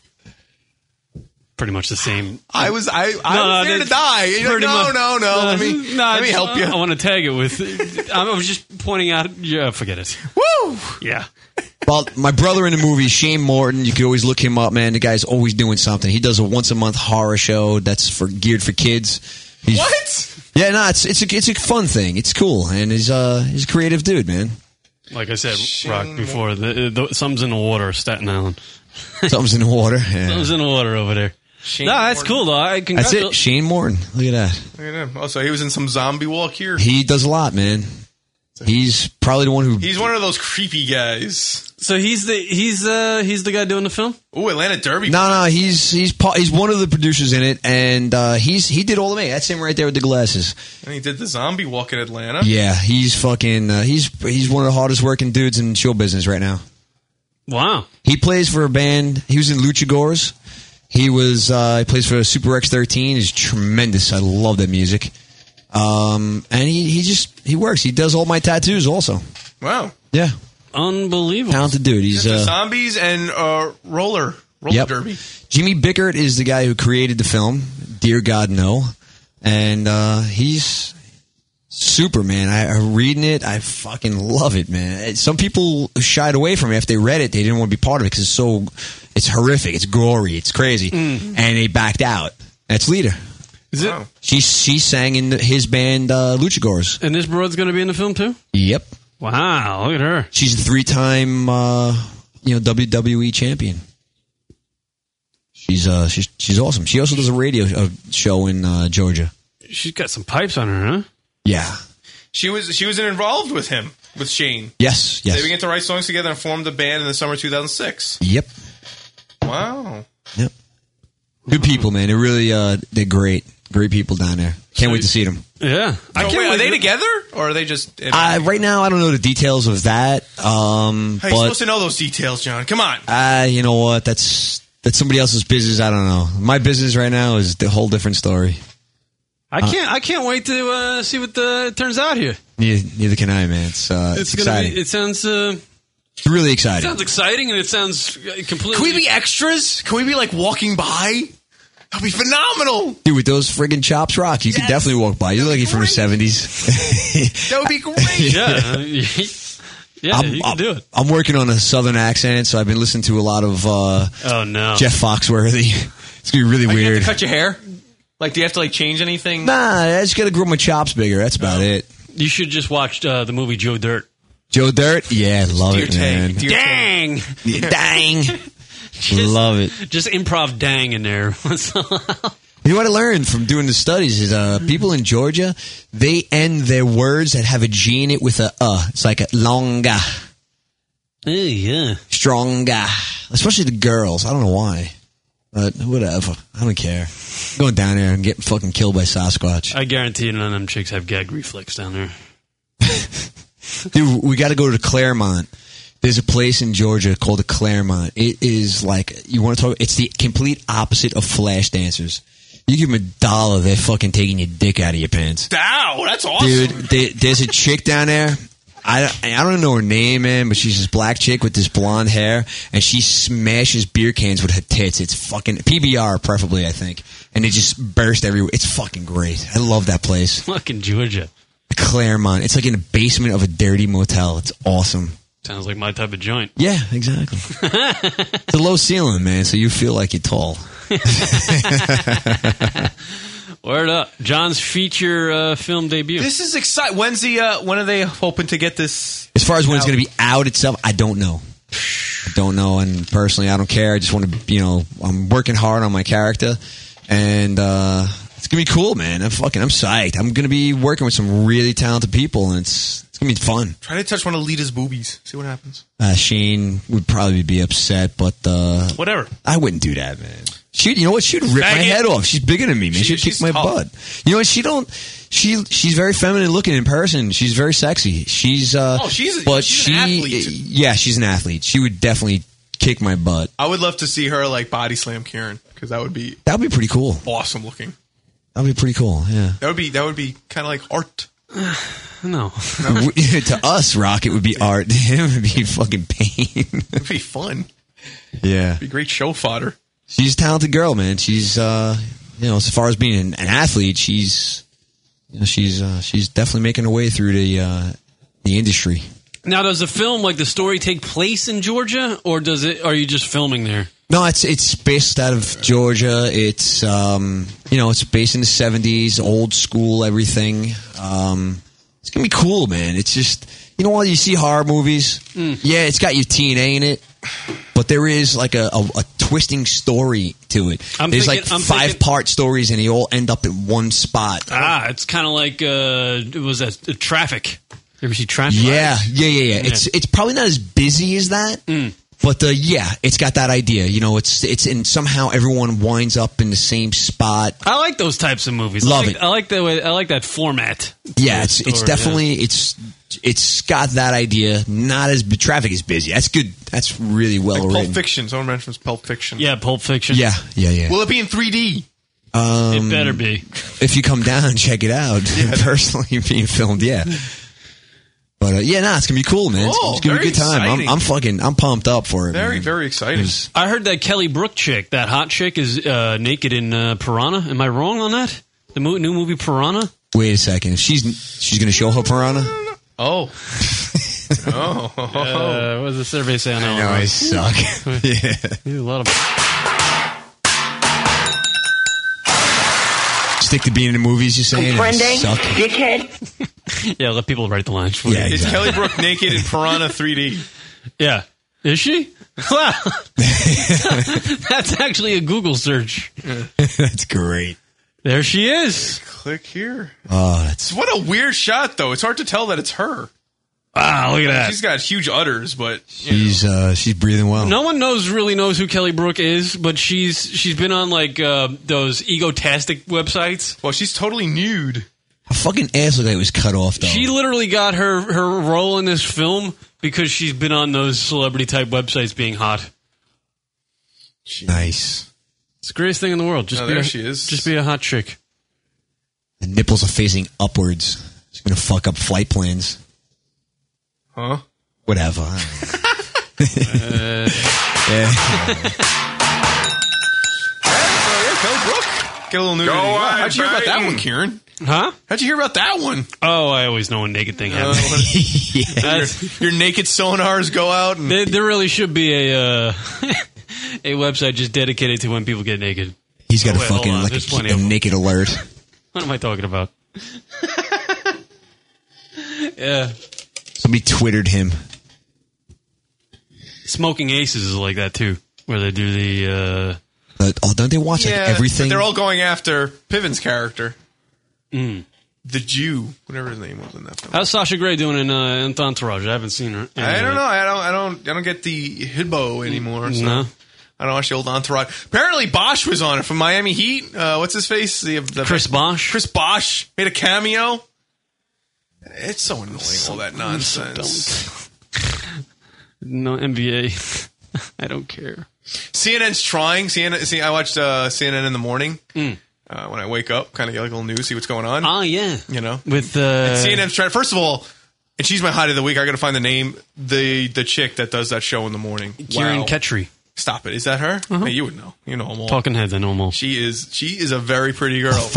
Pretty much the same. I was I, I No, was no, there to that's- die. You're like, pretty no, much- no, no, Uh, Let me no, let me I- help you. I want to tag it with. I was just pointing out. Yeah, forget it. Woo! Yeah. Well, my brother in the movie, Shane Morton, you could always look him up, man. The guy's always doing something. He does a once a month horror show that's for geared for kids. He's, what? Yeah, no, it's it's a, it's a fun thing. It's cool, and he's uh he's a creative dude, man. Like I said, Rock before the, the, something's in the water, Staten Island. Something's in the water. Yeah. Something's in the water over there. Shane no, that's Warden. cool though. I That's congratulate. it, Shane Morton. Look at that. Look at him. Also, he was in some zombie walk here. He does a lot, man. He's probably the one who He's one of those creepy guys. So he's the he's uh he's the guy doing the film. Ooh, Atlanta Derby. No, no, he's he's pa- he's one of the producers in it, and uh, he's he did all the me. That's him right there with the glasses. And he did the zombie walk in Atlanta. Yeah, he's fucking uh, he's he's one of the hardest working dudes in show business right now. Wow. He plays for a band. He was in Luchagors. He was uh, he plays for Super X Thirteen. He's tremendous. I love that music. Um, and he he just he works. He does all my tattoos also. Wow. Yeah, unbelievable. Talented dude. He's The uh, zombies and uh, roller roller Yep. derby. Jimmy Bickert is the guy who created the film. Dear God, no. And uh, he's Superman. I, I reading it. I fucking love it, man. It- Some people shied away from it if they read it. They didn't want to be part of it because it's so it's horrific. It's gory. It's crazy, and they backed out. That's Lita. Is it? She she sang in the, his band uh, Luchagors. And this broad's going to be in the film too. Yep. Wow, look at her. She's a three time uh, you know WWE champion. She's uh she's she's awesome. She also does a radio uh, show in uh, Georgia. She's got some pipes on her, huh? Yeah. She was she was involved with him with Shane. Yes. They Yes. began to write songs together and formed the band in the summer 2006. Yep. Wow. Yep. Good people, man. They're really uh they're great. Great people down there. Can't wait to see them. Yeah. I can't are they together or are they just? Uh, right now, I don't know the details of that. Um, Hey, you're but supposed to know those details, John. Come on. uh, you know what? That's that's somebody else's business. I don't know. My business right now is a whole different story. Uh, I can't. I can't wait to uh, see what the it turns out here. Neither, neither can I, man. It's uh, it's, It's, gonna exciting. be. It sounds. Uh, it's really it exciting. sounds exciting, and it sounds uh, completely. Can we be extras? Can we be like walking by? That'd be phenomenal. Dude, with those friggin' chops, Rock, you could definitely walk by. You're lucky from the 70s. That would be great. yeah. Uh, yeah, you can do it. I'm working on a southern accent, so I've been listening to a lot of uh, Oh no. Jeff Foxworthy. It's going to be really weird. Cut your hair. Like, do you have to like change anything? Nah, I just got to grow my chops bigger. That's about it. You should just watch uh, the movie Joe Dirt. Joe Dirt? Yeah, love Dear it, Tank, man. dear Dang. Yeah, dang. Just- love it. Just improv dang in there. You know what I learned from doing the studies is uh, people in Georgia, they end their words that have a G in it with a uh. It's like a longa, yeah. stronga. Especially the girls. I don't know why. But whatever. I don't care. I'm going down there and getting fucking killed by Sasquatch. I guarantee none of them chicks have gag reflex down there. Dude, we got to go to Claremont. There's a place in Georgia called the Claremont. It is like you want to talk. It's the complete opposite of flash dancers. You give them a dollar, they're fucking taking your dick out of your pants. Wow, that's awesome. Dude, there- there's a chick down there. I don't, I don't know her name, man, but she's this black chick with this blonde hair, and she smashes beer cans with her tits. It's fucking PBR, preferably, I think, and they just burst everywhere. It's fucking great. I love that place. Fucking Georgia. Claremont. It's like in the basement of a dirty motel. It's awesome. Sounds like my type of joint. Yeah, exactly. it's a low ceiling, man, so you feel like you're tall. Word up. John's feature uh, film debut. This is exciting. When's the? Uh, when are they hoping to get this? As far as when it's going to be out itself, I don't know. I don't know, and personally, I don't care. I just want to, you know, I'm working hard on my character, and uh, it's gonna be cool, man. I'm fucking, I'm psyched. I'm gonna be working with some really talented people, and it's it's gonna be fun. Try to touch one of Lita's boobies. See what happens. Uh, Shane would probably be upset, but uh, Whatever. I wouldn't do that, man. She, you know what? She'd rip my Faggot. head off. She's bigger than me, man. She, would kick my butt. You know what? She don't. She she's very feminine looking in person. She's very sexy. She's uh. Oh, she's a- but she's she an athlete. yeah, she's an athlete. She would definitely kick my butt. I would love to see her like body slam Karen because that would be That would be pretty cool. awesome looking. That would be pretty cool. Yeah. That would be that would be kind of like art. No. to us, rock it would be art. To him, it would be fucking pain. It'd be fun. yeah. It'd be great show fodder. She's a talented girl, man. She's uh, you know, as far as being an, an athlete, she's you know, she's uh, she's definitely making her way through the uh, the industry. Now, does the film, like the story, take place in Georgia, or does it? Are you just filming there? No, it's it's based out of Georgia. It's um, you know, it's based in the seventies, old school, everything. Um, it's gonna be cool, man. It's just you know what you see horror movies. Mm. Yeah, it's got your TNA in it, but there is like a, a, a twisting story to it. I'm There's thinking- like I'm five thinking- part stories, and they all end up in one spot. Ah, it's kind of like uh, it was that uh, traffic. You ever see traffic? Yeah, yeah, yeah, yeah. It's it's probably not as busy as that, Mm. but uh, yeah, it's got that idea. You know, it's it's and somehow everyone winds up in the same spot. I like those types of movies. Love I like, it. I like the way. I like that format. Yeah, it's story, it's yeah. definitely it's it's got that idea. Not as but traffic is busy. That's good. That's really well Pulp written. Fiction. Someone mentions Pulp Fiction. Yeah, Pulp Fiction. Yeah, yeah, yeah. Will it be in 3D? Um, It better be. If you come down and check it out personally, being filmed, yeah. But uh, yeah, nah, it's gonna be cool, man. It's- Cool, it's, gonna be very a good time. I'm, exciting. I'm fucking, I'm pumped up for it. man. very exciting. I heard that Kelly Brook chick, that hot chick, is uh, naked in uh, Piranha. Am I wrong on that? The mo- new movie Piranha. Wait a second. If she's she's gonna show her piranha. Oh. oh. Uh, what does the survey say on that know, one? I suck. yeah. There's a lot Stick to being in the movies. You're saying I suck. dickhead. yeah, let people write the lines for Yeah, you. Is Kelly exactly. Brook naked in Piranha 3D. Yeah. Is she? Wow. That's actually a Google search. That's great. There she is. Click here. Oh, that's What a weird shot, though. It's hard to tell that it's her. Wow, Ah, look at that. She's got huge udders, but she's uh, she's breathing well. No one knows really knows who Kelly Brook is, but she's she's been on like uh, those egotastic websites. Well, she's totally nude. Her fucking ass looked like it was cut off though. She literally got her her role in this film because she's been on those celebrity type websites being hot. Nice. It's the greatest thing in the world. Just Oh, be there a, she is. Just be a hot chick. The nipples are facing upwards. She's gonna fuck up flight plans. Huh? Whatever. I don't know. yeah. Get a little nude. Go Wow, on, How'd you hear about that Brighton. one, Kieran? Huh? How'd you hear about that one? Oh. Oh, I always know when naked thing happens. your, your naked sonars go out. And there, there really should be a uh, a website just dedicated to when people get naked. He's got Oh, a wait, hold fucking on. like There's a, plenty a of them. naked alert. What am I talking about? yeah, Somebody twittered him. smoking aces is like that too, where they do the. uh, But, oh, don't they watch like Yeah, everything? They're all going after Piven's character, Mm. the Jew, whatever his name was in that. Uh, how's Sasha Grey doing in, uh, in Entourage? I haven't seen her. I don't know. I don't. I don't. I don't get the hibbo anymore. So. No. I don't watch the old Entourage. Apparently, Bosch was on it from Miami Heat. Uh, what's his face? The, the Chris Bosch. Chris Bosch made a cameo. It's so annoying. all that nonsense. No NBA. I don't care. CNN's trying. CNN. See, I watched uh, CNN in the morning uh, when I wake up, kind of get like a little news, see what's going on. Oh Mm. yeah, you know. With uh, And CNN's trying. First of all, and she's my hot of the week. I got to find the name the the chick that does that show in the morning. Kieran Wow. Ketchery. Stop it. Is that her? Hey, you would know. You know them all. Talking heads, I know 'em all. She is she is a very pretty girl.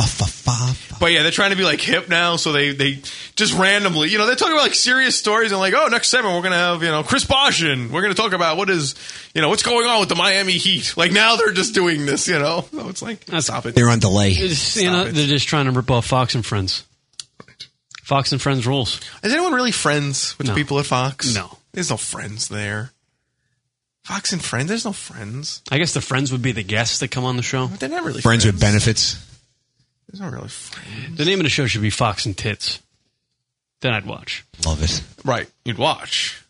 But yeah, they're trying to be like hip now, so they they just randomly, you know, they're talking about like serious stories and like, oh, next segment we're gonna have you know Chris Bosh and we're gonna talk about what is you know what's going on with the Miami Heat. Like now they're just doing this, you know. So it's like stop it. They're on delay. It's, you know, they're just trying to rip off Fox and Friends. Fox and Friends rules. Is anyone really friends with No. the people at Fox? No. there's no friends there. Fox and friends, there's no friends. I guess the friends would be the guests that come on the show. They're not really Friends with benefits. There's no really friends. The name of the show should be Fox and Tits. Then I'd watch. Love it. Right, you'd watch,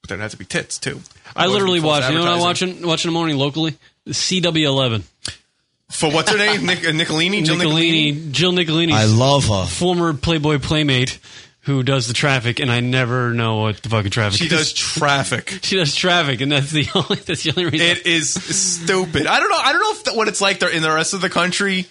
but there'd have to be tits too. I literally Otherwise, watch. You know what I'm advertising. watching? Watching the morning locally. The CW11. For what's her name? Nic- uh, Nicolini? Jill Nicolini? Nicolini. Jill Nicolini. I love her. Former Playboy playmate who does the traffic, and I never know what the fucking traffic. She is. does traffic. She does traffic, and that's the only. That's the only reason. It is stupid. I don't know. I don't know if th- what it's like there in the rest of the country.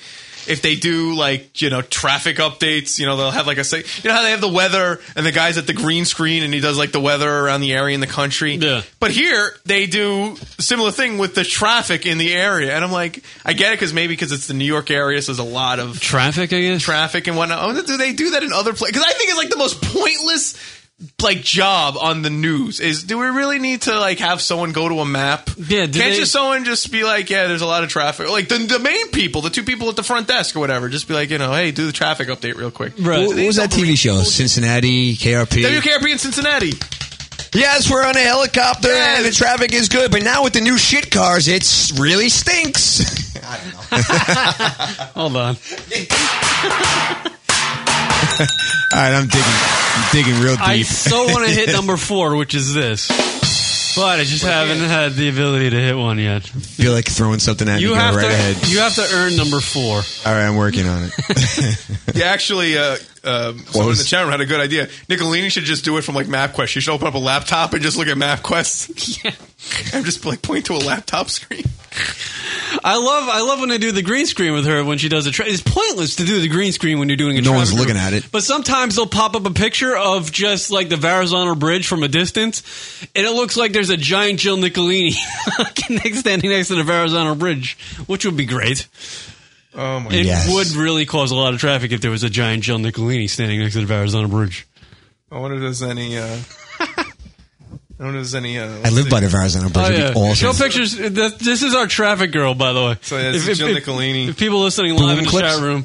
If they do like you know traffic updates, you know they'll have like a say. You know how they have the weather and the guys at the green screen and he does like the weather around the area in the country. Yeah. But here they do similar thing with the traffic in the area, and I'm like, I get it because maybe because it's the New York area, so there's a lot of traffic. I guess Oh, traffic and whatnot. I wonder, do they do that in other places? Because I think it's like the most pointless like job on the news is do we really need to like have someone go to a map? Yeah, can't do they- just someone just be like, yeah, there's a lot of traffic. Like the, the main people, the two people at the front desk or whatever, just be like, you know, hey, do the traffic update real quick. Wh- What, was that TV show? Cincinnati, KRP. WKRP in Cincinnati. Yes, we're on a helicopter and the traffic is good, but now with the new shit cars, it's really stinks. Hold on. All right, I'm digging, I'm digging real deep. I so want to hit number four, which is this. But I just haven't had the ability to hit one yet. Feel like throwing something at me. You Go have right to. ahead. You have to earn number four. All right, I'm working on it. Yeah, actually, uh, um, someone in the chat room had a good idea. Nicolini should just do it from like MapQuest. She should open up a laptop and just look at MapQuest. Yeah, and just like point to a laptop screen. I love. I love when they do the green screen with her when she does a. Tra- it's pointless to do the green screen when you're doing a. No one's traffic looking route. at it. But sometimes they'll pop up a picture of just like the Verrazano Bridge from a distance, and it looks like there's a giant Jill Nicolini next- standing next to the Verrazano Bridge, which would be great. Oh my! It Yes. would really cause a lot of traffic if there was a giant Jill Nicolini standing next to the Verrazano Bridge. I wonder if there's any. Uh, I wonder if there's any. Uh, I live by the Verrazano Bridge. It'd be awesome. Oh, Show pictures. th- This is our traffic girl, by the way. So yeah, this is Jill Nicolini. Oh, If people listening live in the clips? chat room,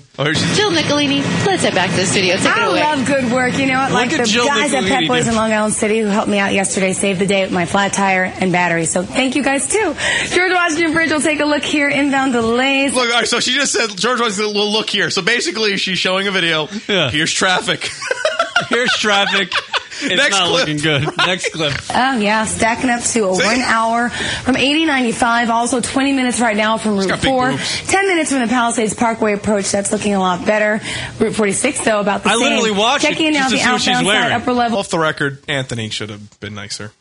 Jill Nicolini, let's head back to the studio. Take it I away. love good work. You know what? Like Look the at Jill guys at Nicolini Pet Boys did- in Long Island City who helped me out yesterday saved the day with my flat tire and battery. So thank you guys too. George Washington Bridge will take a look here. Inbound delays. Look, all right, so she just said George wants to well, look here. So basically, she's showing a video. Here's traffic. Here's traffic. It's Next not clip. looking good. Next clip. Oh yeah, stacking up to a one hour from 8095. Also 20 minutes right now from Route got big 4. boobs. 10 minutes from the Palisades Parkway approach. That's looking a lot better. Route 46 though about the I same. literally watched Checking it in now just the to see what she's outbound side wearing. upper level. Off the record, Anthony should have been nicer.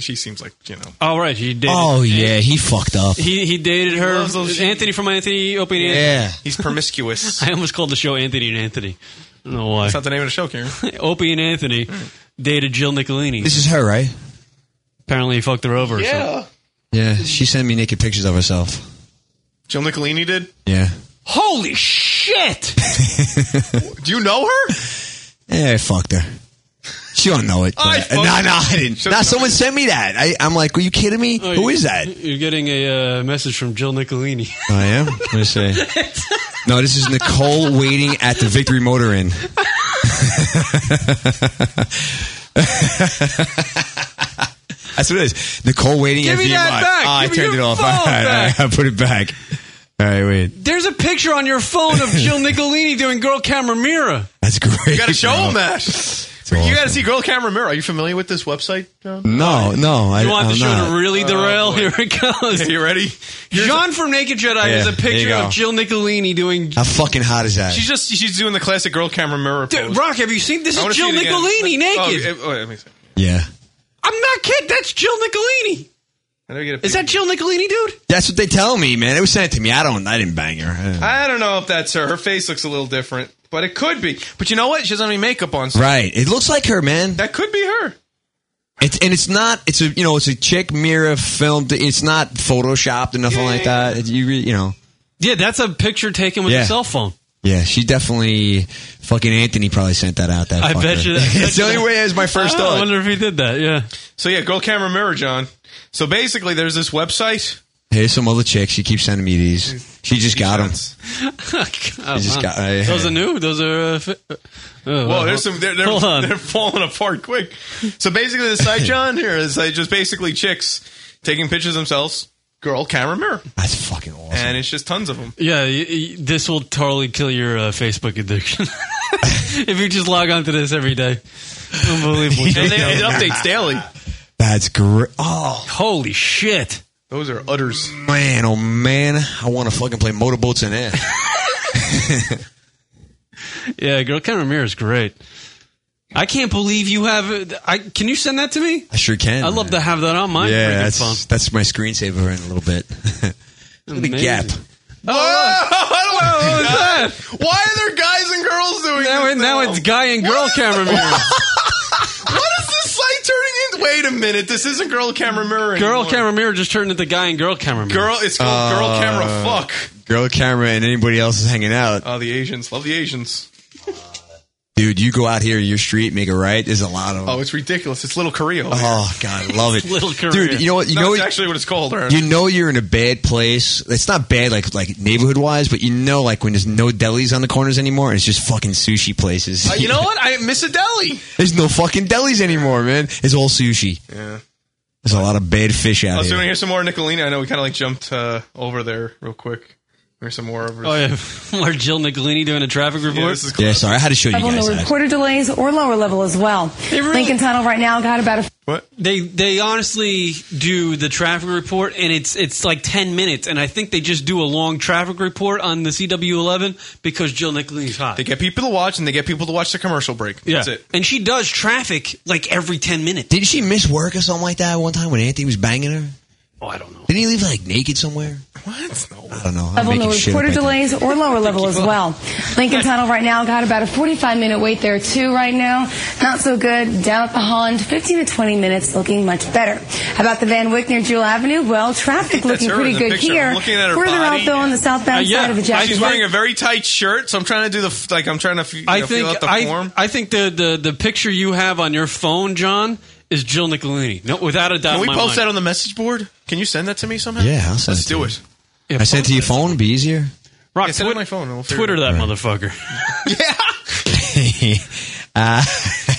She seems like you know. All right, he did. Oh yeah, he fucked up. He he dated her. Anthony from Anthony Open. Anthony. Yeah. he's promiscuous. I almost called the show Anthony and Anthony. I don't know why. That's not the name of the show, Karen. Opie and Anthony dated Jill Nicolini. This is her, right? Apparently, he fucked her over. or something. Yeah, she sent me naked pictures of herself. Jill Nicolini did. Yeah. Holy shit! Do you know her? Yeah, I fucked her. She don't know it. I but- fucked no, no, her. I didn't. She Nah, doesn't someone sent me that. I, I'm like, are you kidding me? Oh, Who you- is that? You're getting a uh, message from Jill Nicolini. I am. What do you say? No, this is Nicole waiting at the Victory Motor Inn. That's what it is. Nicole waiting Give at me VMI. that back. Ah, I Give me turned your it off. phone All right, all back. right, I put it back. All right, wait. There's a picture on your phone of Jill Nicolini doing girl camera mirror. That's great. You got to show bro. him that. You got awesome. to see Girl Camera Mirror. Are you familiar with this website, John? No, Oh, no. I, You want I'm the show not. to really derail? Here it goes. you ready? John from Naked Jedi Yeah, is a there you picture go. of Jill Nicolini doing. How fucking hot is that? She's just she's doing the classic girl camera mirror pose. Rock, have you seen this? I Is wanna Jill see it again. Nicolini Oh, naked? it- oh, wait, let me see. Yeah. I'm not kidding. That's Jill Nicolini. I never get a Is that Jill Nicolini, dude? That's what they tell me, man. It was sent to me. I don't. I didn't bang her. I don't- I don't know if that's her. Her face looks a little different, but it could be. But you know what? She doesn't have any makeup on. So Right. It looks like her, man. That could be her. It's and it's not. It's a you know. It's a chick mirror filmed. It's not photoshopped or nothing like that. It- you re- you know. Yeah, that's a picture taken with Yeah. a cell phone. Yeah, she definitely. Fucking Anthony probably sent that out. That I bet fucker. you that. it's the only way. Is my Ah, first I thought. wonder if he did that. Yeah. So yeah, girl camera mirror, John. So basically, there's this website. Here's some other chick. She keeps sending me these. She just got them. I just got- I- Oh, those are new. Those are. Uh, fi- uh, Whoa, there's some. They're, they're, Hold on. they're falling apart quick. So basically, the site, John, here is like just basically chicks taking pictures of themselves. Girl camera mirror. That's fucking awesome. And it's just tons of them. Yeah, y- y- this will totally kill your uh, Facebook addiction. if you just log onto this every day, unbelievable. And they- it updates daily. That's great. Oh, holy shit! Those are udders. Man, oh man, I want to fucking play motorboats in air. Yeah, girl, Ken mirror is great. I can't believe you have. it. I can you send that to me? I sure can. I'd love to have that on my yeah, freaking that's phone. that's my screensaver in a little bit. Look at the Amazing. gap. Whoa, what was that? Why are there guys and girls doing Now, this? it- now it's guy and girl camera mirror. What is this site turning into? Wait a minute. This isn't girl camera mirror. Girl anymore. camera mirror just turned into guy and girl camera mirror. Girl, it's called girl Uh, camera. Fuck. Girl camera and anybody else is hanging out. Oh, the Asians love the Asians. Dude, you go out here in your street, make a right. There's a lot of them. Oh, it's ridiculous. It's Little Korea. over Oh here. God, I love it, It's Little Korea. dude. You know what? You No, know it's what- actually what it's called. Aaron. You know you're in a bad place. It's not bad like like neighborhood wise, but you know like when there's no delis on the corners anymore, it's just fucking sushi places. Uh, you know what? I miss a deli. there's no fucking delis anymore, man. It's all sushi. Yeah. There's a lot of bad fish out Also, here. want to hear some more Nicolina? I know we kind of like jumped uh, over there real quick. Here's some more over. Oh yeah, more Jill Nicolini doing a traffic report. this is Yeah, sorry, I had to show Level no reported delays or lower level as well. Lincoln Tunnel right now got about a What they they honestly do the traffic report and it's it's like ten minutes and I think they just do a long traffic report on the CW11 because Jill Nicolini's hot. They get people to watch and they get people to watch the commercial break. Yeah. That's it. And she does traffic like every 10 minutes. Did she miss work or something like that one time when Anthony was banging her? Oh, I don't know. Didn't he leave like naked somewhere? What? No. I don't know. I'm level no making shit up reported right now. delays or lower level as well. Lincoln Tunnel right now got about a 45 minute wait there too right now. Not so good. Down at the Holland, 15 to 20 minutes looking much better. About the Van Wyck near Jewel Avenue, well, traffic That's looking her pretty in the good picture. here. I'm looking at her Further body. out though on the Uh, southbound side of the Jackson. she's wearing a very tight shirt, so I'm trying to do the f- like I'm trying to f- you I know, think feel out the form. I, I think the, the the picture you have on your phone, John, is Jill Nicolini. No, without a doubt. Can in we my post mind. that on the message board? Can you send that to me somehow? Yeah, I'll send let's it to do you. it. I sent to your phone. It'd be easier. Rock, yeah, send it on my phone. and we'll figure Twitter it out. that motherfucker. uh,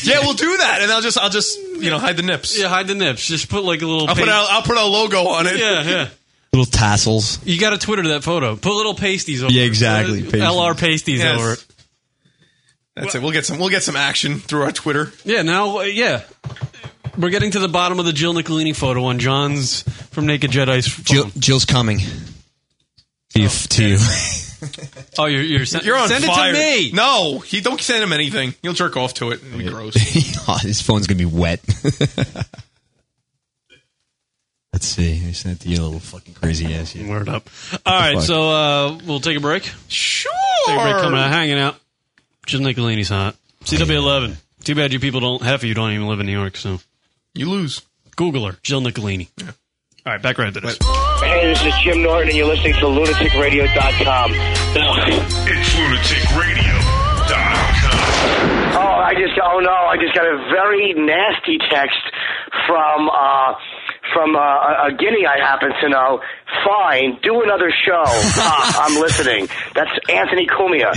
yeah, we'll do that, and I'll just I'll just you know hide the nips. Yeah, hide the nips. Just put like a little. I'll put paste- our, I'll put our logo on it. Yeah, yeah. little tassels. You got to Twitter that photo. Put little pasties over. Yeah, it. exactly. Put LR pasties Yes. over. it. That's it. We'll get some we'll get some action through our Twitter. Yeah. Now, uh, yeah, we're getting to the bottom of the Jill Nicolini photo on John's from Naked Jedi's. Phone. Jill, Jill's coming. To you. to you. Oh, you're you're, sen- You're on send fire. it to me. No, he don't send him anything. He'll jerk off to it. It'll be gross. oh, his phone's gonna be wet. Let's see. I sent it to you, little fucking crazy ass. You. Word up. All right, so uh, we'll take a break. Sure. Take a break coming out, hanging out. Jill Nicolini's hot. CW11. Too bad you people don't. Half of you don't even live in New York, so you lose. Google her, Jill Nicolini. All right, back right to this. Hey, this is Jim Norton, and you're listening to lunaticradio.com. It's lunaticradio.com. Oh, I just, oh no, I just got a very nasty text from, uh, from uh, a- a guinea I happen to know. Fine, do another show. Ah, I'm listening. That's Anthony Cumia.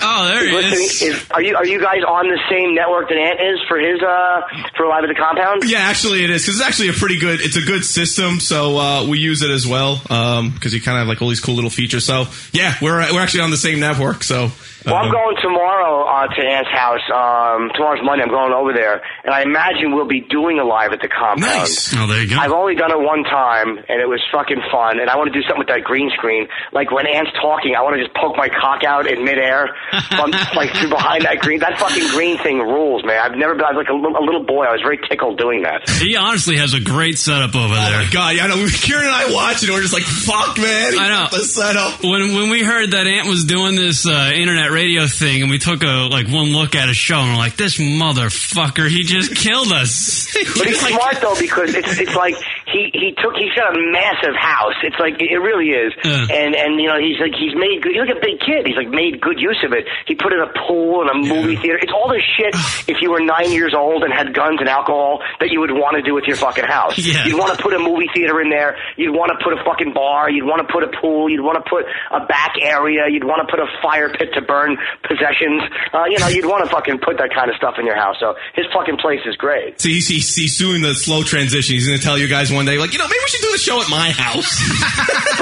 oh, there he is. Are you are you guys on the same network that Ant is for his uh for Live at the Compound? Yeah, actually it is because it's actually a pretty good. It's a good system, so uh, we use it as well because you kind of have like all these cool little features. So yeah, we're uh, we're actually on the same network. So Well, I'm going tomorrow uh, to Ant's house. Um, tomorrow's Monday. I'm going over there, and I imagine we'll be doing a live at the compound. Nice. Oh, there you go. I've only done it one time, and it was fucking fun. And I want to do something with that green screen. Like when Ant's talking, I want to just poke my cock out in midair, from, like through behind that green. That fucking green thing rules, man. I've never been. I was like a, li- a little boy. I was very tickled doing that. He honestly has a great setup over there. Oh God, yeah, I know. Kieran and I watch it. and We're just like, fuck, man. he I know. got The setup. When when we heard that Ant was doing this uh, internet radio thing, and we took a like one look at his show, and we're like, "This motherfucker, he just killed us." But he's smart though because it's it's like he he took he's got a massive house. It's like it really is, and and you know he's like he's made good. He's like a big kid. He's like made good use of it. He put in a pool and a movie theater. It's all the shit. if you were nine years old and had guns and alcohol, that you would want to do with your fucking house. Yeah. You'd want to put a movie theater in there. You'd want to put a fucking bar. You'd want to put a pool. You'd want to put a back area. You'd want to put a fire pit to burn possessions. Uh, you know, you'd want to fucking put that kind of stuff in your house. So his fucking place is great. So he's, he's, he's doing the slow transition. He's going to tell you guys one day, like, you know, maybe we should do the show at my house.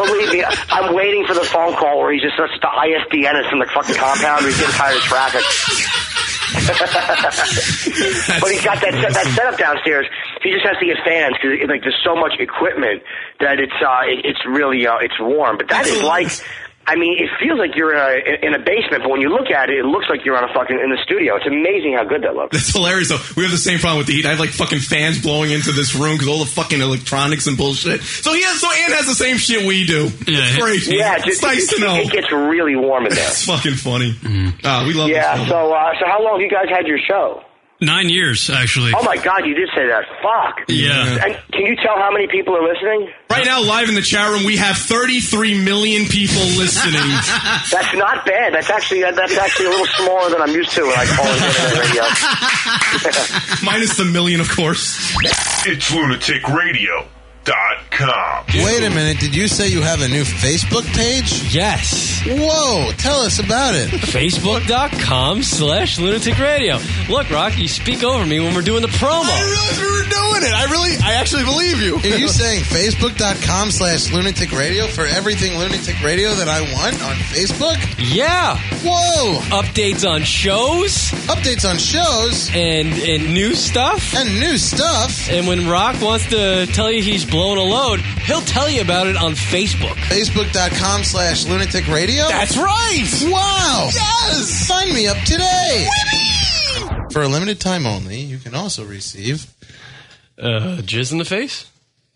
Believe me, I'm waiting for the phone call where he's just such the ISDN is from the fucking compound where he's getting tired of traffic. but he's got that set, that setup downstairs. He just has to get fans because like there's so much equipment that it's uh it, it's really uh it's warm. But that is like. I mean, it feels like you're in a, in a basement, but when you look at it, it looks like you're on a fucking in the studio. It's amazing how good that looks. That's hilarious, though. We have the same problem with the heat. I have, like, fucking fans blowing into this room because all the fucking electronics and bullshit. So he has, so Ann has the same shit we do. It's great. Yeah, it's nice to know. It gets really warm in there. Mm-hmm. It's fucking funny. Uh, we love yeah. this. So, uh, so how long have you guys had your show? Nine years, actually. Oh my God, you did say that. Fuck. Yeah. And can you tell how many people are listening? Right now, live in the chat room, we have 33 million people listening. That's not bad. That's actually that's actually a little smaller than I'm used to when I call internet radio. Minus the million, of course. It's lunaticradio.com. Wait a minute. Did you say you have a new Facebook page? Yes. Whoa. Tell us about it. Facebook.com slash lunatic radio. Look, Rock, you speak over me when we're doing the promo. we were doing it. I really, I actually believe you. Are you saying facebook.com slash lunatic radio for everything lunatic radio that I want on Facebook? Yeah. Whoa. Updates on shows. Updates on shows. And and new stuff. And new stuff. And when Rock wants to tell you he's blown a load, he'll tell you about it on Facebook. Facebook.com slash lunatic radio? That's right. Wow. Yes. Sign me up today. For a limited time only, you can also receive. Uh, jizz in the face?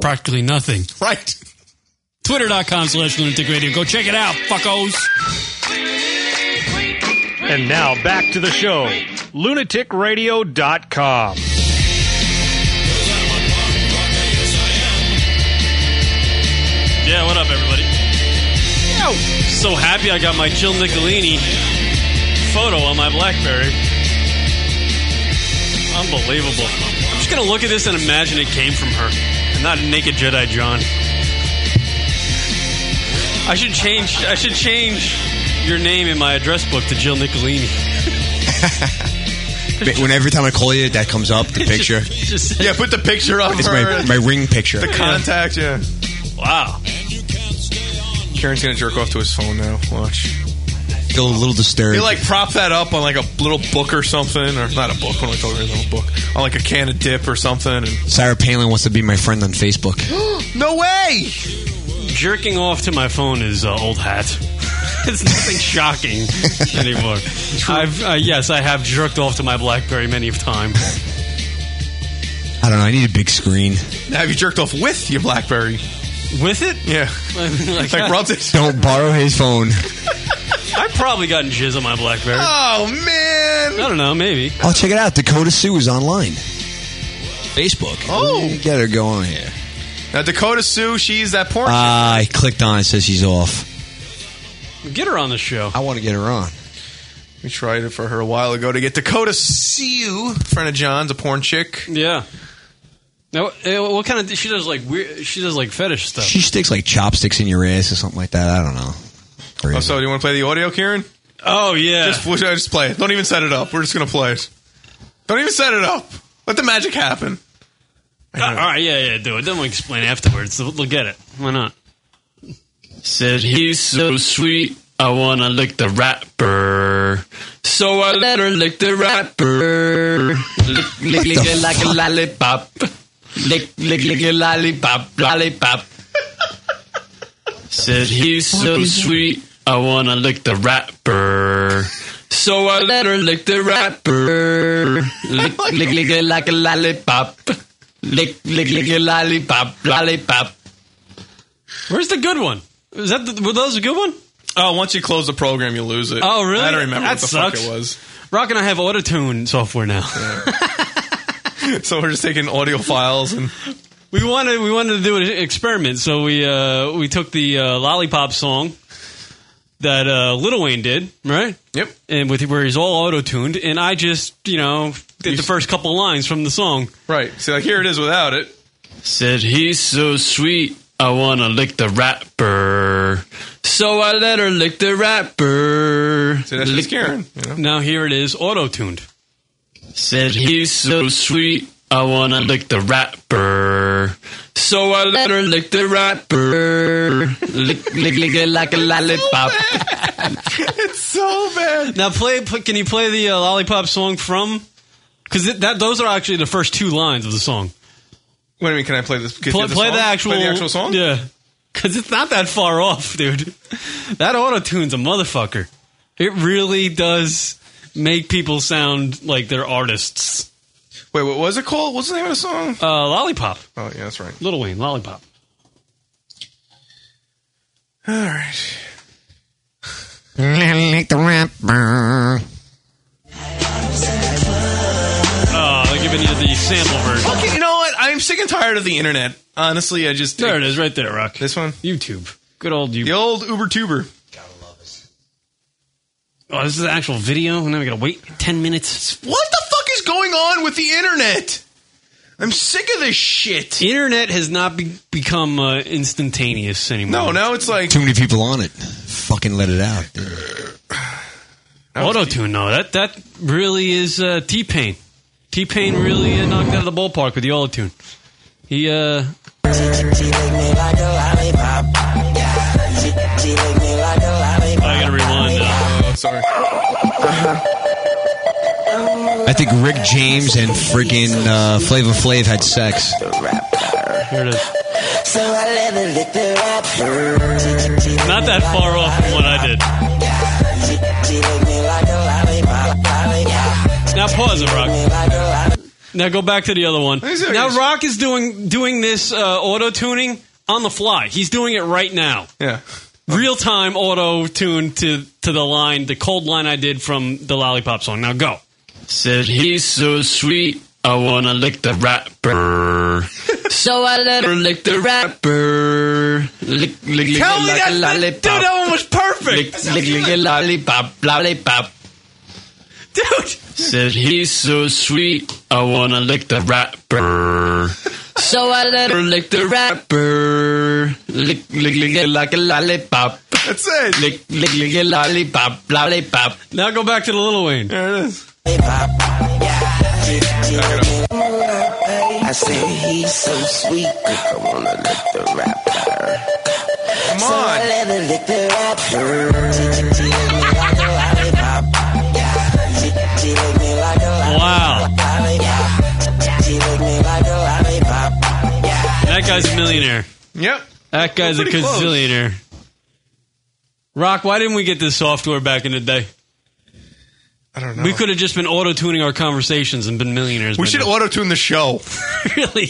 Practically nothing. Right. Twitter.com slash lunatic radio. Go check it out, fuckos. And now back to the show. LunaticRadio.com. Yeah, what up, everybody? So happy I got my Jill Nicolini photo on my Blackberry. Unbelievable. I'm just going to look at this and imagine it came from her and not Naked Jedi John. I should change. I should change your name in my address book to Jill Nicolini. When every time I call you, that comes up, the picture. Yeah, put the picture up. It's my, my ring picture. The contact, yeah. Wow. Karen's gonna jerk off to his phone now. Watch. Feel a little disturbed. You like prop that up on like a little book or something, or not a book. What am I talking about? A little book on like a can of dip or something. And Sarah Palin wants to be my friend on Facebook. no way. Jerking off to my phone is uh, old hat. it's nothing shocking anymore. I've uh, yes, I have jerked off to my BlackBerry many of time. I don't know. I need a big screen. Have you jerked off with your BlackBerry? With it? Yeah. like, Like rubbed it. Don't borrow his phone. I've probably gotten jizz on my BlackBerry. Oh man. I don't know, maybe. Oh, check it out. Dakota Sue is online. Facebook. Oh, get her going here. Now Dakota Sue, she's that porn. Ah, I clicked on. It says she's off. Get her on the show. I want to get her on. We tried it for her a while ago to get Dakota Sue, friend of John's, a porn chick. Yeah. Now, eh, what kind of she does like weird? She does like fetish stuff. She sticks like chopsticks in your ass or something like that. I don't know. Oh, so do you want to play the audio, Karen? Oh yeah. Just, we'll just play it. Don't even set it up. We're just gonna play it. Don't even set it up. Let the magic happen. Ah, all right, yeah, yeah, do it. Then we'll explain afterwards. They'll, they'll get it. Why not? Said he's so sweet. I wanna lick the rapper. So I let her lick the rapper. Lick, lick, lick it like a lollipop. Lick, lick, lick a lollipop, lollipop. Said he's so sweet. I wanna lick the rapper. So I let her lick the rapper. Lick, lick, lick it like a lollipop. Lick, lick, lick a lollipop, lollipop. Where's the good one? Is that the, were those a good one? Oh, once you close the program, you lose it. Oh, really? I don't remember That what the sucks. fuck it was. Rock and I have autotune software now. So we're just taking audio files and We wanted we wanted to do an experiment, so we uh, we took the uh, lollipop song that uh, Little Wayne did, right? Yep. And with where he's all auto tuned, and I just you know did the first couple lines from the song. right. See, like here it is without it. Said he's so sweet, I wanna lick the rapper. So I let her lick the rapper. See, that's Lick- just Karen. Now here it is auto tuned. Said he's so sweet, I wanna lick the rapper. So I let her lick the rapper. Lick, lick, lick it like a lollipop. It's so bad. Now play. pl- Can you play the uh, lollipop song from Because that those are actually the first two lines of the song. Wait a minute, can I play this? Play, the play song? the actual Play the actual song? Yeah, because it's not that far off, dude. That auto tune's a motherfucker. It really does make people sound like they're artists. Wait, what was it called? What's the name of the song? Uh, Lollipop. Oh yeah, that's right. Little Wayne, Lollipop. All right. Like the rapper. Oh, they're giving you the sample version. Okay, you know what? I'm sick and tired of the internet. Honestly, I just there it is, right there, Rock. This one, YouTube, good old YouTube, the old Uber Tuber. Oh, this is the actual video, and then we gotta wait ten minutes. What the fuck is going on with the internet? I'm sick of this shit. Internet has not be- become uh, instantaneous anymore. No, now it's like Too many people on it. Fucking let it out. dude. Auto tune, though. That that really is uh, T Pain. T Pain really uh, knocked out of the ballpark with the auto tune. He uh, I gotta rewind. Now. sorry. Uh-huh. I think Rick James and freaking uh, Flavor Flav had sex. Here it is. So I let her lick the Not that far off from what I did. Now pause it, Rock. Now go back to the other one. Now Rock is doing doing this uh, auto tuning on the fly. He's doing it right now. Yeah. Real time auto tune to to the line, the cold line I did from the lollipop song. Now go. Said he's so sweet, I wanna lick the rapper. so I let her lick the rapper. Lick, lick, lick, Tell me lick, that's a the- lollipop. dude, that one was perfect. Lick, lick, lick, a lollipop, lollipop. Dude. Said he's so sweet, I wanna lick the rapper. so I let her lick the rapper. Lick, lick, lick, it like a lollipop. That's it. Lick, lick, lick, a lollipop, lollipop. Now go back to the Little Wayne. There it is. I said he's so sweet. I wanna lick the rapper. Come on. So I let her lick the rapper. Wow. That guy's a millionaire. Yep. That guy's a Pretty close. gazillionaire. Rock, why didn't we get this software back in the day? I don't know. We could have just been auto tuning our conversations and been millionaires. We by should now. auto tune the show. really?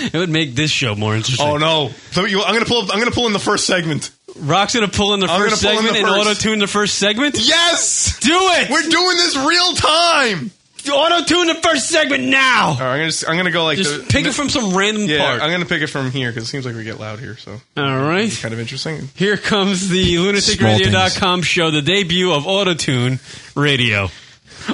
It would make this show more interesting. Oh no! So you- I'm gonna pull. I'm gonna pull in the first segment. Rock's gonna pull in the I'm first gonna pull in segment and the auto first. tune the first segment. Yes, do it. We're doing this real time. Auto tune the first segment now. All right, I'm gonna. s- I'm gonna go like Just the- pick it from some random Yeah, part. I'm gonna pick it from here because it seems like we get loud here. So All right. kind of interesting. Here comes the lunaticradio.com show, the debut of Autotune Radio.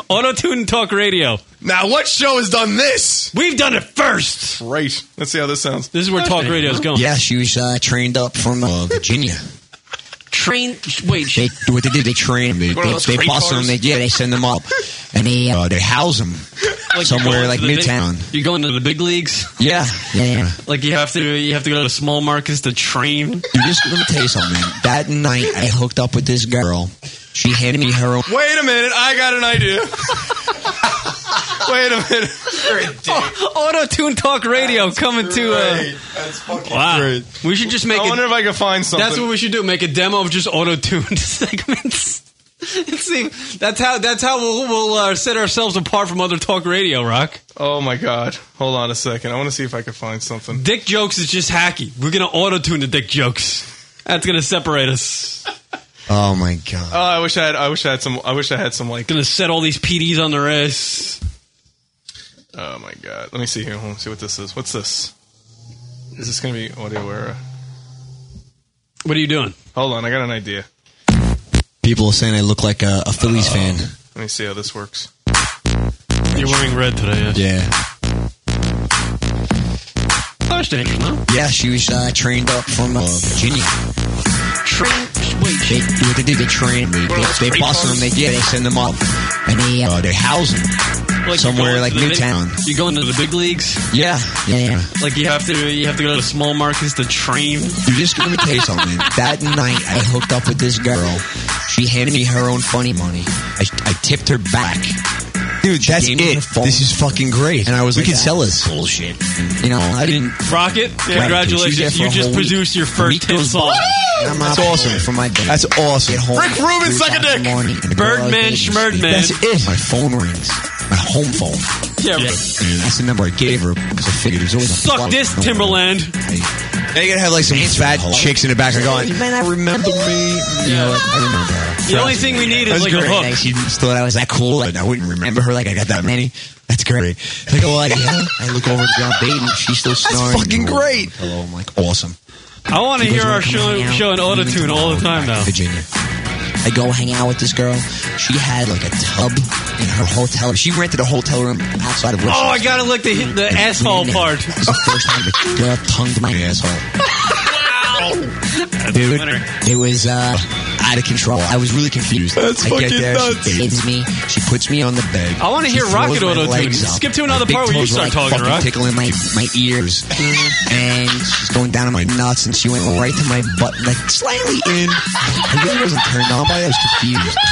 Autotune Talk Radio. Now, Uh, what show has done this? We've done it first. Right. Let's see how this sounds. This is where talk radio is going. Yeah, she was uh, trained up from uh, Virginia. Train. Wait. They do what they do. They train them. They, One of they, those they freight bust them. cars. They, yeah, they send them up, and they uh, they house them somewhere like Midtown. you're going to the big leagues. yeah, yeah. yeah. Like you have to, you have to go to small markets to train. Dude, just let me tell you something. That night, I hooked up with this girl. She handed me her own. Wait a minute. I got an idea. Wait a minute. Auto Tune Talk Radio coming to. Uh, That's fucking wow. We should just make. I it- wonder if I could find something. That's what we should do. Make a demo of just auto tuned segments. Let's See, that's how that's how we'll, we'll uh, set ourselves apart from other talk radio. Rock. Oh my god. Hold on a second. I want to see if I can find something. Dick jokes is just hacky. We're gonna auto tune the dick jokes. That's gonna separate us. Oh my god. Oh, I wish I had. I wish I had some. I wish I had some like. Gonna set all these PDs on their ass. Oh my god. Let me see here. Let me see what this is. What's this? Is this gonna be audio era? What are you doing? Hold on. I got an idea. People are saying I look like a, a Phillies Uh, fan. Let me see how this works. You're wearing red today. Yeah. Oh, it's dangerous, no? Yeah, she was uh, trained up from uh, Virginia. They do what they do. They train. They, they, they bust them. They yeah, they send them up, and they uh, they house them somewhere like Midtown. You going to the big leagues? Yeah, yeah, yeah. Like you have to you have to go to small markets to train. Dude, just let me tell you something. That night, I hooked up with this girl. She handed me her own funny money. I, I tipped her back. Dude, that's it. This is fucking great. And I was We like, could sell this bullshit. You know, I didn't. Rocket, congratulations! You just produced your first hit song. That's awesome for my day. That's awesome. Get home Rick Rubin, three suck a o'clock in the dick. morning and go Birdman, out and sleep. Schmirdman. That's it. My phone rings. My home phone. Yeah, Rick. And that's the number I gave her because I figured it was always a Suck fuck this, number. Timberland. Now you gotta have like some fat chicks in the back are going, you may not remember me. You know, like, I remember her. The only thing we need is, That was like, a great. hook. Like, she just thought I was that cool. Like, I wouldn't remember her like I got that many. That's great. Like, oh, like, yeah. I look over to John Dayton. She's still snoring. fucking Oh, great. Hello. I'm like, awesome. I want to She goes, hear our "Wanna come show, hang out?" show in auto tune all the time now. Virginia. I go hang out with this girl. She had like a tub in her hotel. She rented a hotel room outside of. Oh, I gotta look the the asshole part. It was the first time a girl tongued my asshole. Dude, it was uh, out of control. I was really confused. That's I get fucking there, nuts. She bathes me. She puts me on the bed. I wanna She hear throws Rocket my Auto-Tune. legs up. Skip to another My big part where you toes start were, like, talking, fucking Rock. tickling my my ears, and she's going down on my nuts, and she went right to my butt, like slightly in. I really wasn't turned on by it. I was confused.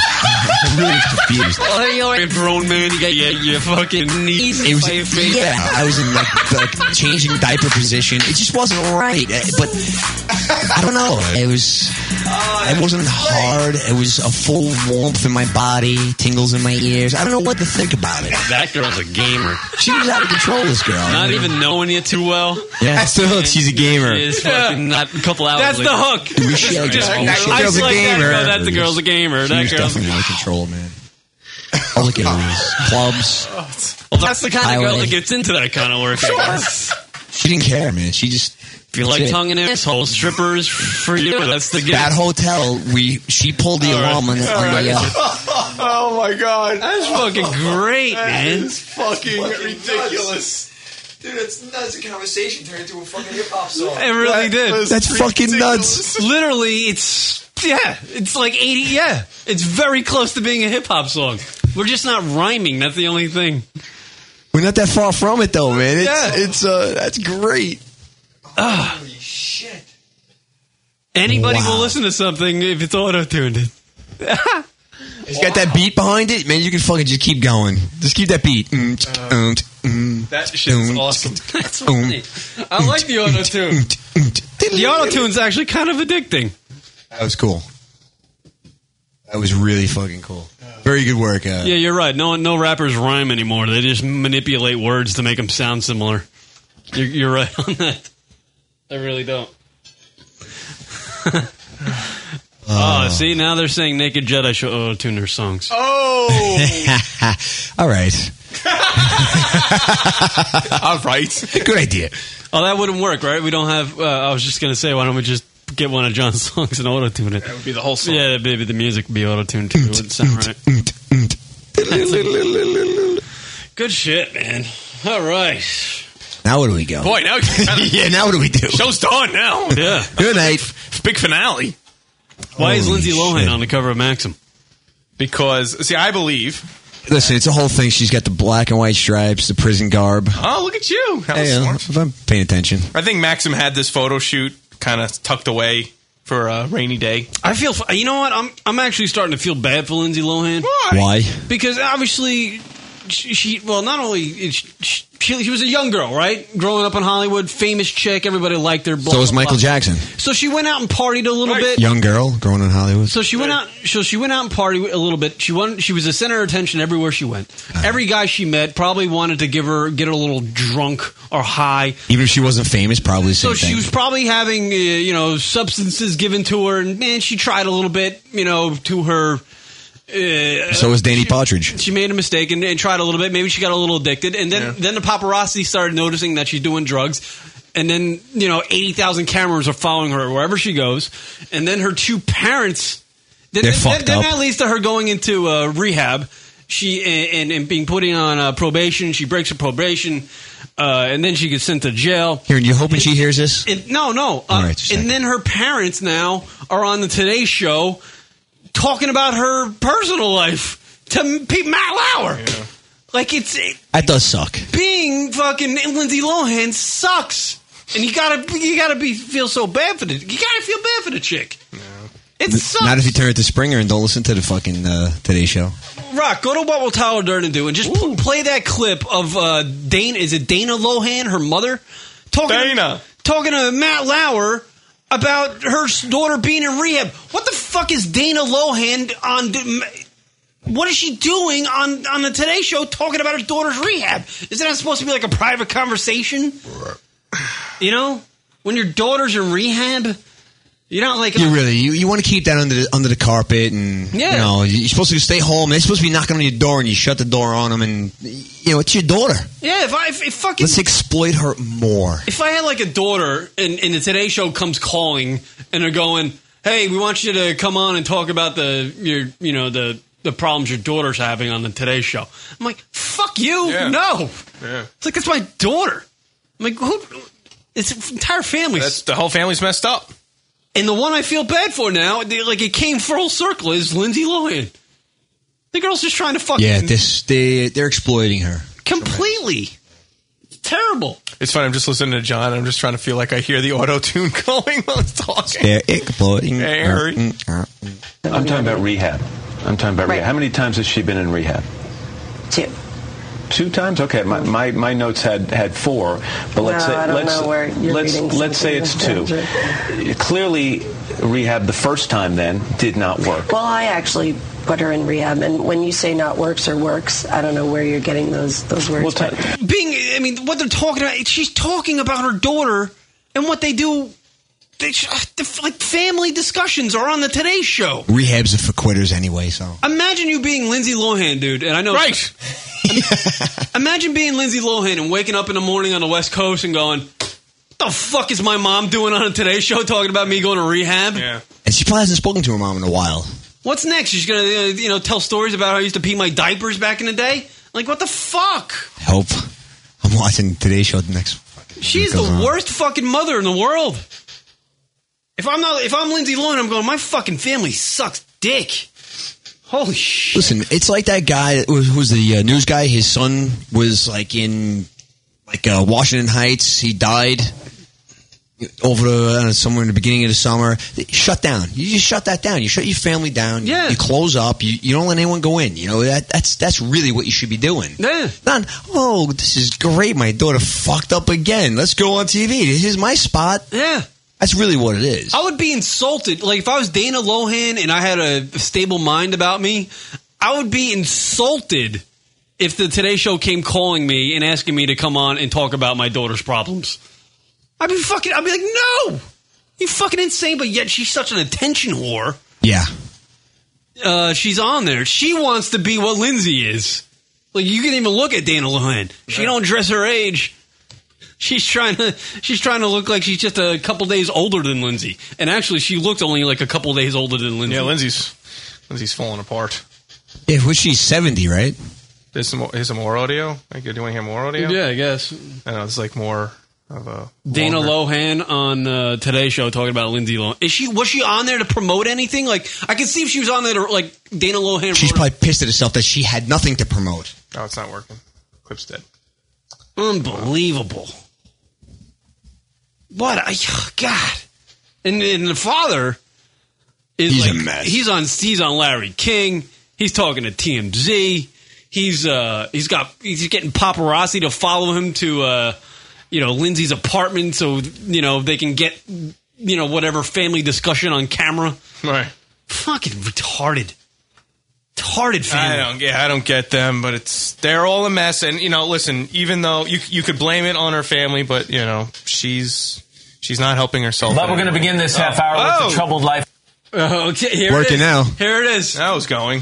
I really was confused. Oh, you're a grown man. You got your, your fucking knees It in was, my face. yeah, I was in like, like changing diaper position. It just wasn't right. Uh, But I don't know. It was. It wasn't hard. It was a full warmth in my body, tingles in my ears. I don't know what to think about it. That girl's a gamer. She was out of control. This girl. Not even knowing you too well. Yeah, that's the hook. She's a gamer. She is fucking not a couple hours. That's later. the hook. We should- Yeah, just- I we should- like Girl's a that gamer. girl. That's a girl's a gamer. She That was girl's. definitely out of control, man. Oh, look at all these clubs. Well, that's the kind of girl Highway. that gets into that kind of work. I guess. She didn't care, man. She just. If you like Shit. tongue and asshole strippers for you, that's the gift. That hotel, we she pulled the alarm on the, on the uh, oh my god, that's fucking great, man. fucking ridiculous. Dude, that's nuts. The conversation turned into a fucking hip hop song. It really did. That's fucking nuts. Literally, it's yeah, it's like eighty. Yeah, it's very close to being a hip hop song. We're just not rhyming. That's the only thing. We're not that far from it, though, man. It's, Yeah. it's uh, that's great. Ugh. Anybody Wow. will listen to something if it's auto tuned. It's got that beat behind it, man. You can fucking just keep going. Just keep that beat. Mm, tsk, mm, tsk, mm, That mm, awesome. That's funny. I like the auto tune. The auto tune's actually kind of addicting. That was cool. That was really fucking cool. Very good work. Uh, Yeah, you're right. No, no rappers rhyme anymore. They just manipulate words to make them sound similar. You're, you're right on that. I really don't. Uh. Oh, see, now they're saying Naked Jedi should auto tune their songs. Oh, All right. all right. Good idea. Oh, that wouldn't work, right? We don't have. Uh, I was just gonna say, why don't we just get one of John's songs and auto tune it? That would be the whole song. Yeah, maybe the music would be auto tuned too. It would sound right. Good shit, man. All right. Now where do we go? Boy, now yeah, now what do we do? Show's done now. Yeah. Good night. Big finale. Why is Lindsay Lohan on the cover of Maxim? Because see, I believe. Listen, it's a whole thing. She's got the black and white stripes, the prison garb. Oh, look at you! That was Hey, uh, smart. if I'm paying attention. I think Maxim had this photo shoot kind of tucked away for a rainy day. I feel. You know what? I'm. I'm actually starting to feel bad for Lindsay Lohan. Why? Why? Because obviously, she. she well, not only is she, she, she was a young girl, right? Growing up in Hollywood, famous chick. Everybody liked her. Blah, So was blah, Michael blah. Jackson. So she went out and partied a little bit. Young girl growing in Hollywood. So she went out. So she went out and party a little bit. She won. She was a center of attention everywhere she went. Uh-huh. Every guy she met probably wanted to give her get her a little drunk or high. Even if she wasn't famous, probably the same So thing. she was probably having uh, you know substances given to her, and man, she tried a little bit you know to her. Uh, so was Danny Partridge. she made a mistake and, and tried a little bit. Maybe she got a little addicted, and then then the paparazzi started noticing that she's doing drugs. And then you know eighty thousand cameras are following her wherever she goes. And then her two parents, then, They're then- fucked then up. that leads to her going into uh, rehab. She and, and, and being put on uh, probation. She breaks her probation, uh, and then she gets sent to jail. Here, you hoping she hears this? And, no, no. Uh, All right, just a and then her parents now are on the Today Show talking about her personal life to Pete Matlauer. Like it's it, That does suck. being fucking Lindsay Lohan sucks, and you gotta you gotta be feel so bad for the you gotta feel bad for the chick. It sucks. Not if you turn it to Springer and don't listen to the fucking uh, Today Show. Rock, go to what will Tyler Durden do and just pl- play that clip of uh, Dana. Is it Dana Lohan, her mother, talking Dana. To, talking to Matt Lauer about her s- daughter being in rehab? What the fuck is Dana Lohan on? d- m- What is she doing on on the Today Show talking about her daughter's rehab? Isn't that supposed to be like a private conversation? You know, when your daughter's in rehab, you're not like You really you, you want to keep that under the under the carpet and Yeah. you know you're supposed to stay home. They're supposed to be knocking on your door and you shut the door on them and you know it's your daughter. yeah. If I if, if fucking Let's exploit her more. If I had like a daughter and, and the Today Show comes calling and they're going, "Hey, we want you to come on and talk about the your you know the the problems your daughter's having on the Today Show," I'm like, "Fuck you, no!" Yeah. It's like that's my daughter. I'm like, who? It's entire family. That's the whole family's messed up. And the one I feel bad for now, they- like it came full circle, is Lindsay Lohan. The girl's just trying to fucking Yeah, this they they're exploiting her. completely. It's terrible. It's fine. I'm just listening to John. I'm just trying to feel like I hear the auto tune going while he's talking. They're exploiting Hey, her. hurry. I'm talking about rehab. I'm talking about rehab. How many times has she been in rehab? Two. Two times? Okay. My, my, my notes had, had four, but let's No, say I don't let's know where you're let's reading let's say it's something two. Clearly, rehab the first time then did not work. Well, I actually put her in rehab, and when you say not works or works, I don't know where you're getting those those words. but being i mean what they're talking about she's talking about her daughter and what they do they, sh- uh, the- like family discussions are on the today show Rehabs are for quitters anyway, so imagine you being lindsay lohan dude and i know right imagine being lindsay lohan and waking up in the morning on the west coast and going what the fuck is my mom doing on a today show talking about me going to rehab yeah and she probably hasn't spoken to her mom in a while. what's next she's gonna uh, you know tell stories about how i used to pee my diapers back in the day like what the fuck I hope I'm watching today's show the next. She's Goes the on. worst fucking mother in the world. If I'm not, if I'm Lindsay Lohan, I'm going. My fucking family sucks dick. Holy sh! Listen, it's like that guy that was, who was the uh, news guy. His son was like in like uh, Washington Heights. He died over the, I don't know, somewhere in the beginning of the summer. Shut down. You just shut that down. You shut your family down. Yeah. You, close up. You, you don't let anyone go in. You know that that's that's really what you should be doing. Yeah. Not oh this is great. My daughter fucked up again. Let's go on TV. This is my spot. Yeah. That's really what it is. I would be insulted. Like if I was Dana Lohan and I had a stable mind about me, I would be insulted if the Today Show came calling me and asking me to come on and talk about my daughter's problems. I'd be fucking. I'd be like, no, you fucking insane. But yet she's such an attention whore. Yeah. uh, she's on there. She wants to be what Lindsay is. Like you can even look at Dana Lohan. She don't dress her age. She's trying to she's trying to look like she's just a couple days older than Lindsay. And actually, she looked only like a couple days older than Lindsay. Yeah, Lindsay's Lindsay's falling apart. Yeah, was she seventy? Right. There's some more, here's some more audio. Like, do you want to hear more audio? Yeah, I guess. I know it's like more of a Dana longer- Lohan on uh, Today Show talking about Lindsay Lohan. Is she was she on there to promote anything? Like I could see if she was on there to like Dana Lohan. She's probably pissed at herself that she had nothing to promote. Oh, it's not working. Clip's dead. Unbelievable. What a God. And, and the father is he's a mess. He's on he's on Larry King. He's talking to TMZ. He's uh he's got he's getting paparazzi to follow him to uh you know Lindsay's apartment so you know they can get you know whatever family discussion on camera. Right. Fucking retarded. Retarded I family. don't, yeah, I don't get them, but it's they're all a mess. And you know, listen, even though you you could blame it on her family, but you know, she's she's not helping herself. But we're going to begin this half hour with Oh. the troubled life. Oh, Okay, here Working it is. now. Here it is. That was going.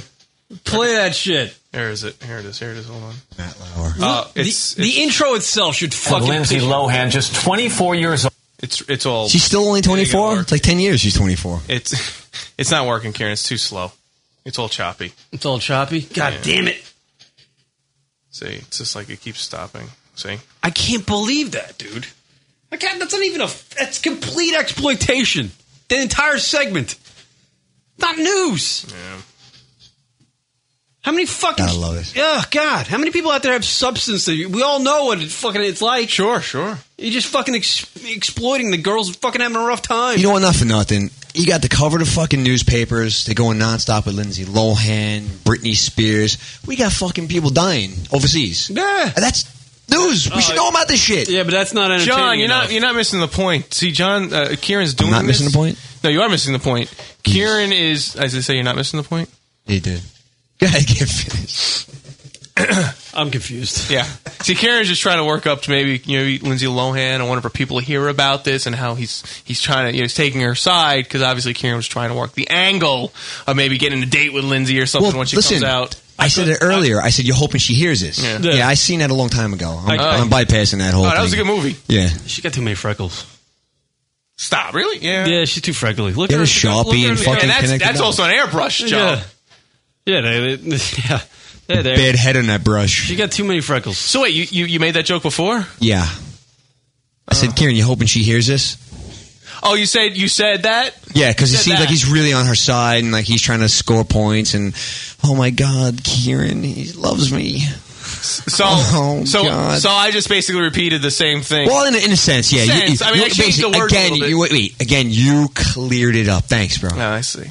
Play that shit. Here is it. Here it is. Here it is. Hold on. Matt Uh, the, it's, the intro itself should Of fucking Lindsay piss- Lohan, just 24 years old. It's it's all. She's still only 24? It's like 10 years she's 24. It's it's not working, Karen. It's too slow. It's all choppy. It's all choppy. God Yeah. damn it! See, it's just like it keeps stopping. See, I can't believe that, dude. I can't, that's not even a. That's complete exploitation. The entire segment. Not news. Yeah. How many fucking? I love it. Oh God! How many people out there have substance? That you, we all know what it fucking it's like. Sure, sure. You're just fucking ex- exploiting the girls. Fucking having a rough time. You know what? Not for nothing. You got the cover of the fucking newspapers. They're going nonstop with Lindsay Lohan, Britney Spears. We got fucking people dying overseas. Yeah, that's news. We should know about this shit. Yeah, but that's not John, you're not you're not missing the point. See, John, uh, Kieran's doing. not missing this. the point? No, you are missing the point. Kieran is, as I say, you're not missing the point. He did. Go ahead, get finished. I'm confused. Yeah. See, Karen's just trying to work up to maybe you know Lindsay Lohan and one of her people hear about this and how he's he's trying to you know he's taking her side because obviously Karen was trying to work the angle of maybe getting a date with Lindsay or something when she listen, comes out. I said it earlier. I said you're hoping she hears this. Yeah. Yeah, Yeah. I seen that a long time ago. I'm, I- I'm bypassing that whole. Oh, that was thing. a good movie. Yeah, She got too many freckles. Stop. Really? Yeah. Yeah, she's too freckly. Look Get at her a she got- Sharpie look at her- and fucking yeah, that's- connect the That's dots. also an airbrush Yeah. job. Yeah, they, they, yeah, yeah. There. Bad head on that brush. She got too many freckles. So wait, you, you you made that joke before? Yeah. I said, Karen, you hoping she hears this? Oh, you said you said that. Yeah, because You it said seems that. like he's really on her side and like he's trying to score points. And oh my God, Kieran, he loves me. So Oh, so God. so I just basically repeated the same thing. Well, in a, in a sense, yeah. Sense. I mean, I changed the basically, words a again. little bit. You, wait, wait, again, you cleared it up. Thanks, bro. Oh, I see.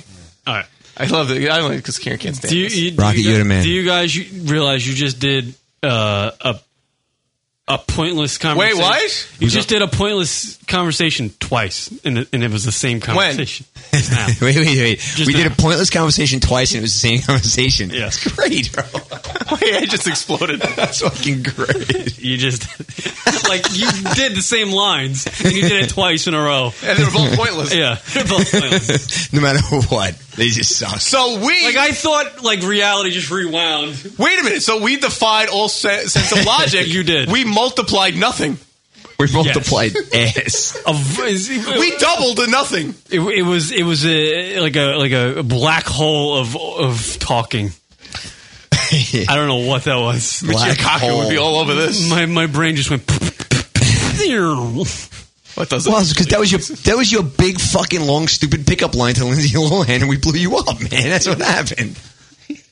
All right. I love it. I only because Karen can't stand. Do you, this. you, do Rocket, you guys, you're the man. Do you guys you realize you just did uh, a a pointless conversation? what? You just did a pointless conversation twice, and it, and it was the same conversation. wait, wait, wait. we did now. a pointless conversation twice, and it was the same conversation. Yeah, it's great, bro. Wait, I just exploded. That's fucking great. you just like you did the same lines, and you did it twice in a row, and they were both pointless. Yeah, they're both pointless. no matter what, they just suck. So we like I thought like reality just rewound. Wait a minute. So we defied all se- sense of logic. you did. We multiplied nothing. We multiplied ass. We doubled to nothing. It, it was it was a like a like a black hole of of talking. I don't know what that was. Black Cocker would hole. be all over this. My my brain just went. What does? Well, because that was your that was your big fucking long stupid pickup line to Lindsay Lohan, and we blew you up, man. That's what happened.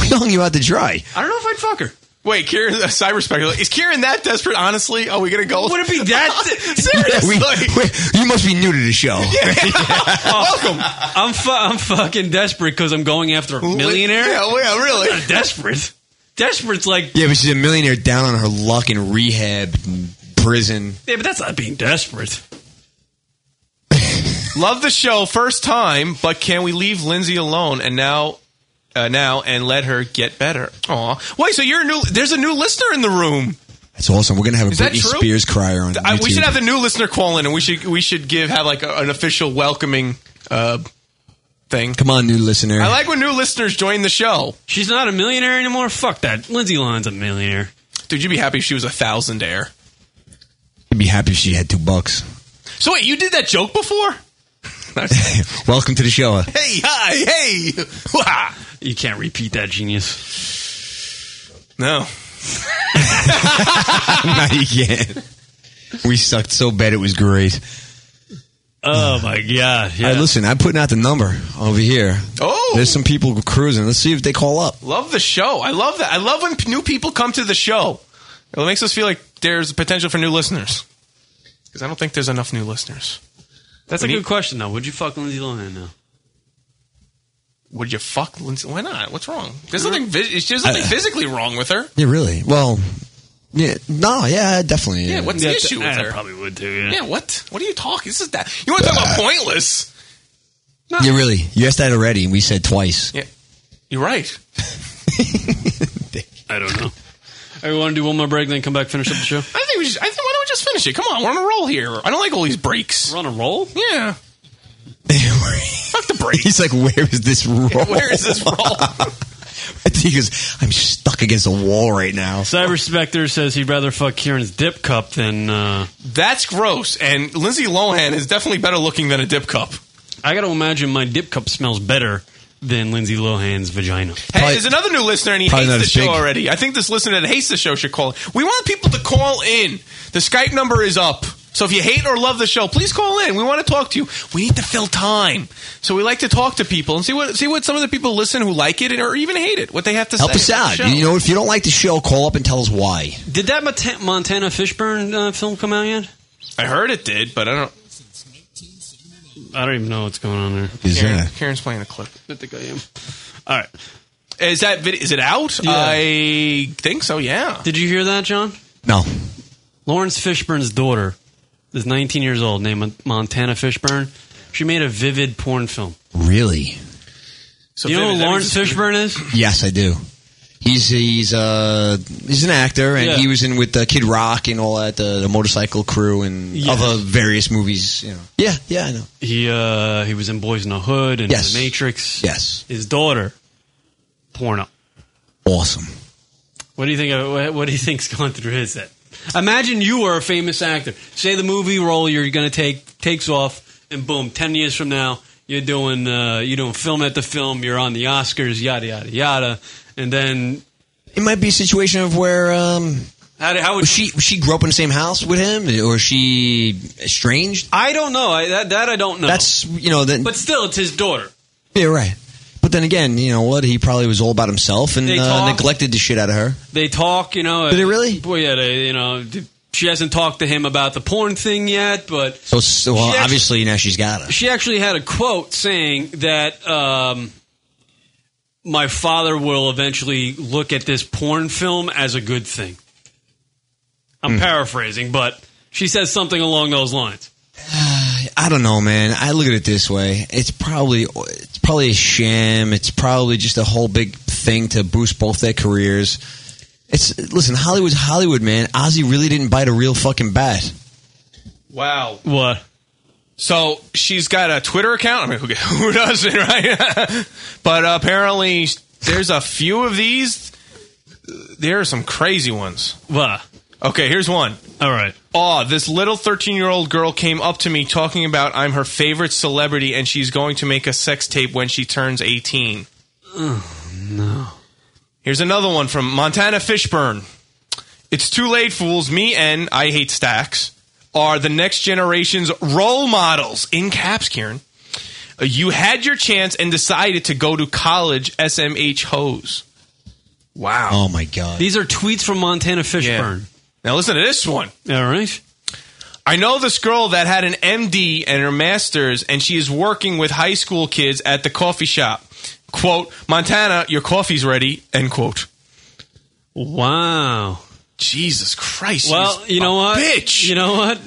We hung you out to dry. I don't know if I'd fuck her. Wait, Kieran, uh, cyber speculation. Is Kieran that desperate? Honestly, are we gonna go? Would it be that- seriously? We- we- you must be new to the show. Welcome. I'm fu- I'm fucking desperate because I'm going after a millionaire. Yeah, well, yeah, really. I'm not desperate. Desperate's like Yeah, but she's a millionaire down on her luck in rehab, and prison. yeah, but that's not being desperate. Love the show first time, but can we leave Lindsay alone and now, uh, now and let her get better? Aw. Wait, so you're a new? There's a new listener in the room. That's awesome. We're gonna have a Is that Britney true? Spears crier on. I, we YouTube. should have the new listener call in, and we should we should give have like a, an official welcoming uh, thing. Come on, new listener. I like when new listeners join the show. She's not a millionaire anymore. Fuck that. Lindsay Lohan's a millionaire. Dude, you'd be happy if she was a thousandaire. I'd be happy if she had two bucks. So wait, you did that joke before? Welcome to the show. Hey, hi, hey. Wah. You can't repeat that genius. No. no, you can't. We sucked so bad it was great. Oh Um, my god. Yeah. All right, listen, I'm putting out the number over here. Oh. There's some people cruising. Let's see if they call up. Love the show. I love that. I love when p- new people come to the show. It makes us feel like there's potential for new listeners. Because I don't think there's enough new listeners. That's We a need- good question though. Would you fuck Lindsay Lohan now? Would you fuck Lindsay? Why not? What's wrong? There's nothing. vis- There's nothing I- physically wrong with her. Yeah, really? Well, yeah, no, yeah, definitely. Yeah, what's the issue with I her? probably would too. Yeah. yeah. Uh, what? What are you talking? This is that. You want to talk about pointless? No. Yeah, really. You asked that already, and we said twice. Yeah, you're right. I don't know. I want to do one more break, then come back, finish up the show. I think we should. I think why don't we just finish it? Come on, we're on a roll here. I don't like all these breaks. We're on a roll. Yeah, fuck the break. He's like, where is this roll? Where is this roll? I think because I'm stuck against a wall right now. Cyber Spectre says he'd rather fuck Kieran's dip cup than. Uh, That's gross. And Lindsay Lohan is definitely better looking than a dip cup. I got to imagine my dip cup smells better than Lindsay Lohan's vagina. Hey, there's another new listener, and he probably hates not the as show big. already. I think this listener that hates the show should call. in. We want people to call in. The Skype number is up. So if you hate or love the show, please call in. We want to talk to you. We need to fill time, so we like to talk to people and see what see what some of the people listen who like it and, or even hate it, what they have to Help us say. about out. the show. You know, if you don't like the show, call up and tell us why. Did that Mata- Montana Fishburne uh, film come out yet? I heard it did, but I don't. I don't even know what's going on there. Is Karen- that- Karen's playing a clip. I think I am. All right. Is that vid- is it out? I think so. Yeah. Did you hear that, John? No. Lawrence Fishburne's daughter is 19 years old, named Mon- Montana Fishburne. She made a vivid porn film. Really? So you know who Lawrence Fishburne is? Yes, I do. He's he's uh he's an actor and Yeah. he was in with uh, Kid Rock and all that uh, the, the motorcycle crew and Yes. other various movies. You know. Yeah, yeah, I know. He uh, he was in Boys in the Hood and Yes. The Matrix. Yes. His daughter, porno. Awesome. What do you think? Of, what do you think's going through his head? Imagine you were a famous actor. Say the movie role you're going to take takes off, and boom, ten years from now, you're doing uh, you're doing film at the film. You're on the Oscars, yada yada yada, and then It might be a situation of where um how, how would was she she grew up in the same house with him or is she estranged? I don't know. I, that that I don't know. That's you know that but still, it's his daughter. yeah right. But then again, you know what? He probably was all about himself and They uh, talk. neglected the shit out of her. They talk, you know. Did it really? Well, yeah. They, you know, she hasn't talked to him about the porn thing yet, but So, so well, She actually- obviously now she's got it. She actually had a quote saying that um, my father will eventually look at this porn film as a good thing. Hmm. I'm paraphrasing, but she says something along those lines. I don't know, man. I look at it this way: it's probably it's probably a sham. It's probably just a whole big thing to boost both their careers. It's listen, Hollywood's Hollywood, man. Ozzy really didn't bite a real fucking bat. Wow. What? So she's got a Twitter account. I mean, who, who doesn't, right? but apparently, there's a few of these. There are some crazy ones. What? Okay, here's one. All right. Aw, this little 13 year old girl came up to me talking about I'm her favorite celebrity and she's going to make a sex tape when she turns 18. No. Here's another one from Montana Fishburne. It's too late, fools. Me and I hate stacks are the next generation's role models. In caps, Kieran. Uh, You had your chance and decided to go to college, SMH hose. Wow. Oh my god. These are tweets from Montana Fishburne. Now listen to this one. All right. I know this girl that had an MD and her master's, and she is working with high school kids at the coffee shop. Quote, Montana, your coffee's ready, end quote. Wow. Jesus Christ. Well, she's you know a what? Bitch. You know what?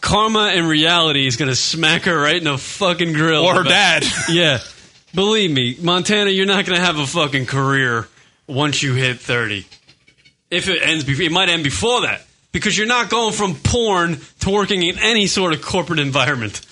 Karma and reality is going to smack her right in the fucking grill. Or her But- dad. yeah. Believe me, Montana, you're not going to have a fucking career once you hit 30. If it ends, before, it might end before that because you're not going from porn to working in any sort of corporate environment.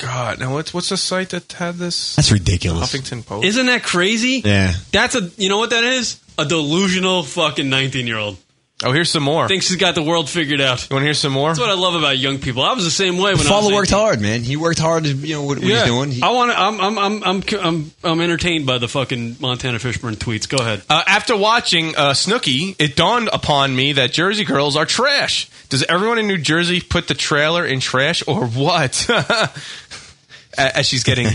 God, now what's what's the site that had this? That's ridiculous. Huffington Post. Isn't that crazy? Yeah. That's a, you know what that is? A delusional fucking 19 year old. Oh, here's some more. Thinks she's got the world figured out. You want to hear some more? That's what I love about young people. I was the same way when I was Father 18. worked hard, man. He worked hard. You know what, what he's doing. He- I want to. I'm, I'm. I'm. I'm. I'm. I'm entertained by the fucking Montana Fishburne tweets. Go ahead. Uh, after watching uh, Snooki, it dawned upon me that Jersey girls are trash. Does everyone in New Jersey put the trailer in trash or what? A- As she's getting.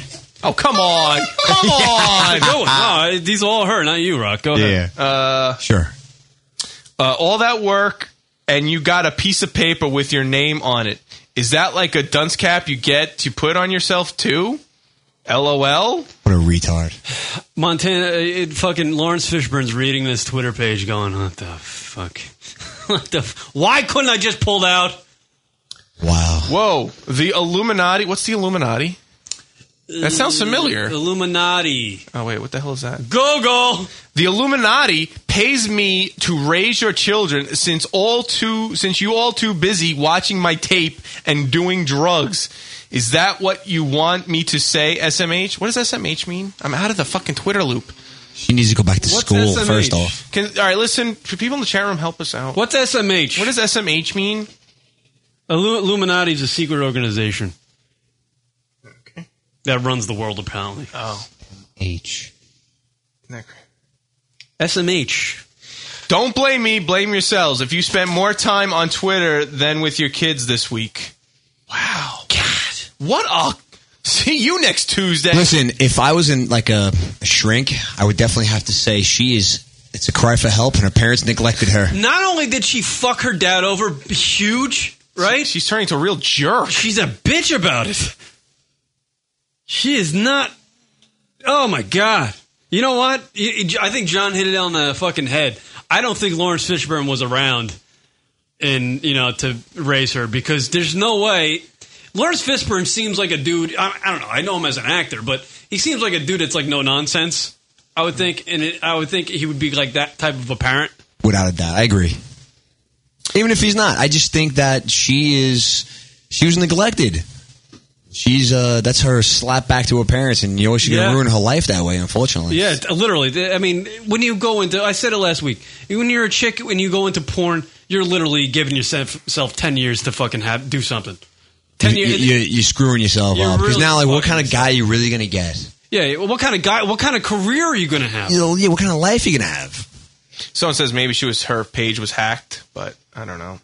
Oh, come on. Come on. Go on. No, these are all her, not you, Rock. Go ahead. Uh, sure. Uh, all that work, and you got a piece of paper with your name on it. Is that like a dunce cap you get to put on yourself too? LOL. What a retard. Montana. It, fucking Lawrence Fishburne's reading this Twitter page, going, "What the fuck? what the? F- Why couldn't I just pulled out?" Whoa. The Illuminati. What's the Illuminati? That sounds familiar. Illuminati. Oh wait, what the hell is that? Google. The Illuminati pays me to raise your children since all too since you all too busy watching my tape and doing drugs. Is that what you want me to say, SMH? What does SMH mean? I'm out of the fucking Twitter loop. She needs to go back to What's school SMH? first off. Can, all right, listen. Should people in the chat room help us out? What's SMH? What does SMH mean? Illu- Illuminati is a secret organization. That runs the world, apparently. Oh. H. SMH. Don't blame me. Blame yourselves. If you spent more time on Twitter than with your kids this week. What a. See you next Tuesday. Listen, if I was in like a, a shrink, I would definitely have to say she is. It's a cry for help, and her parents neglected her. Not only did she fuck her dad over huge, right? She's turning into a real jerk. She's a bitch about it. She is not. Oh my god! You know what? You- you- I think John hit it on the fucking head. I don't think Lawrence Fishburne was around, and you know, to raise her because there's no way. Lawrence Fishburne seems like a dude. I, I don't know. I know him as an actor, but he seems like a dude that's like no nonsense. I would think, and it, I would think he would be like that type of a parent. Without a doubt, I agree. Even if he's not, I just think that she is. She was neglected. She's uh, that's her slap back to her parents, and you know she's Yeah. gonna ruin her life that way. Unfortunately, Yeah, t- literally. Th- I mean, when you go into, I said it last week. When you're a chick, when you go into porn, you're literally giving yourself self ten years to fucking have do something. Ten you, years. you, you're screwing yourself You're up because really now, like, what kind of guy are you really gonna get? Yeah. What kind of guy? What kind of career are you going to have? You know, yeah, what kind of life are you gonna have? Someone says maybe she was her page was hacked, but I don't know.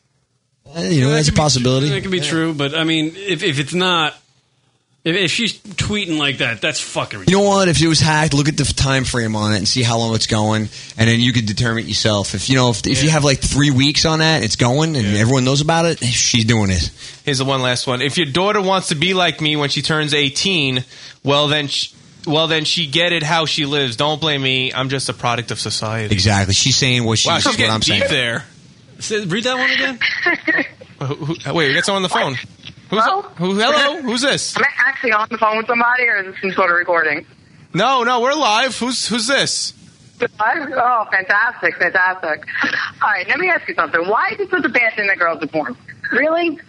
Eh, You know, that's a possibility. That can be true, but I mean, if if it's not, if, if she's tweeting like that, that's fucking. ridiculous. You know what? If it was hacked, look at the time frame on it and see how long it's going, and then you could determine it yourself. If you know, if, if you have like three weeks on that, it's going, and everyone knows about it. She's doing it. Here's the one last one. If your daughter wants to be like me when she turns 18, well then, sh well then she get it how she lives. Don't blame me. I'm just a product of society. Exactly. She's saying what she's, Wow, she's what getting I'm deep saying. there. Say- Read that one again. Who- who- wait, we got someone on the phone. Who's hello? Who, hello? Who's this? Am I actually on the phone with somebody, or is this some sort of recording? No, no, we're live. Who's who's this? Oh, fantastic, fantastic. All right, let me ask you something. Why is it such a bad thing that girls are porn? Really?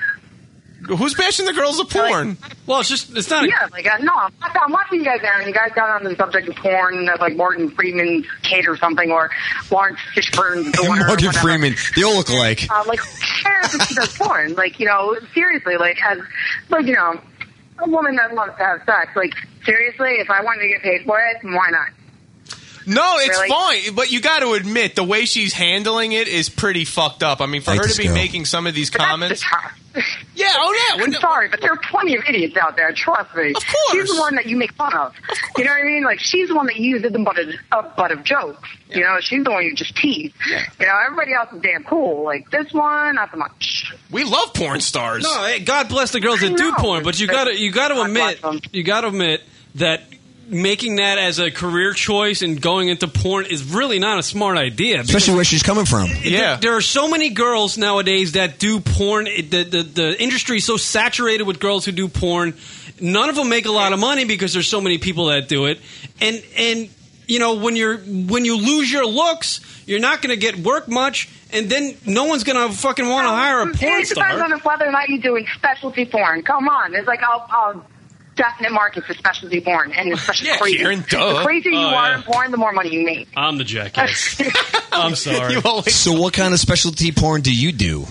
Who's bashing the girls of porn? Well, it's just it's not. Yeah, like, uh, no, I'm, watching- I'm watching you guys there, and you guys got on the subject of porn, and that's like Morgan Freeman's kid or something, or Lawrence Fishburne's daughter. or Morgan whatever. Freeman. They all look alike. Uh, like, who cares if she does porn? Like, you know, seriously, like, as, like, you know, a woman that loves to have sex, like, seriously, if I wanted to get paid for it, why not? No, it's Really? fine, but you got to admit the way she's handling it is pretty fucked up. I mean, for Like her this to be girl. making some of these comments. Yeah, oh yeah. I'm sorry, but there are plenty of idiots out there. Trust me. Of course. She's the one that you make fun of. You know what I mean? Like she's the one that you use the butt of, uh, butt of jokes. You know, she's the one you just tease. You know, everybody else is damn cool. Like this one, not so much. We love porn stars. No, hey, God bless the girls that do No. porn, but you gotta you gotta admit you gotta admit that making that as a career choice and going into porn is really not a smart idea. Especially where she's coming from. Yeah, there, there are so many girls nowadays that do porn. It, the, the the industry is so saturated with girls who do porn. None of them make a lot of money because there's so many people that do it. And and you know when you're when you lose your looks, you're not going to get work much, and then no one's going to fucking want to hire a porn It depends star. on whether or not you're doing specialty porn. Come on, there's like a, a definite market for specialty porn, and especially Yeah, crazy. Karen, duh. The crazier you Oh, are yeah. in porn, the more money you make. I'm the jackass. I'm sorry. So, what kind of specialty porn do you do?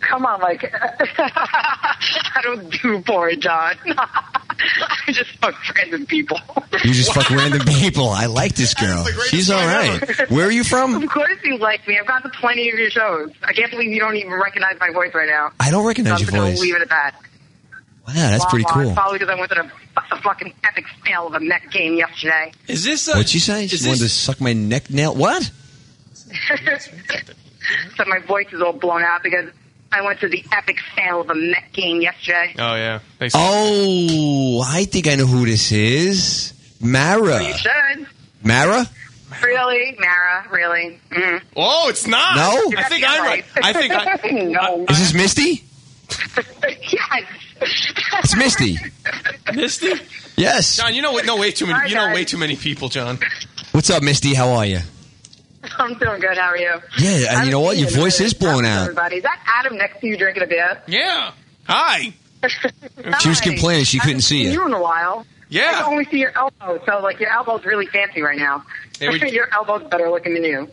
Come on, like I don't do porn, John. I just fuck random people. You just fuck random people. I like this girl. She's all right. Where are you from? Of course you like me. I've gone to plenty of your shows. I can't believe you don't even recognize my voice right now. I don't recognize your So We'll voice. leave it at that. Wow, that's Blah, pretty blah. cool. Probably because I went to a, a fucking epic fail of a neck game yesterday. Is this What'd she say? She wanted to suck my neck nail. What? so my voice is all blown out because I went to the epic fail of a Met game yesterday. Oh yeah. Oh, I think I know who this is. Mara. You should. Mara? Really, Mara? Really? Mm. Oh, it's not. No? I think I read. I think I. no. Is this Misty? yes. It's Misty. Misty. Yes. John, you know what? No, way too Hi, many. You know guys. way too many people, John. What's up, Misty? How are you? I'm doing good. How are you? Yeah, and you know what? Your voice is blown out. Everybody, is that Adam next to you drinking a beer? Yeah. Hi. She was complaining she couldn't see Seen it. you in a while. Mm-hmm. Yeah. I can only see your elbow, so like your elbow's really fancy right now. Yeah, we- your elbow's better looking than you.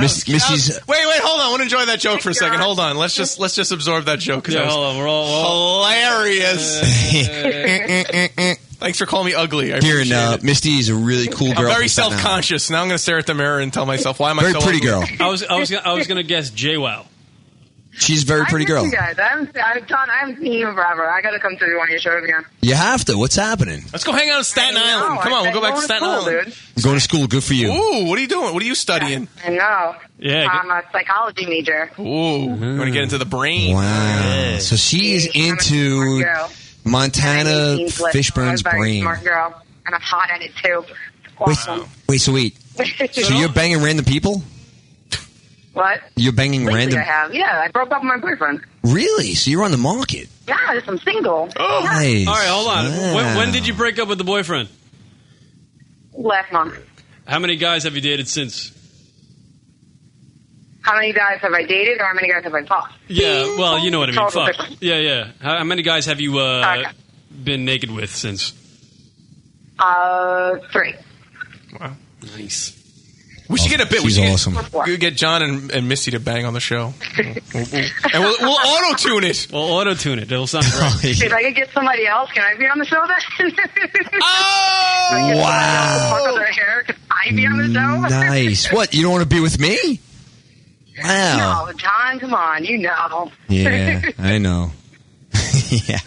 Miss, Missy's. Oh, Wait, wait, hold on. I want to enjoy that joke for a second. Hold on. Let's just let's just absorb that joke. 'cause Yeah, that was hold on. We're all- hilarious. Thanks for calling me ugly. I Here, and uh, Misty is a really cool I'm girl. very from Staten self Island. conscious. Now I'm going to stare at the mirror and tell myself why am I Very so pretty ugly? girl. I was I was I was going to guess JWoww. She's a very pretty girl. You guys, I haven't, seen- I, John, I haven't seen you in forever. I gotta come to one of your shows again. You have to. What's happening? Let's go hang out in Staten I know, Island. Come I on, we'll said go back going to to Staten school, Island. Going to school. Good for you. Ooh, what are you doing? What are you studying? I know. Yeah, I'm a psychology major. Ooh, you want to get into the brain? Wow. So she is into girl. Montana Teen flip. I'm a Fishburne's very brain. Smart girl, and I'm hot at it too. Wait, Awesome. wait, so wait. So you're banging random people? what? You're banging Lately random. I have. Yeah, I broke up with my boyfriend. Really? So you're on the market? Yeah, I'm single. Oh, Nice. all right. Hold on. When, Wow. when did you break up with the boyfriend? Last month. How many guys have you dated since? How many guys have I dated, or how many guys have I fucked? Yeah. Well, you know what I mean. Total Fuck. Yeah, yeah. How, how many guys have you uh, been naked with since? Uh, three. Wow. Nice. We should get a bit. We she's should get- awesome. we could get John and, and Missy to bang on the show, and we'll, we'll auto tune it. We'll auto tune it. It'll sound Oh, great. If I could get somebody else, can I be on the show then? oh, wow. hair? Can I be on the show? Nice. What? You don't want to be with me? Wow. No, John, come on. You know. Yeah, I know. yeah.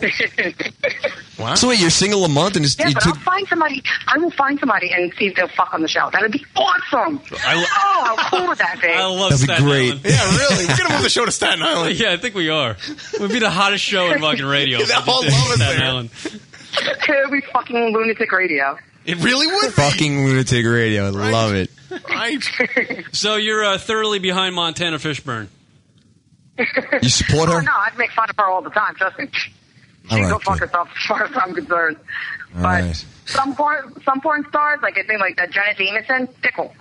Wow. So wait, you're single a month and it's, Yeah, you but took. I'll find somebody. I will find somebody and see if they'll fuck on the show. That'd be awesome. oh, how cool would that be? I love That'd be Staten great. Island. Yeah, really. We're gonna move the show to Staten Island. Yeah, I think we are. We'd be the hottest show in fucking radio. The whole Staten love is there. Island. It'd be fucking lunatic radio. It really would. Fucking lunatic radio. I love it. Right. So you're uh, thoroughly behind Montana Fishburne. You support Oh, her? no, I'd make fun of her all the time. Trust me. She All can go right. fuck herself as far as I'm concerned. All right. Some porn, some porn stars, like I think like that Janet Jameson, pickle.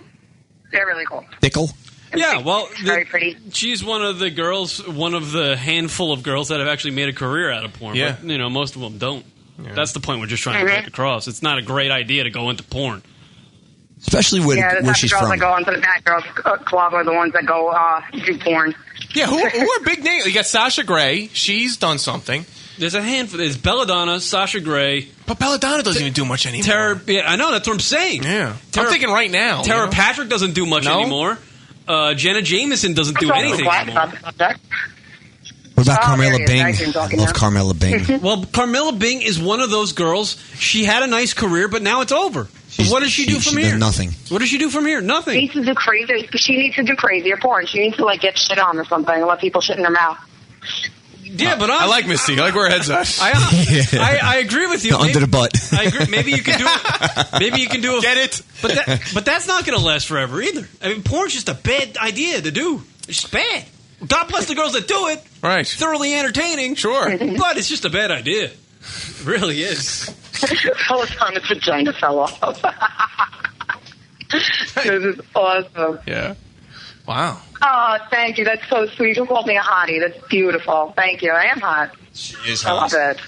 They're really cool. Pickle? Yeah, well, Very pretty. she's one of the girls, one of the handful of girls that have actually made a career out of porn. Yeah. But, you know, most of them don't. That's the point we're just trying to Mhm. get across. It's not a great idea to go into porn. Especially where, yeah, the where type she's of girls from. that go into the bad girls uh, club are the ones that go uh, do porn. Yeah, who, who are big names? You got Sasha Grey. She's done something. There's a handful. There's Belladonna, Sasha Grey. But Belladonna doesn't even do much anymore. Tara, yeah, I know. That's what I'm saying. Yeah. Tara- I'm thinking right now. you Tara know? Patrick doesn't do much No? anymore. Uh, Jenna Jameson doesn't do I'm anything glad anymore. about that. What about Oh, Carmela there he is. Bing? I can talk I love now. Carmela Bing. Well, Carmilla Bing is one of those girls. She had a nice career, but now it's over. She's- what does she, do from she here? Does nothing. What does she do from here? She Nothing. needs to do crazy. She needs to do crazier porn. She needs to like get shit on or something and let people shit in her mouth. Yeah, but I honestly, like Missy. I like where her head's at. I, I, I agree with you. The under the butt. I agree. Maybe you can do. it. Maybe you can do. A, Get it? But that, but that's not going to last forever either. I mean, porn's just a bad idea to do. It's just bad. God bless the girls that do it. Right. Thoroughly entertaining, Sure. but it's just a bad idea. It really is. Peloton's vagina fell off. this is awesome. Yeah. Wow. Oh, thank you. That's so sweet. You called me a hottie. That's beautiful. Thank you. I am hot. She is I love it.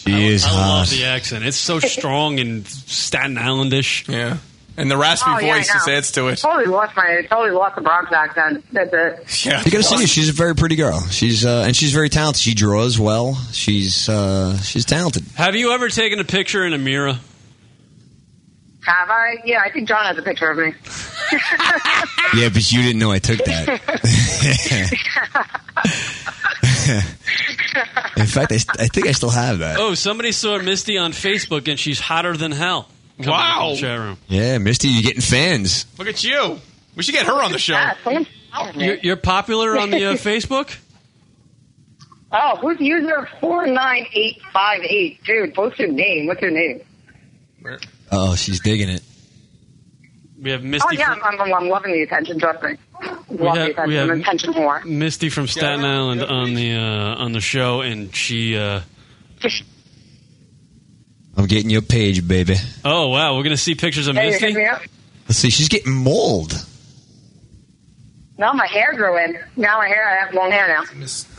She is uh, I hot. love the accent. It's so strong and Staten Islandish. Yeah. And the raspy Oh, yeah, I voice just know. adds to it. Totally lost my totally lost the Bronx accent. That's it. Yeah. You gotta see her. She's a very pretty girl. She's uh, and she's very talented. She draws well. She's uh, she's talented. Have you ever taken a picture in a mirror? Have I? Yeah, I think John has a picture of me. Yeah, but you didn't know I took that. In fact, I, st- I think I still have that. Oh, somebody saw Misty on Facebook and she's hotter than hell. Come Wow. into the chat room. Yeah, Misty, you're getting fans. Look at you. We should get her on the show. Ah, someone's following me. You're, you're popular on the uh, Facebook. Oh, who's user four nine eight five eight? Dude, what's your name? What's your name? Oh, she's digging it. We have Oh Misty. yeah, from, I'm, I'm, I'm loving the attention. Trust me, Oh, love have- the attention. we have- I'm attention more. Misty from Staten Island on the uh, on the show, and she. Uh, I'm getting your page, baby. oh wow, we're gonna see pictures of Hey, you hit Misty. me up. Let's see. She's getting mold. Now my hair grew in. Now my hair, I have long hair now.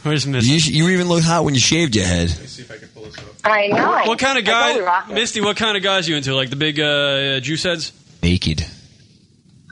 Where's Misty? You, you even looked hot when you shaved your head. I know. What kind of I totally rock guy, it. Misty? What kind of guys you into? Like the big uh, juice heads? Naked.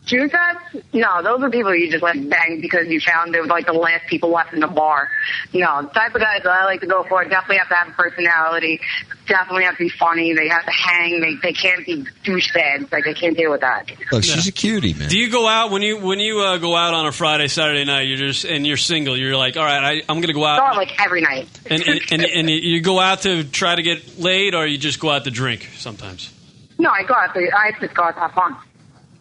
Juice ups? No, those are people you just like bang because you found they were like the last people left in the bar. No, the type of guys that I like to go for definitely have to have a personality, definitely have to be funny, they have to hang, they, they can't be douchebags, like I can't deal with that. Look, she's a cutie, man. Do you go out when you when you uh, go out on a Friday Saturday night? You're just and you're single. You're like, all right, I, I'm gonna go So out I'm like every night. and and, and and you go out to try to get laid, or you just go out to drink sometimes. No, I go out to, I just go out to have fun.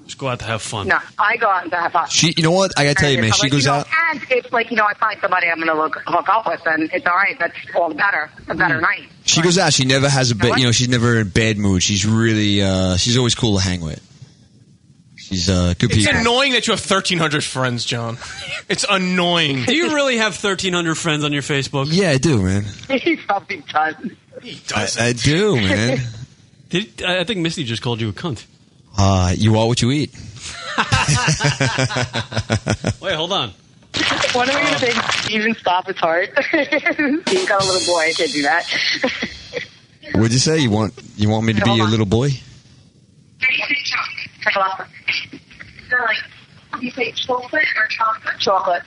Just go out to have fun. No, I go out to have fun. She, you know what? I gotta tell you, man. She Like, goes you know, out. And if, like, you know, I find somebody I'm going to look hook up with, then it's all right. That's all the better. A Mm. better night. She goes out. She never has a bad. You know, she's never in a bad mood. She's really. uh She's always cool to hang with. She's uh, good It's people. annoying that you have 1,300 friends, John. It's annoying. Do you really have 1,300 friends on your Facebook? Yeah, I do, man. He probably does. I, I do, man. Did, I I think Misty just called you a cunt. Uh, you are what you eat. Wait, hold on. When are we going to make even stop his heart? He's got a little boy. I can't do that. What'd you say? You want you want me to be your little boy? You say chocolate or chocolate? Chocolate.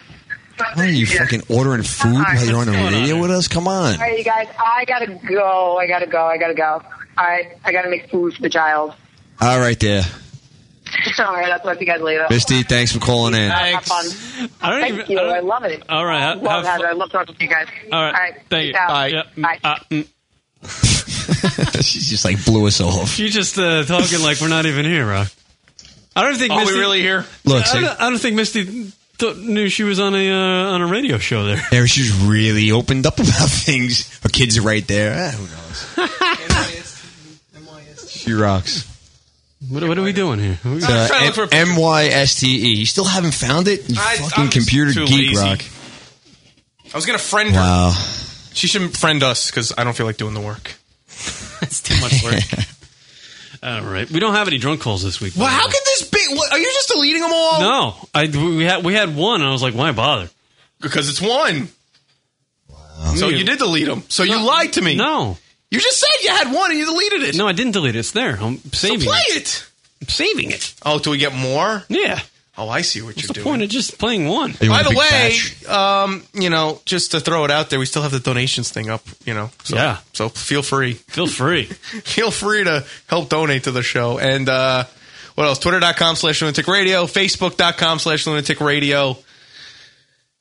Why are you fucking ordering food while you're on the radio with us? Come All on. right, you guys. I gotta go. I gotta go. I gotta go. All right, I gotta make food for the child. All right, there, All right, I'll talk to you guys later. Misty. Thanks for calling in. Have fun. I don't Thank you. I, love it. All right, ha- Love have having- fun. I love talking to you guys. All right, thank you. peace out. Bye. Yeah, mm, Bye. uh, mm. she just like blew us off. She's just uh, talking like we're not even here, Rock. I don't think. Are we Misty, really here? Look, I so- don't, I don't think Misty th- knew she was on a uh, on a radio show there. There, she's really opened up about things. Her kids are right there. Eh, who knows? she rocks. What, what are we doing here? Are we- Uh, M Y S T E. You still haven't found it? You I- fucking I'm computer too geek, lazy. rock. I was going to friend her. Wow. She should friend us because I don't feel like doing the work. That's too much work. All right, we don't have any drunk calls this week. by Well, the how way. could this be? What, are you just deleting them all? No, I we had we had one, and I was like, why bother? Because it's one. So you did delete them. So you lied to me. No, You just said you had one and you deleted it. no, I didn't delete it. It's there. I'm So saving play it. it. I'm saving it. Oh, do we get more? Yeah. Oh, I see what you're The doing. point of just playing one. By the way, um, you know, just to throw it out there, we still have the donations thing up. You know, so, Yeah. So feel free, feel free, feel free to help donate to the show. And uh, what else? Twitter.com slash lunatic radio, Facebook.com slash lunatic radio,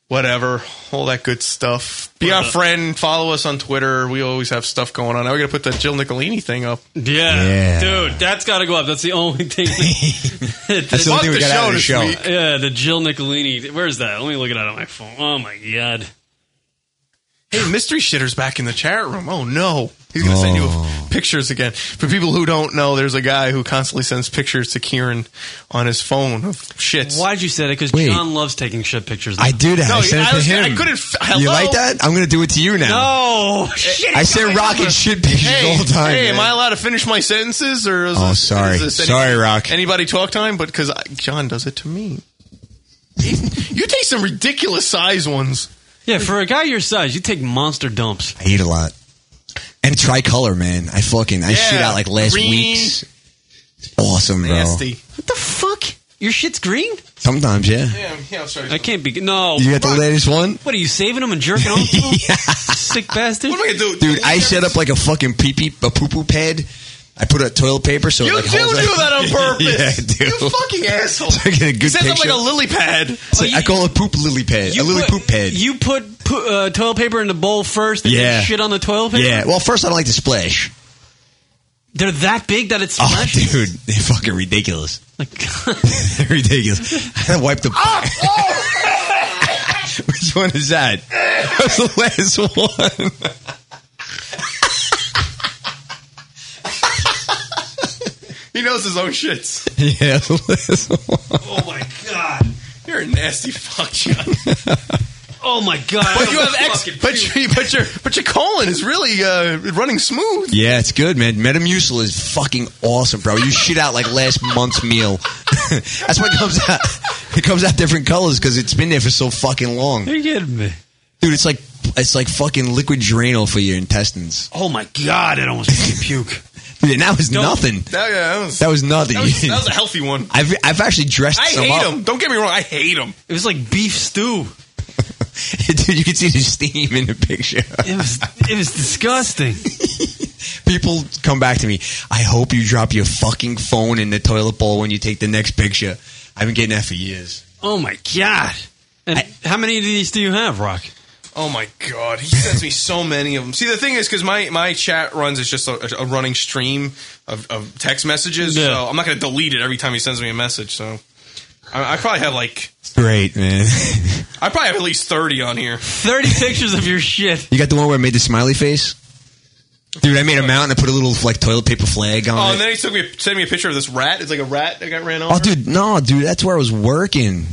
whatever, all that good stuff. Be our What up? friend. Follow us on Twitter. We always have stuff going on. Now we got to put that Jill Nicolini thing up. yeah, Yeah. dude, that's got to go up. That's the only thing. That's the only thing we got out of the show. Yeah, the Jill Nicolini. Where's that? Let me look at it on my phone. Oh my god. Hey, mystery shitter's back in the chat room. Oh no, he's gonna send Oh. you pictures again. For people who don't know, there's a guy who constantly sends pictures to Kieran on his phone of shits. Why'd you say that? Because Wait. John loves taking shit pictures. I do that. No, I sent it I to was- him. I couldn't f- hello? You like that? I'm going to do it to you now. No, shit. I send rocket shit pictures Hey, all the time. hey, am man. I allowed to finish my sentences or? Is Oh, this, sorry. is this Sorry, Rock. Anybody talk time? But because John does it to me. you take some ridiculous size ones. Yeah, for a guy your size, you take monster dumps. I eat a lot. And tricolor, man. I fucking, I shit out like last green. week's. It's awesome, bro. Nasty. What the fuck? Your shit's green. Sometimes, yeah. Yeah, yeah, I'm sorry. I can't be. Oh, No, You got the latest one? What are you saving them and jerking off? to 'em? Sick bastard. What am I gonna do? Dude, I set up like a fucking pee pee, a poo poo pad. I put a toilet paper so it, You like do holds do that on purpose. yeah, I do. You fucking asshole. So I get a good He sets up picture. like a lily pad. It's like- I call it poop lily pad. A lily put, poop pad. You put po- uh, toilet paper in the bowl first. And Yeah. yeah. Shit on the toilet paper. Yeah. Well, first I don't like to splash. They're that big that it's Oh, dude, they're fucking ridiculous. They're ridiculous. I wiped the. Ah, oh. Which one is that? That's the last one. He knows his own shits. yeah, that's the last one. Oh my god, you're a nasty fuck, John. oh my god. But you have ex, but your but your but your colon is really uh, running smooth. Yeah, it's good, man. Metamucil is fucking awesome, bro. You shit out like last month's meal. That's why it comes out. It comes out different colors because it's been there for so fucking long, You're kidding me. dude. It's like it's like fucking liquid Drano for your intestines. Oh my god! It almost made me puke. Yeah, that was nothing. That, yeah, that was, That was nothing. that was- that was a healthy one. I've I've actually dressed I some hate up. them. Don't get me wrong. I hate them. It was like beef stew. Dude, you can see the steam in the picture. It was it was disgusting. People come back to me. I hope you drop your fucking phone in the toilet bowl when you take the next picture. I've been getting that for years. Oh my god! And how many of these do you have, Rock? Oh my god, he sends me so many of them. See, the thing is, because my, my chat runs is just a, a running stream of, of text messages, so I'm not going to delete it every time he sends me a message. So I, I probably have like Great man. I probably have at least thirty on here. Thirty pictures of your shit. You got the one where I made the smiley face, dude. I made a mountain. I put a little like toilet paper flag on Oh, it. and then he took me sent me a picture of this rat. It's like a rat that got ran over. Oh, dude, no, dude, that's where I was working.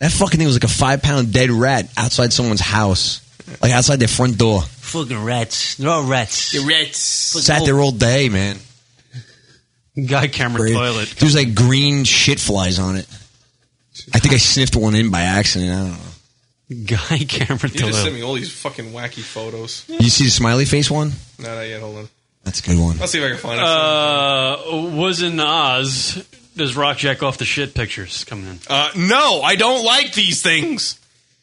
That fucking thing was like a five pound dead rat outside someone's house, like outside their front door. Fucking rats. They're all rats. The rats. Sat there all day, man. Guy camera toilet. There's like green shit flies on it. I think I sniffed one in by accident. I don't know. Guy camera You just sent toilet. me all these fucking wacky photos. You see the smiley face one? No, not uh, yet. Hold on. That's a good one. I'll see if I can find it. Uh, was in Oz. Does Rock jack off the shit pictures coming in? Uh, no, I don't like these things.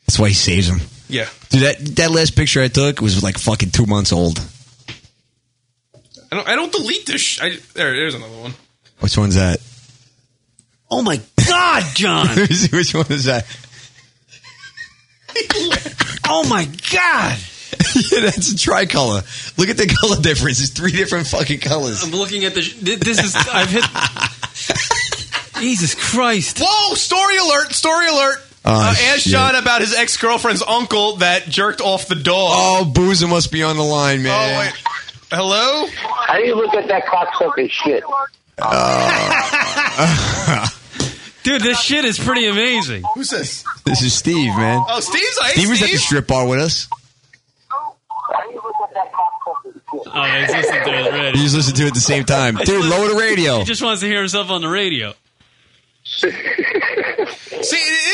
That's why he saves them. Yeah. Dude, that that last picture I took was like fucking two months old. I don't. I don't delete this. Sh- I, there, there's another one. Which one's that? Oh my god, John! Which one is that? oh my god! yeah, that's a tricolor. Look at the color difference. It's three different fucking colors. I'm looking at the. Sh- thi- this is. I've hit. Jesus Christ! Whoa! Story alert! Story alert! Oh, uh, asked shit. John about his ex girlfriend's uncle that jerked off the dog. Oh, Oh, Boozer must be on the line, man. wait. Hello? How do you look at that cocksucking shit? Uh, Dude, this shit is pretty amazing. Who's this? This is Steve, man. Oh, Steve's hey, Steve was at the Steve. strip bar with us. Oh, he's listening to the He radio. just listened to it at the same time. Dude, lower the radio. He just wants to hear himself on the radio. See, it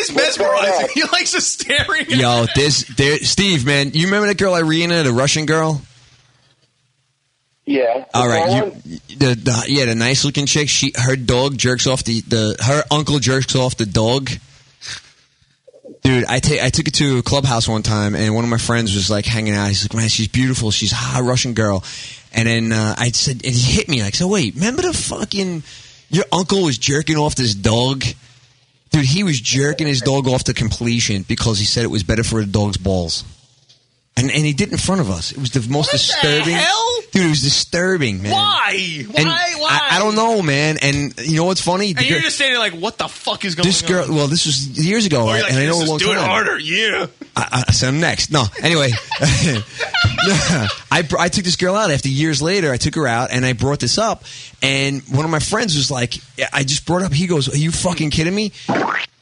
is mesmerizing. He likes just staring. at- Yo, this, there, Steve, man, you remember that girl Irina, the Russian girl? Yeah. All right, you, the, the yeah, the nice looking chick. She her dog jerks off the the her uncle jerks off the dog. Dude, I ta- I took it to a clubhouse one time, and one of my friends was like hanging out. He's like, "Man, she's beautiful. She's a hot Russian girl." And then uh, I said, and he hit me like, "So wait, remember the fucking your uncle was jerking off this dog, dude? He was jerking his dog off to completion because he said it was better for the dog's balls." And and he did it in front of us. It was the most disturbing. hell? Dude, it was disturbing, man. Why? Why? And Why? I, I don't know, man. And you know what's funny? The and you're gir- just standing like, what the fuck is going this girl. Well, this was years ago, on? You're right? like, and I know "Yes, a long just do it time. harder. Yeah. I, I said I'm next. No, anyway, I br- I took this girl out after years later. I took her out and I brought this up, and one of my friends was like, I just brought up. He goes, "Are you fucking kidding me?"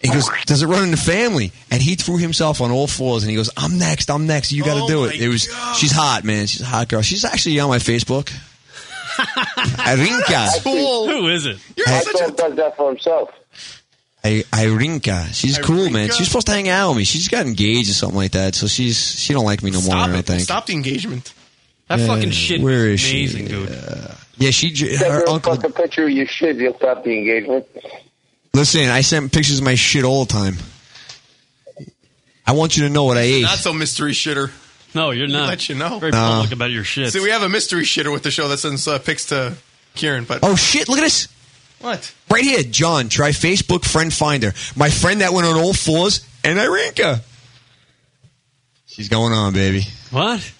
He goes, "Does it run in the family?" And he threw himself on all fours and he goes, "I'm next. I'm next. You got to do it." It was she's hot, man. She's a hot girl. She's actually on my Facebook. Arinka. Who is it? My son does that for himself. I, Irinka. She's cool, man. She's supposed to hang out with me. She's got engaged or something like that, so she's she don't like me no more. I don't think. Stop the engagement. That Yeah, fucking shit where is is she? amazing, dude. Yeah, she. j- That Her girl uncle. took a picture of your shit. You'll stop the engagement. Listen, I sent pictures of my shit all the time. I want you to know what I ate. Not so mystery shitter. No, you're not. Let you know. Very No. public about your shit. See, we have a mystery shitter with the show that sends uh, pics to Kieran, but Oh shit! Look at this. What? Right here, John. Try Facebook Friend Finder. My friend that went on all fours and Irinka. She's going on, baby. What?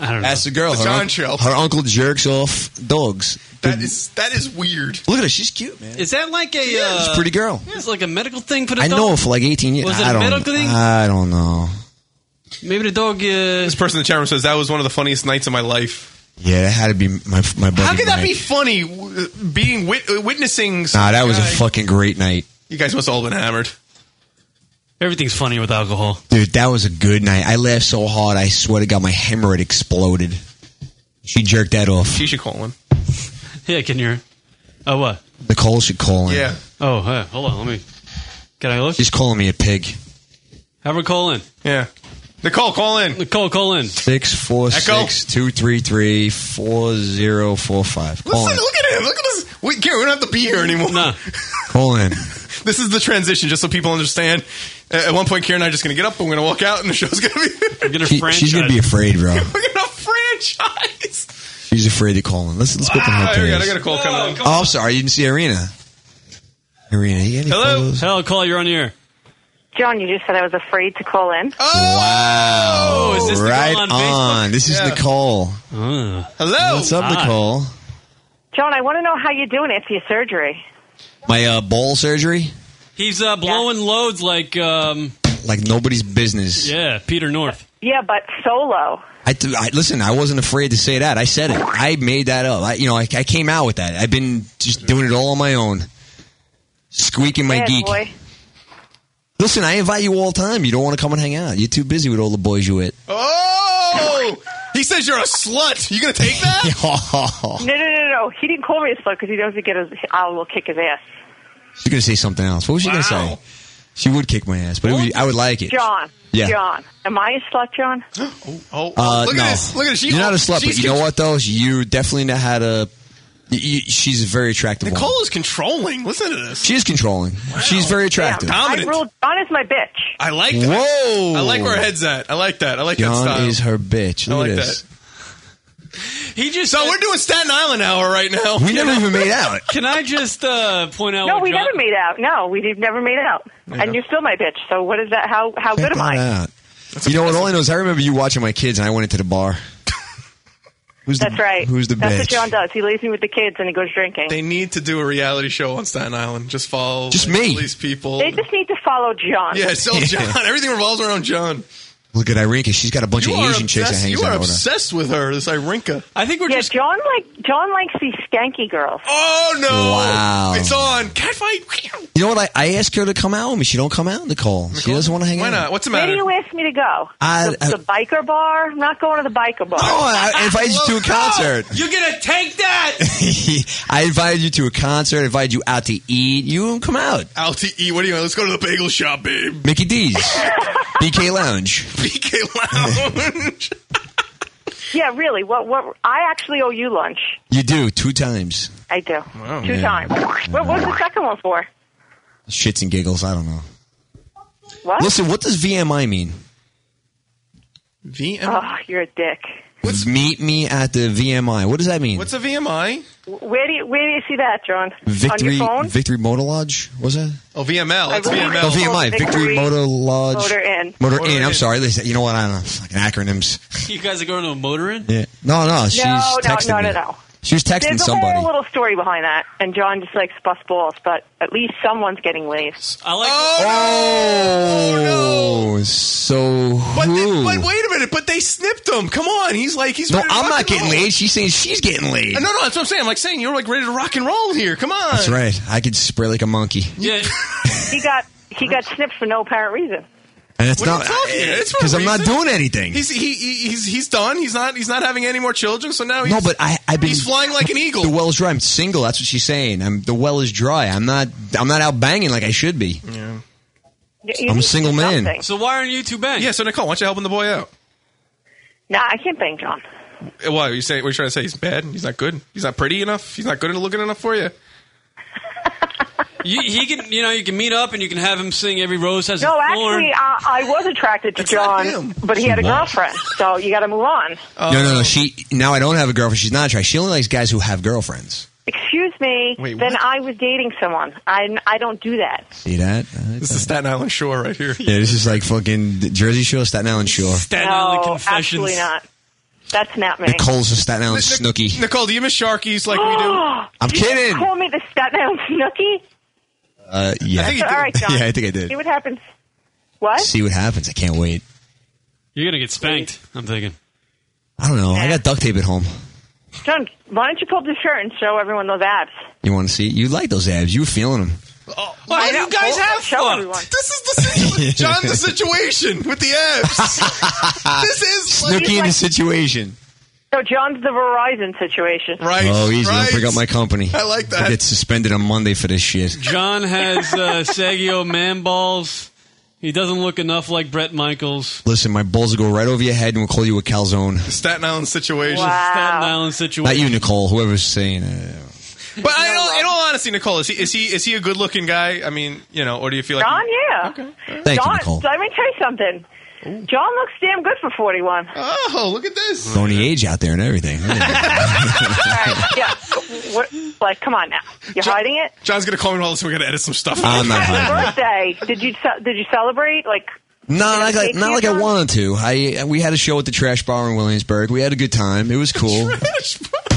I don't know. That's the girl. The her John unc- show. Her uncle jerks off dogs. that is that is weird. Look at her. She's cute, man. Is that like a uh, she's a pretty girl. It's like a medical thing for the I dog. know her for like 18 years. Was it I a don't, Uh, medical thing? I don't know. Maybe the dog. Uh, This person in the chat room says that was one of the funniest nights of my life. Yeah, that had to be my my buddy. How could that Mike. be funny? w- Being wit- uh, witnessing. some Nah, that was a guy- fucking great night. You guys must have all been hammered. everything's funny with alcohol. Dude, that was a good night. I laughed so hard, I swear to God, my hemorrhoid exploded. She jerked that off. She should call him. Yeah, can you? Oh, what? Nicole should call in. Yeah. Oh, hey, hold on. Let me. Can I look? She's calling me a pig. Have her call in. Yeah. Nicole, call in. Nicole, call in. Six four Echo? six two three three four zero four five. Call in. Listen, look at him. Look at this. We, Gary, we don't have to be here anymore. Call in. This is the transition, just so people understand. Uh, at one point, Karen and I are just going to get up. We're going to walk out, and the show's going to be. We're going She- she's gonna be afraid, bro. We're going to franchise. She's afraid to call in. Let's let's get the Ah, help. here we go. is. I got a call coming in. Oh, I'm sorry. You didn't see Arena. Arena, you got any Hello, hello, call. You're on the air. John, you just said I was afraid to call in. Oh. Wow. is this the girl right on on. Facebook? This is Yeah. Nicole. Hello. What's up, Hi. Nicole? John, I want to know how you're doing after your surgery. My uh, bowl surgery? He's uh, blowing loads like um, Like nobody's business. yeah, Peter North. Yeah, but solo. I, th- I listen. I wasn't afraid to say that. I said it. I made that up. I, you know, I, I came out with that. I've been just doing it all on my own, squeaking my Yeah, geek. boy. Listen, I invite you all the time. You don't want to come and hang out. You're too busy with all the boys you with. Oh! He says you're a slut. You going to take that? You're No, no, no, no. He didn't call me a slut because he knows he get his. I will kick his ass. gonna say something else. What was she gonna say? She would kick my ass, but it would, I would like it. John. Yeah. John, am I a slut, John? oh, Uh, Look at no. this. Look at this. She- You're not a slut, but she's you know what though? You definitely know how to. You, you, she's a very attractive. woman. Nicole is controlling. Listen to this. She is controlling. She's very attractive. I ruled. John is my bitch. I like that. Whoa. I like where her head's at. I like that. I like that John style. is her bitch. Look I at like this. He just so we're doing Staten Island hour right now. We never even made out. Can I just uh, point out? No, what we John- never made out. No, we've never made out. And you're still my bitch. So what is that? How how good am I? Yeah. You know what? All I know is I remember you watching my kids, and I went into the bar. Who's That's the, right. Who's the That's bitch? what John does. He leaves me with the kids and he goes drinking. They need to do a reality show on Staten Island. Just follow Just like, me. all these people. They just need to follow John. yeah, so John. Everything revolves around John. Look at Irene. 'cause She's got a bunch you of are Asian chicks that obsessed- hangs You are out with her. obsessed with her, this Irinka. I think we're yeah, John like John likes these skanky girls. Oh no! Wow. It's on. Catfight. You know what? I, I asked her to come out with me. She don't come out, Nicole. She doesn't want to hang Why out. not? Uh, What's the Where do matter? you ask me to go? I- the, I- the biker bar? I'm not going to the biker bar. No, I, I invited you to a concert. You're gonna take that. I invited you to a concert. I invited you out to eat. You don't come out. Out to eat. E, What do you want? Let's go to the bagel shop, babe. Mickey D's, BK Lounge. BK Lounge. Yeah, really. What? What? I actually owe you lunch. You do two times. I do. Two Yeah. times. What was the second one for? Shits and giggles. I don't know. What? Listen, what does VMI mean? VMI. Oh, you're a dick. Meet me at the VMI. What does that mean? What's a VMI? Where do you Where do you see that, John? Victory On your phone? Victory Motor Lodge? Was that? Oh, VML. I It's believe VML. Oh, VMI. Victory, Motor Lodge. Motor Inn. Motor, Motor Inn. Inn. I'm sorry. Listen, you know what? I don't know. Fucking acronyms. You guys are going to a motor in? Yeah. No, no. ah, She's no, no, texting no, no, me. no. She was texting There's a somebody. whole little story behind that, and John just likes bust balls, but at least someone's getting laid. I like. Oh, so But, who? they- but wait a minute! But they snipped him. Come on, he's like he's. no, ready to I'm rock not and getting roll. laid. She's saying she's getting laid. Uh, No, no, that's what I'm saying. I'm like saying you're like ready to rock and roll here. Come on. That's right. I could spray like a monkey. Yeah. he got he got snipped for no apparent reason. And it's What are not you talking? It's for a because I'm not reason. doing anything. He's he, he he's he's done. He's not he's not having any more children. So now he's, No, but I, I've been. he's flying like an eagle. The well is dry. I'm single. That's what she's saying. I'm the well is dry. I'm not. I'm not out banging like I should be. Yeah. I'm a single man. So why aren't you two bang? Yeah. So Nicole, why don't you helping the boy out? Nah, I can't bang John. Uh, Why are you saying? What are you trying to say? He's bad. He's not good. He's not pretty enough. He's not good looking enough for you. You, he can, you know, you can meet up and you can have him sing "Every Rose Has No, a Thorn." Oh, actually, I, I was attracted to John, but he had a She was. girlfriend, so you got to move on. Oh. no, no, no. Oh. She now I don't have a girlfriend. She's not attracted. She only likes guys who have girlfriends. Excuse me. Wait, then I was dating someone. I I don't do that. See that? This is Staten Island Shore right here. Yeah, this is like fucking Jersey Shore, Staten Island Shore. Staten no, absolutely not. That's not me. Nicole's a Staten Island Snooky. Nicole, do you miss Sharkies like we do? I'm You didn't kidding. Call me the Staten Island Snooki. Uh, yeah. That's all right, John. yeah, I think I did. See what happens. What? See what happens. I can't wait. You're gonna get spanked. I'm thinking. I don't know. I got duct tape at home. John, why don't you pull up the shirt and show everyone those abs? You want to see? You like those abs? You were feeling them. Oh, Why do you guys have show fun? everyone. This is the situation. John, the situation with the abs. this is like- Ah, Snooky in the situation. So John's the Verizon situation. Right. Oh, easy. Don't bring up my company. I like that. I get suspended on Monday for this shit. John has uh, Sagio man balls. He doesn't look enough like Brett Michaels. Listen, my balls will go right over your head and we'll call you a calzone. Staten Island situation. Staten Island situation. Not you, Nicole. Whoever's saying uh, it. But I, in, all, in all honesty, Nicole, is he is he is he a good looking guy? I mean, you know, or do you feel like John, yeah. Thank you, John, Nicole. let me tell you something. John looks damn good for 41. Oh, look at this. Throwing the age out there and everything. yeah. What, like, come on now. You're hiding it? John's gonna call me and all this. We're gonna edit some stuff. I'm not hiding it. Birthday. Did you ce- did you celebrate? Like, No, not like, not like I wanted to. I we had a show at the Trash Bar in Williamsburg. We had a good time. It was cool.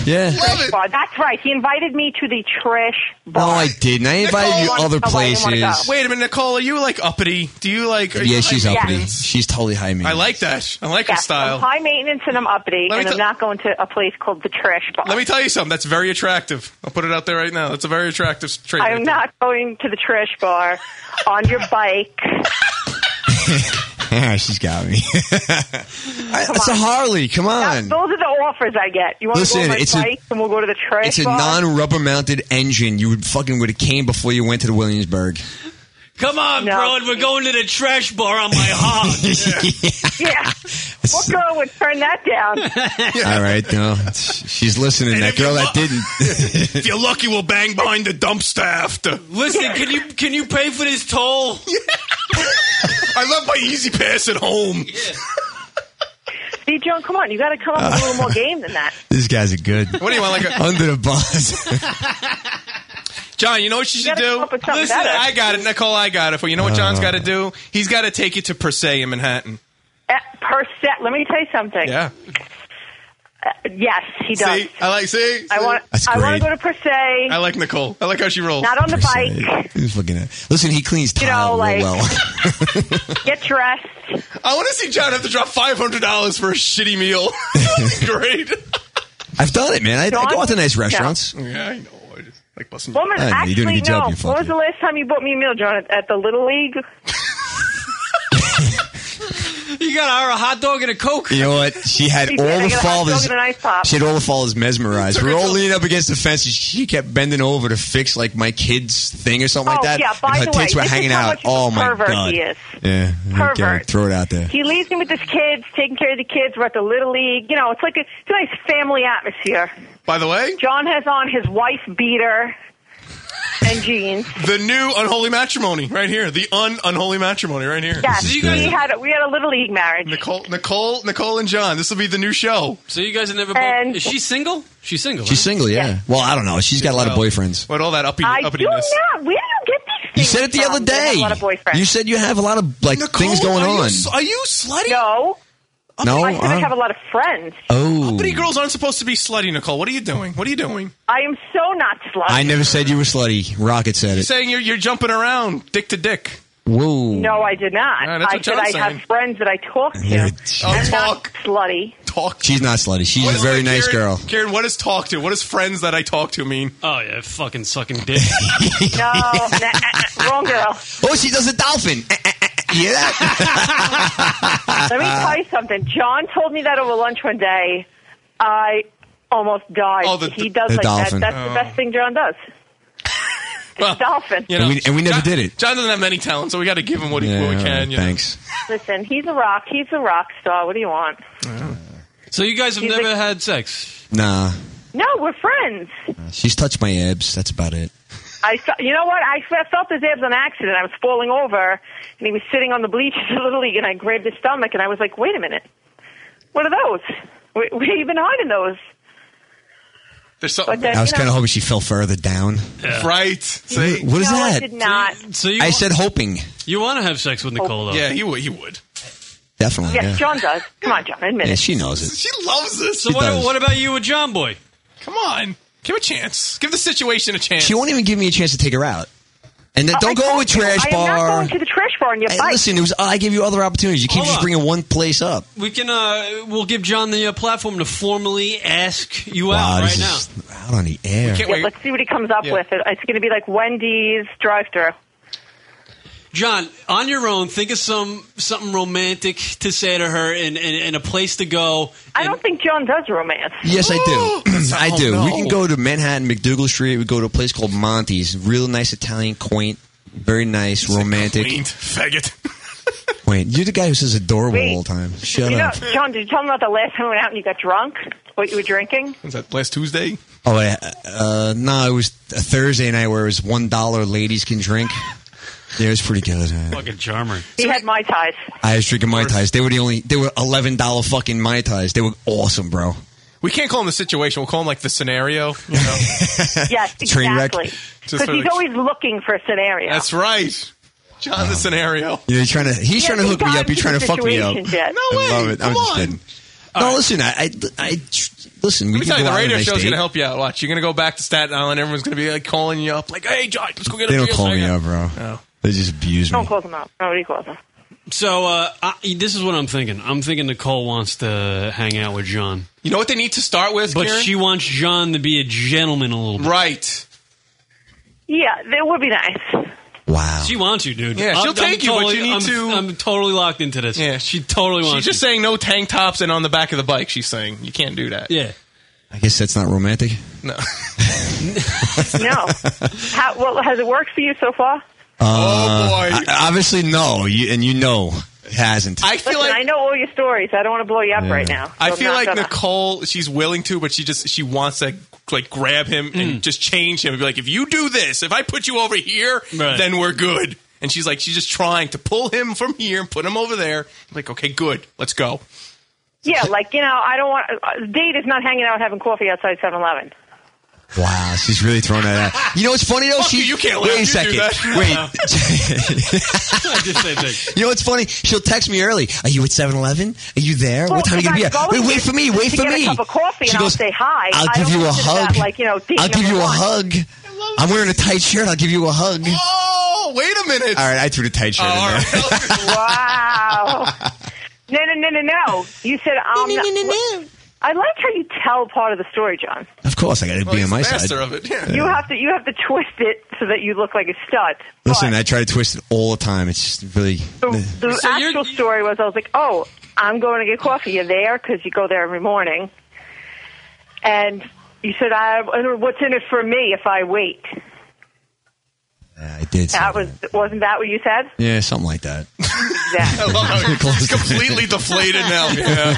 Yeah. trash bar. That's right. He invited me to the trash No, I didn't. I invited you other Oh places. Wait a minute, Nicole. Are you like uppity? Do you like? Are Yeah, you she's like, uppity. She's totally high me. I like that. I like her Yes, I'm style. high maintenance and I'm uppity, and I'm not going to a place called the trash bar. Let me tell you something. That's very attractive. I'll put it out there right now. That's a very attractive trait. I'm not going to the trash bar on your bike. Ah, she's got me. I, it's a Harley. Come on. Those are the offers I get. You want Listen, to go on my it's a- bike, and we'll go to the trash It's a bar. non-rubber mounted engine. You would fucking would have came before you went to the Williamsburg. Come on, bro. We're going to the trash bar on my hog. yeah. What girl would turn that down? All right, no, she's listening. that girl that didn't. if you're lucky, we'll bang behind the dumpster after. Listen, can you can you pay for this toll? I love my easy pass at home. See, Joan, come on. You got to come up with a little more game than that. These guys are good. What do you want, like a- under the bus? John, you know what you should do? Listen, something better. I got it, Nicole. I got it. For you know what Uh. John's got to do? He's got to take you to Per Se in Manhattan. Eh, Per set. Let me tell you something. Uh, Yeah. Yes, he does. See, I like. See, I want. That's I want great. to go to per se. I like Nicole. I like how she rolls. Not on the bike. Who's looking at? Listen, he cleans You know, tile like- real well. Get dressed. I want to see John have to drop five hundred dollars for a shitty meal. That'd be great. I've done it, man. I, I go out to nice Yeah. restaurants. Yeah, I know. I just like busting. Woman, I know, actually, you're doing a good job, no. you When was the last time you bought me a meal, John? At, at the Little League? you got a hot dog and a coke. You know what? She had She did. all I the got a hot dog fathers. and an ice pop. She had all the fathers mesmerized. Took We her were all to- leaning up against the fence. and She kept bending over to fix like my kid's thing or something Oh, like that. yeah, by and her the way, tits were this is hanging how out. much of a Oh my pervert god. he is. Yeah. Pervert. Okay, throw it out there. He leaves me with his kids, taking care of the kids. We're at the Little League. You know, it's like a, it's a nice family atmosphere. By the way, John has on his wife beater and jeans. The new unholy matrimony right here. The un unholy matrimony right here. Yes, we had a, we had a Little League marriage. Nicole, Nicole, Nicole, and John. This will be the new show. So you guys have never. Both, is she single? She's single. She's single, yeah. Well, I don't know. She's got a lot of boyfriends. What all that uppity, I do uppityness? not. Where do you get these? You said it the other I day. have a lot of boyfriends. You said you have a lot of like Nicole, things going are you on. s- Are you slutty? No. No, uh-huh. I said I I'm- have a lot of friends. oh, Uppity girls aren't supposed to be slutty, Nicole. What are you doing? What are you doing? I am so not slutty. I never said you were slutty. Rocket said You're it. saying you're you're jumping around dick to dick. Whoa. No, I did not. Yeah, that's I what said John's I saying. Oh, have friends that I talk to. Yeah, I'm not slutty. Talk. She's not slutty. She's What a is very that, nice Karen? girl. Karen, what does talk to? What does friends that I talk to mean? Oh yeah, fucking sucking dick. No, nah, nah, nah, wrong girl. Oh, she does a dolphin. Eh, yeah. Let me tell you something. John told me that over lunch one day. I almost died. Oh, the- he does The like dolphin. that. That's Oh. the best thing John does. Well, dolphin. You know, And we- and we never John, did it. John doesn't have many talents, so we got to give him what, he, Yeah, what we all can. right, you know. thanks. Listen, he's a rock. He's a rock star. What do you want? So you guys have She's never like- had sex. Nah, No, we're friends. she's touched my abs. That's about it. I fe- you know what? I fe- felt his abs on accident. I was falling over, and he was sitting on the bleachers of Little League, and I grabbed his stomach, and I was like, "Wait a minute, what are those? Where, where you been hiding those?" There's But then, I was you know- kind of hoping she fell further down. Right. See? What is no, I that? did not. So you I said hoping. you want to have sex with Nicole? Though. Yeah, he would. He would. Definitely. Yes, Oh, yeah. John does. Come on, John, admit Yeah, it. she knows it. She loves this. So She what, does. what about you with John Boy? Come on, give a chance. Give the situation a chance. She won't even give me a chance to take her out. And then, Oh, I don't go told with you, trash I am not bar. going to the trash bar on your Hey, bike. listen, it was I gave you other opportunities. You keep Hold just on. bringing one place up. We can uh, we'll give John the uh, platform to formally ask you wow, out right this now. is out on the air. Yeah, let's see what he comes up with. It- It's going to be like Wendy's drive-through. John, on your own, think of some something romantic to say to her and, and, and a place to go. I don't think John does romance. Yes, I do. I do. Oh, no. We can go to Manhattan, McDougal Street. We go to a place called Monty's. Real nice Italian, quaint, very nice, romantic. Quaint faggot. Wait, you're the guy who says adorable all the time. Shut you know, up. John, did you tell them about the last time we went out and you got drunk? What you were drinking? Was that last Tuesday? Oh, wait, uh, no, it was a Thursday night where it was one dollar. Ladies can drink. Yeah, it was pretty good. Fucking charmer. He had my ties. I was drinking mai tais. They were the only. They were eleven dollar fucking mai tais. They were awesome, bro. We can't call him the situation. We'll call him like the scenario. You know? Yes, Train wreck. exactly. Just Because sort of he's like- always looking for a scenario. That's right, John. the scenario. You know, you're trying to. He's Yeah, trying to hook me he's up. You're trying to fuck me up. situations yet. No I love way. it. Come I'm just on. kidding. no, listen. I, I, I tr- listen. Let We me can tell you, go the out on a radio nice show's date. going to help you out. Watch, you're going to go back to Staten Island. Everyone's going to be like calling you up, like, "Hey, John, let's go get a They don't beer call me second." up, Oh, bro. They just abuse me. Don't close him up. Nobody calls him. So uh, I, this is what I'm thinking. I'm thinking Nicole wants to hang out with John, You know what they need to start with, but Karen? she wants John to be a gentleman a little bit. Right. Yeah, that would be nice. She wants you, dude. Yeah, she'll take you, but totally- you need I'm- to- I'm totally locked into this. Yeah, she totally She's wants. just saying no tank tops and on the back of the bike. She's saying you can't do that. Yeah. I guess that's not romantic. No. no. How, well, has it worked for you so far? oh boy. obviously, no. You, and you know, it hasn't. I feel Listen, I know all your stories. I don't want to blow you up right now. so I I'm feel not like gonna. Nicole, she's willing to, but she just she wants to like grab him Mm. and just change him and be like, if you do this, if I put you over here, Right. then we're good. And she's like, she's just trying to pull him from here and put him over there. I'm like, okay, good, let's go. Yeah, like you know, I don't want uh, date is not hanging out having coffee outside Seven Eleven. Wow, she's really throwing that out. You know what's funny though? Fuck she you, you can't laugh. wait a You do second. that. Wait. just say things. You know what's funny? She'll text me early. Are you at 7-Eleven? Are you there? Well, what time are you if gonna be I at? go Wait, to wait for me. get- Wait to for get me. A cup of coffee She and goes, I'll say hi. I'll I give don't you a consider that, hug. like you know, date I'll give number you a one. hug. I'm wearing a tight shirt. I'll give you a hug. Oh, wait a minute. All right, I threw the tight shirt in there. wow. No, no, no, no, no. You said um, no, no, no, I like how you tell part of the story, John. Of course, I got to be on my side. master of it. You have to you have to twist it so that you look like a stud. Listen, I try to twist it all the time. It's just really. The, the actual story was I was like, oh, I'm going to get coffee. You're there because you go there every morning. And you said, I, what's in it for me if I wait? Uh, I did. That was wasn't that what you said? Yeah, something like that. Exactly. Close. Completely deflated now. Yeah.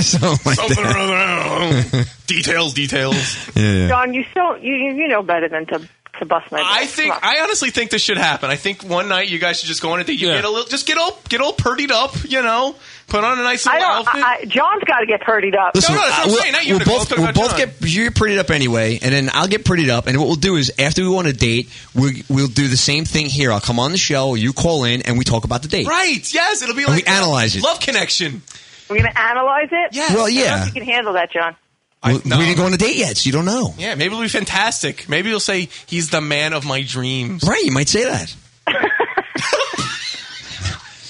something like Something that. or other. I don't know. Details, details. Yeah, yeah. John, you still you you you know better than to to bust my. Balls. I think I honestly think this should happen. I think one night you guys should just go on a date. You get a little, just get all get all purdied up, you know, put on a nice I little don't. outfit. I, I, John's got to get purdied up. Listen, no, that's what I'm I- we'll, saying, not you, we'll Nicole. I'm both, talking we'll about both get you're prettied up anyway, and then I'll get prettied up. And what we'll do is after we want a date, we, we'll do the same thing here. I'll come on the show, you call in, and we talk about the date. Right? Yes, it'll be And like we analyze it. Love connection. We're gonna analyze it. Yes. Well, I yeah. don't think you can handle that, John. we, we didn't go on a date yet, so you don't know. Yeah, maybe it'll be fantastic. Maybe you'll say he's the man of my dreams. Right? You might say that.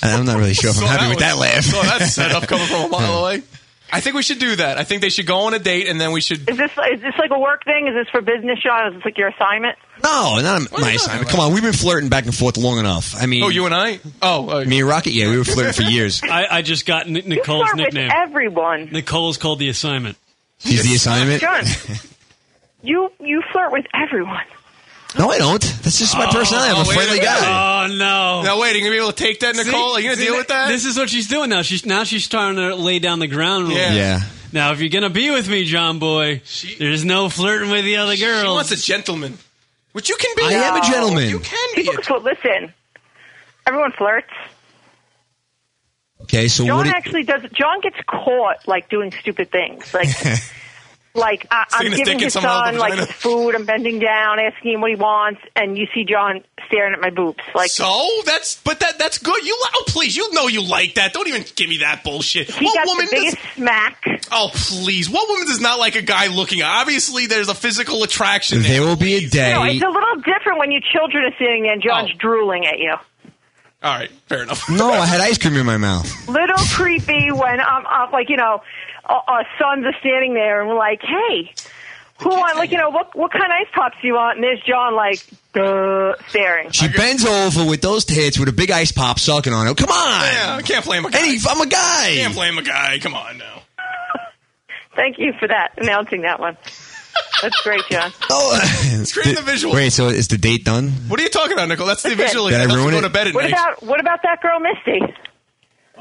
I'm not really sure if I'm happy with that laugh. So that's set up coming from a mile away. I think we should do that. I think they should go on a date and then we should. Is this is this like a work thing? Is this for business, John? Is this like your assignment? No, not my assignment. Come on, we've been flirting back and forth long enough. I mean, Oh, you and I. Oh, me and Rocket. Yeah, we were flirting for years. I, I just got Ni- Nicole's Start with nickname. everyone. Nicole's called the assignment. She's the assignment. John, you you flirt with everyone. No, I don't. That's just Oh, my personality. I'm a friendly guy. Oh no! Now wait, are you gonna be able to take that, Nicole? Are you gonna deal with that? This is what she's doing now. She's now she's trying to lay down the ground rules. Yeah. Yeah. Now, if you're gonna be with me, John boy, there's no flirting with the other girls. She wants a gentleman, which you can be. I am a gentleman. You can be. People flirt- listen. Everyone flirts. Okay, so what? John do- actually does. John gets caught like doing stupid things, like like I, I'm Sticking a stick giving in his someone else's son like vagina. his food. I'm bending down, asking him what he wants, and you see John staring at my boobs. Like so that's but that that's good. You li- oh please, you know you like that. Don't even give me that bullshit. he what got woman the biggest does, smack. Oh please, what woman does not like a guy looking? Obviously, there's a physical attraction. There, there will be a day. No, it's a little different when your children are sitting there and Oh. John's drooling at you. All right, fair enough. No, I had ice cream in my mouth. Little creepy when I'm, i like you know, our, our sons are standing there and we're like, hey. Who want like you know what what kind of ice pops do you want? And there's John like duh, staring. She bends over with those tits with a big ice pop sucking on it. Come on. Yeah, I can't blame a guy. Any- I'm a guy. Can't blame a guy. Come on now. Thank you for that announcing that one. That's great, John. Oh, It's creating the visual. Wait, so is the date done? What are you talking about, Nicole? That's the That's it. visual. Did I That's ruin go it? to bed at Oh. What night. about what about that girl Misty?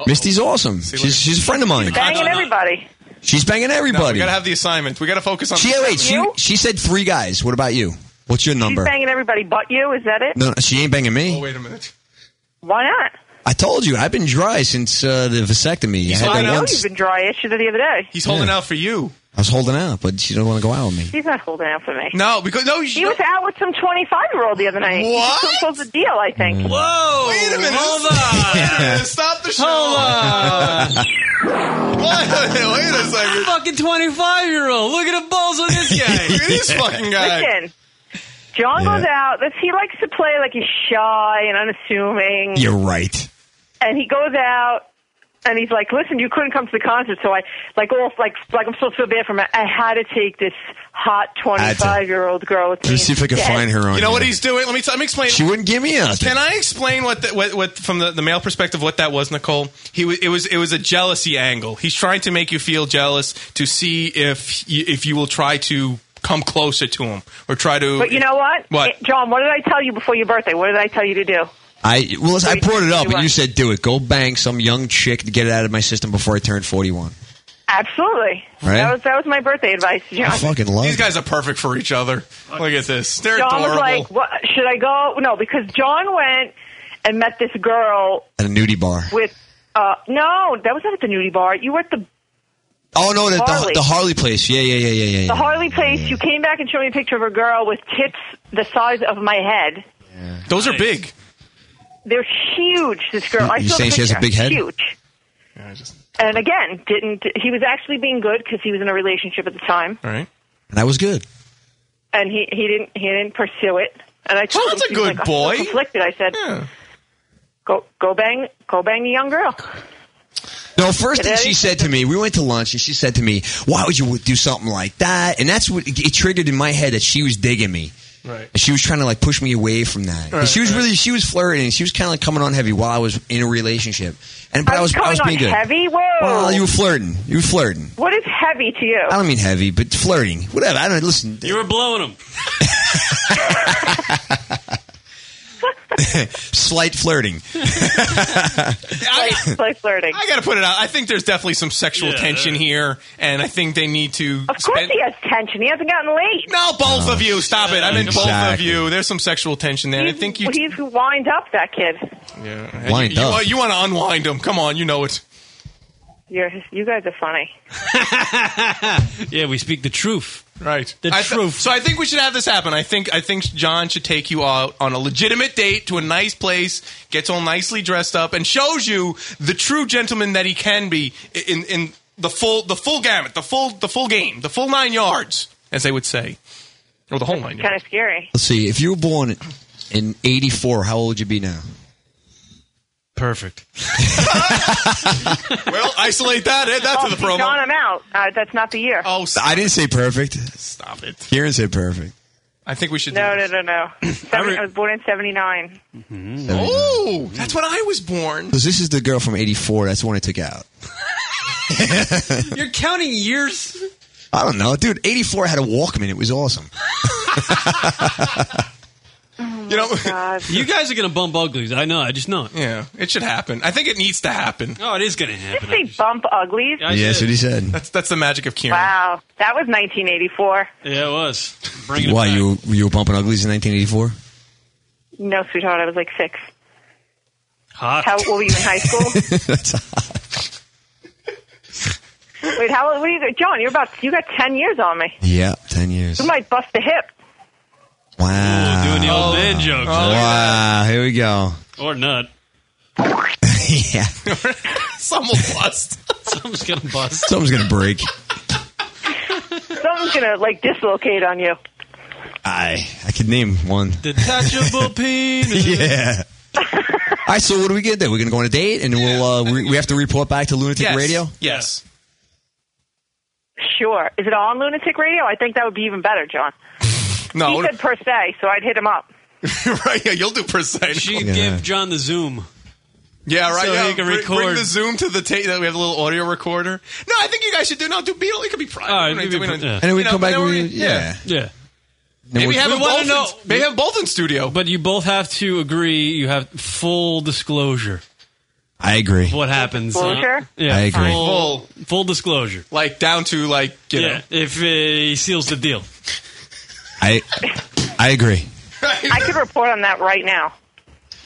Misty's awesome. She's, she's a friend of mine. Banging everybody. She's banging No, we everybody. gotta have the assignment. We gotta focus on. she, the wait, she, assignment. she said three guys. What about you? What's your She's number? banging everybody but you. Is that it? No, she ain't banging me. Oh, Wait a minute. Why not? I told you, I've been dry since uh, the vasectomy. I had I that know once. you've been dry. I did it the other day. He's holding out for you. I was holding out, but she do not want to go out with me. He's not holding out for me. No, because no, he was out with some twenty-five-year-old the other night. What? He just closed the deal, I think. Mm. Whoa! Wait a minute! Hold on! Stop the show! Hold on! Wait a second! Fucking twenty-five-year-old. Look at the balls on this guy. Look at this fucking Listen, John goes out. That's, he likes to play like he's shy and unassuming. You're right. and he goes out and he's like, "Listen, you couldn't come to the concert, so I like all like like I'm supposed to feel bad for him. I had to take this hot 25 year old girl. With me Let's see if I can instead." find her on You know what here. he's doing? Let me, t- let me explain. She wouldn't give me a. Can I explain what, the, what, what from the, the male perspective what that was, Nicole? He was, it was it was a jealousy angle. He's trying to make you feel jealous to see if you, if you will try to come closer to him or try to. But you know what, What? Eh, John? What did I tell you before your birthday? What did I tell you to do? I well, listen, I brought it up, and what? you said, "Do it. Go bang some young chick to get it out of my system before I turn 41." Absolutely. Right. That was that was my birthday advice, Oh, John. I fucking love. These guys are perfect for each other. Look at this. They're John was adorable. like, "What should I go?" No, because John went and met this girl At a nudie bar. with. Uh, no, that was not at the nudie bar. You were at the Oh no, the, the, Harley. the Harley place. Yeah, yeah, yeah, yeah, yeah. The yeah. Harley place, you came back and showed me a picture of a girl with tits the size of my head. Those are big. They're huge, this girl. You- I you saw the saying she has a picture. big head? Huge. And again, didn't he was actually being good because he was in a relationship at the time, All right. And that was good. and he, he didn't he didn't pursue it. And I told Sounds him he was a good like, "I'm so boy." conflicted. I said, "Go go bang go bang the young girl." Oh, No, first thing Did she I- said to me, we went to lunch, and she said to me, "Why would you do something like that?" And that's what it triggered in my head that she was digging me. Right. And she was trying to like push me away from that. Right, she was really she was flirting. She was kind of like coming on heavy while I was in a relationship. And but I was I was Coming being on good. heavy. Whoa! Well, you were flirting. You were flirting. what is heavy to you? I don't mean heavy, but flirting. Whatever. I don't listen. You were blowing him. Slight flirting. Like, like flirting. I gotta put it out. I think there's definitely some sexual tension here, and I think they need to. Of course, he has tension. He hasn't gotten laid. No, both of you, stop it! I meant both of Exactly. you. There's some sexual tension there. I think you. He's wind up that kid. Yeah. Wind you, up. You, want to unwind them? Come on, you know it. You're, you guys are funny. Yeah, we speak the truth. Right. The I th- truth. So I think we should have this happen. I think I think John should take you out on a legitimate date to a nice place, gets all nicely dressed up, and shows you the true gentleman that he can be in in the full the full gamut, the full the full game, the full nine yards, as they would say, or the whole nine yards. Kind of scary. Let's see. If you were born in '84, how old would you be now? Perfect. well, isolate that. Add that oh, to the promo. John, I'm out. Uh, that's not the year. Oh, I didn't say perfect. Stop it. Kieran said perfect. I think we should. no, no, no, no. Seven, I was born in '79. Mm-hmm. Oh, that's when I was born. Because this is the girl from '84. That's the one I took out. You're counting years. I don't know, dude. '84 had a Walkman. It was awesome. Mm-hmm. you know, you guys are gonna bump uglies. I know. I just know it. Yeah, it should happen. I think it needs to happen. Oh, it is gonna happen. Did they bump uglies? Yes, what he said. That's that's the magic of Kieran. Wow, that was 1984. Yeah, it was. Bring it Why you you were bumping uglies in 1984? No, sweetheart, I was like six. hot. How what were you in high school? That's Wait, how old were you? John, you're about you got 10 years on me. yeah, ten years. You might bust a hip. Wow, doing the old man jokes. wow, here we go. or not. yeah, Some will bust. Someone's gonna bust. something's gonna break. Something's gonna like dislocate on you. I I could name one. Detachable penis. yeah. All right, so what do we get there? We're gonna go on a date, and we'll uh, we, we have to report back to Lunatic Yes. Radio. Yes. Sure. Is it on Lunatic Radio? I think that would be even better, John. No. He said per se, so I'd hit him up. right. Yeah, you'll do percent. Oh, She yeah. give John the Zoom. Right. So yeah, he can bring- record. Bring the Zoom to the tape. That we have a little audio recorder. No, I think you guys should do. No, do Beatle. It could be private. All right, We it don't- we could be don't- pri- yeah. And then we you know, come back. then and we, we- yeah. Yeah. Then Maybe we- have we them wanna both. know- in, maybe have both in studio. But you both have to agree. You have full disclosure. I agree. What happens? Disclosure? I agree. Full, full disclosure. Like down to like you yeah. If uh, he seals the deal, I I agree. I could report on that right now.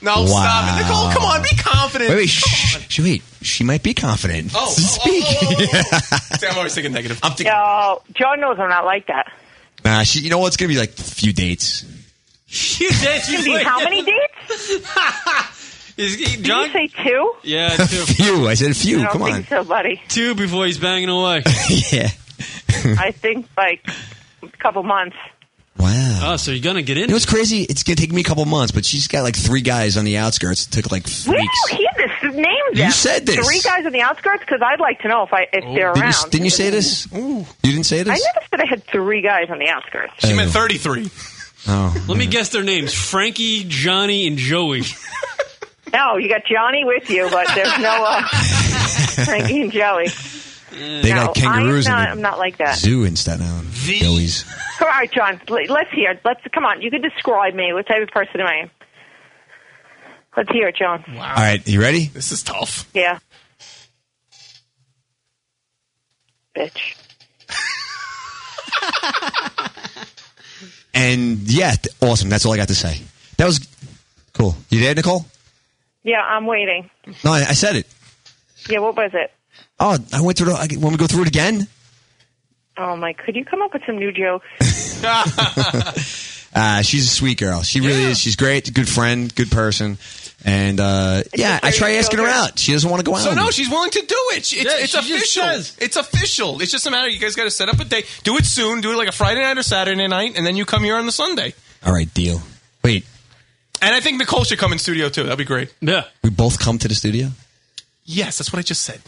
No, Wow. stop it. Nicole, come on, be confident. Wait, wait, shh, shh, wait. She might be confident. Oh, speak. See, I'm always thinking negative. I'm thinking. No, John knows I'm not like that. Nah, she, you know what's gonna be like a few dates. You dates. Excuse me, how many dates? Did you say two? yeah, A two. few. I said a few. I don't Come think on. so, buddy. two before he's banging away. yeah. I think like a couple months. Oh, so you're gonna get You in? know what's crazy? It's gonna take me a couple months, but she's got like three guys on the outskirts. It took like We weeks. don't hear Oh, this. Name You them. said this. Oh, Three guys on the outskirts because I'd like to know if I if they're Didn't around. you, didn't you say this? You didn't say I this. never said I had three guys on the outskirts. She meant 33. Oh. Let me guess their names: Frankie, Johnny, and Joey. No, Oh, you got Johnny with you, but there's no uh, Frankie and Joey. They got No, kangaroos I'm in not, the I'm not like that. Zoo in Staten Island. Joey's. All right, John. l- Let's hear. Let's come on. You can describe me. What type of person am I? Let's hear it, John. All right, you ready? This is tough. Yeah. Bitch. And yeah, th- awesome. That's all I got to say. That was cool. You there, Nicole? Yeah, I'm waiting. No, I, I said it. Yeah, what was it? Oh, I went through. The, I, want me to go through it again? Oh my! Could you come up with some new jokes? Uh, she's a sweet girl. She really is. She's great. Good friend. Good person. And uh, yeah, I try asking her out. She doesn't want to go out. So with me. no, she's willing to do it. She- It's, Yeah, it's she just official. says. It's official. It's just a matter. You guys got to set up a date. Do it soon. Do it like a Friday night or Saturday night, and then you come here on the Sunday. All right, deal. Wait, And I think Nicole should come in studio too. That'd be great. Yeah. we both come to the studio. Yes, that's what I just said.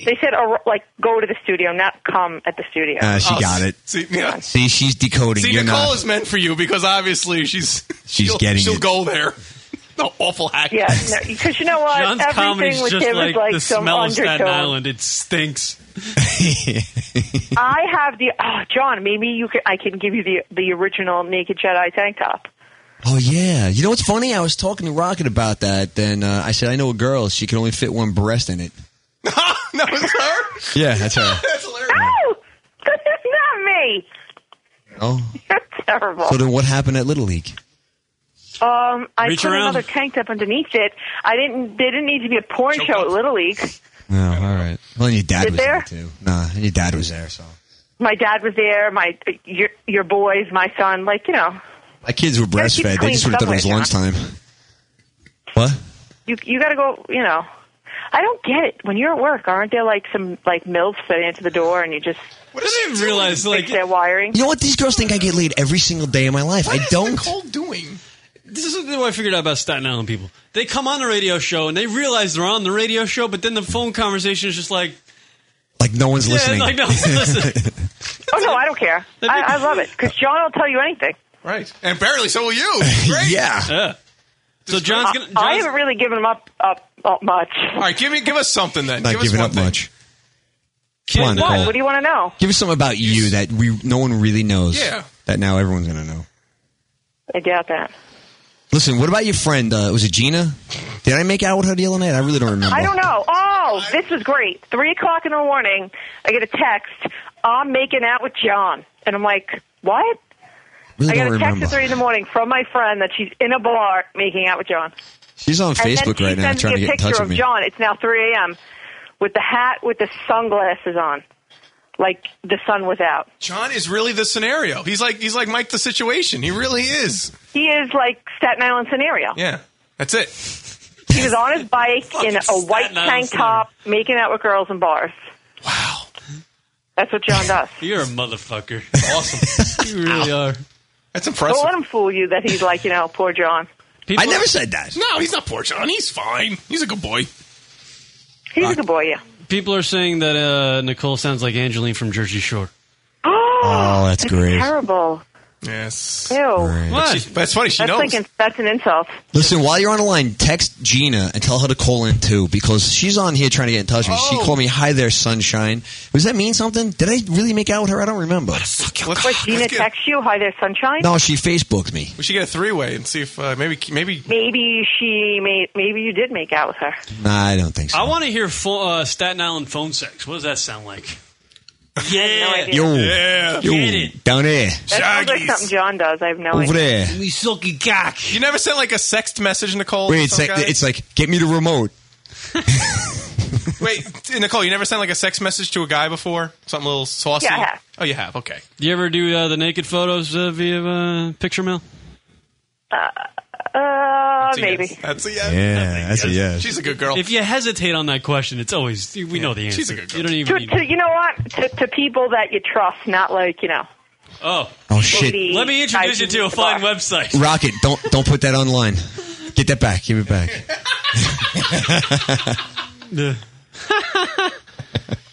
They said, or, like, go to the studio, not come at the studio. Uh, she got it. Oh, See, yeah. See, she's decoding. See, You're Nicole not. is meant for you because obviously she's She's she'll, getting she'll it. go there. No awful hack. Yeah, because you know what? John's Everything comedy's with just him like, is like the some smell of Staten undertone. Island. It stinks. I have the oh, John. Maybe you can. I can give you the the original naked Jedi tank top. Oh yeah. You know what's funny? I was talking to Rocket about that. Then uh, I said, I know a girl. She can only fit one breast in it. no, it's her. Yeah, that's her. That's hilarious. No, this is not me. Oh. You're terrible. So then, what happened at Little League? um, I Reach put around. another tank top underneath it. I didn't. There didn't need to be a porn show at Little League. No, all right. Well, and your dad Did was there? there? too. Nah, and your dad was there. So My dad was there. My your your boys, my son. Like you know, my kids were keep it breastfed. They clean just would have thought it was somewhere, John. lunchtime. What? you you got to go. You know, I don't get it. When you're at work, aren't there like some like milfs that answer the door and you just I didn't realize like fix their wiring? You know what? These girls think I get laid every single day of my life. I don't. Nicole doing? this is what I figured out about Staten Island people. They come on the radio show and they realize they're on the radio show, but then the phone conversation is just like, Like no one's yeah, listening. like no, listen. Oh no, I don't care. I, I love it because John will tell you anything. Right. And apparently, so will you. Great. Yeah. So John's gonna. I John's, haven't really given him up up, up much. All right, give me give us something then. Not give giving us one up thing. much. Come on, What? Nicole. What do you want to know? Give us something about you that we no one really knows. Yeah. That now everyone's gonna know. I doubt that. Listen, what about your friend? Uh, was it Gina? Did I make out with her the other night? I really don't remember. I don't know. Oh, this was great. Three o'clock in the morning, I get a text. I'm making out with John, and I'm like, what? Really I got a don't text remember. at three in the morning from my friend that she's in a bar making out with John. She's on Facebook and then right she now, sends trying to me a get in touch picture with of me. John. It's now three a.m. with the hat with the sunglasses on, like the sun was out. John is really the scenario. He's like he's like Mike the situation. He really is. He is like Staten Island scenario. Yeah. That's it. He was on his bike in a white Staten Island tank scenario. top, making out with girls in bars. Wow. That's what John does. you're a motherfucker. Awesome. you really are. That's Don't let him fool you that he's like, you know, poor John. People- never said that. No, he's not poor John. He's fine. He's a good boy. He's a good boy, yeah. People are saying that uh, Nicole sounds like Angeline from Jersey Shore. Oh, that's great. Terrible. Yes. Ew. What? She- but it's funny. She that's knows. Like, an- that's an insult. Listen, while you're on the line, text Gina and tell her to call in too because she's on here trying to get in touch with me. Oh. She called me, "Hi there, sunshine." Does that mean something? Did I really make out with her? I don't remember. What, Gina text you? Hi there, sunshine. No, she Facebooked me. we should get a three way and see if uh, maybe maybe Maybe she made. Maybe you did make out with her. Nah, I don't think so. I want to hear pho- uh, Staten Island phone sex. What does that sound like? Yeah. Yo, Yeah. yo, Get it. down there. That sounds like something John does. I have no Over idea. there. We silky cock. You never sent like a sext message, Oh, Nicole. Wait, to it's some like, guy? it's like, get me the remote. wait, Nicole. You never sent like a sex message to a guy before? Something a little saucy. Yeah, I have. Oh, you have. Okay. You ever do uh, the naked photos uh, via uh, picture mail? Uh, maybe. That's a yes. Yeah, that's a yes. She's a good girl. If you hesitate on that question, it's always we know the answer. She's a good You don't even. To, need- to, you know what? To, to people that you trust, not like you know. Oh. Oh shit! Let me introduce you to a fine website. Rocket, don't don't put that online. Get that back. Give it back.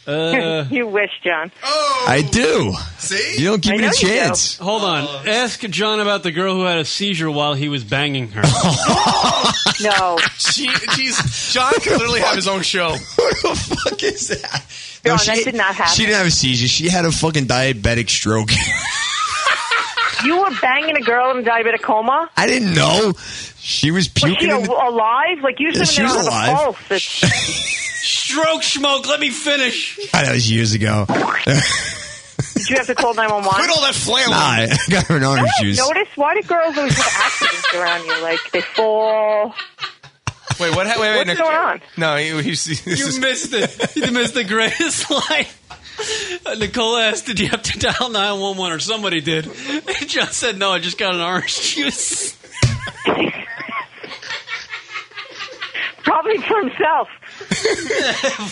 you wish, John. I do. Uh. Oh. See, Uh, you don't give me the chance. Hold on. Ask John about the girl who had a seizure while he was banging her. Oh, no. She, she's John could literally have his own show. fuck is that? John, she that did not happen. She didn't have a seizure. She had a fucking diabetic stroke. You were banging a girl in a diabetic coma. I didn't know. She was Was she puking. in the- al- alive? Like usually Yeah, when she they're was on alive. the pulse, it's stroke smoke. Let me finish. God, Oh, that was years ago. Did you have to call 911? Quit all that Nah, I got her an orange juice. Notice why do girls always have accidents around you? Like they fall. Wait, what? ha- Wait, wait, What's Nicole. going on? No, he, he's, this You is- missed it. You missed the greatest line. Uh, Nicole asked, "Did you have to dial 911 or somebody did?" And John said, "No, I just got an orange juice." Probably for himself.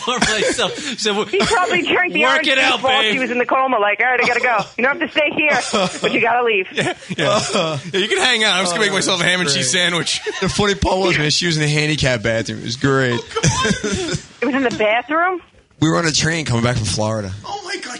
For myself. So He probably drank the Work orange it juice out, while babe. she was in the coma. Like, all right, I gotta go. You don't have to stay here, but you gotta leave. Yeah. Yeah, you can hang out. I'm just gonna Oh, make myself a ham and cheese sandwich. The funny part was, man, she was in a handicap bathroom. It was Oh, great. It was in the bathroom. we were on a train coming back from Florida. Oh my god,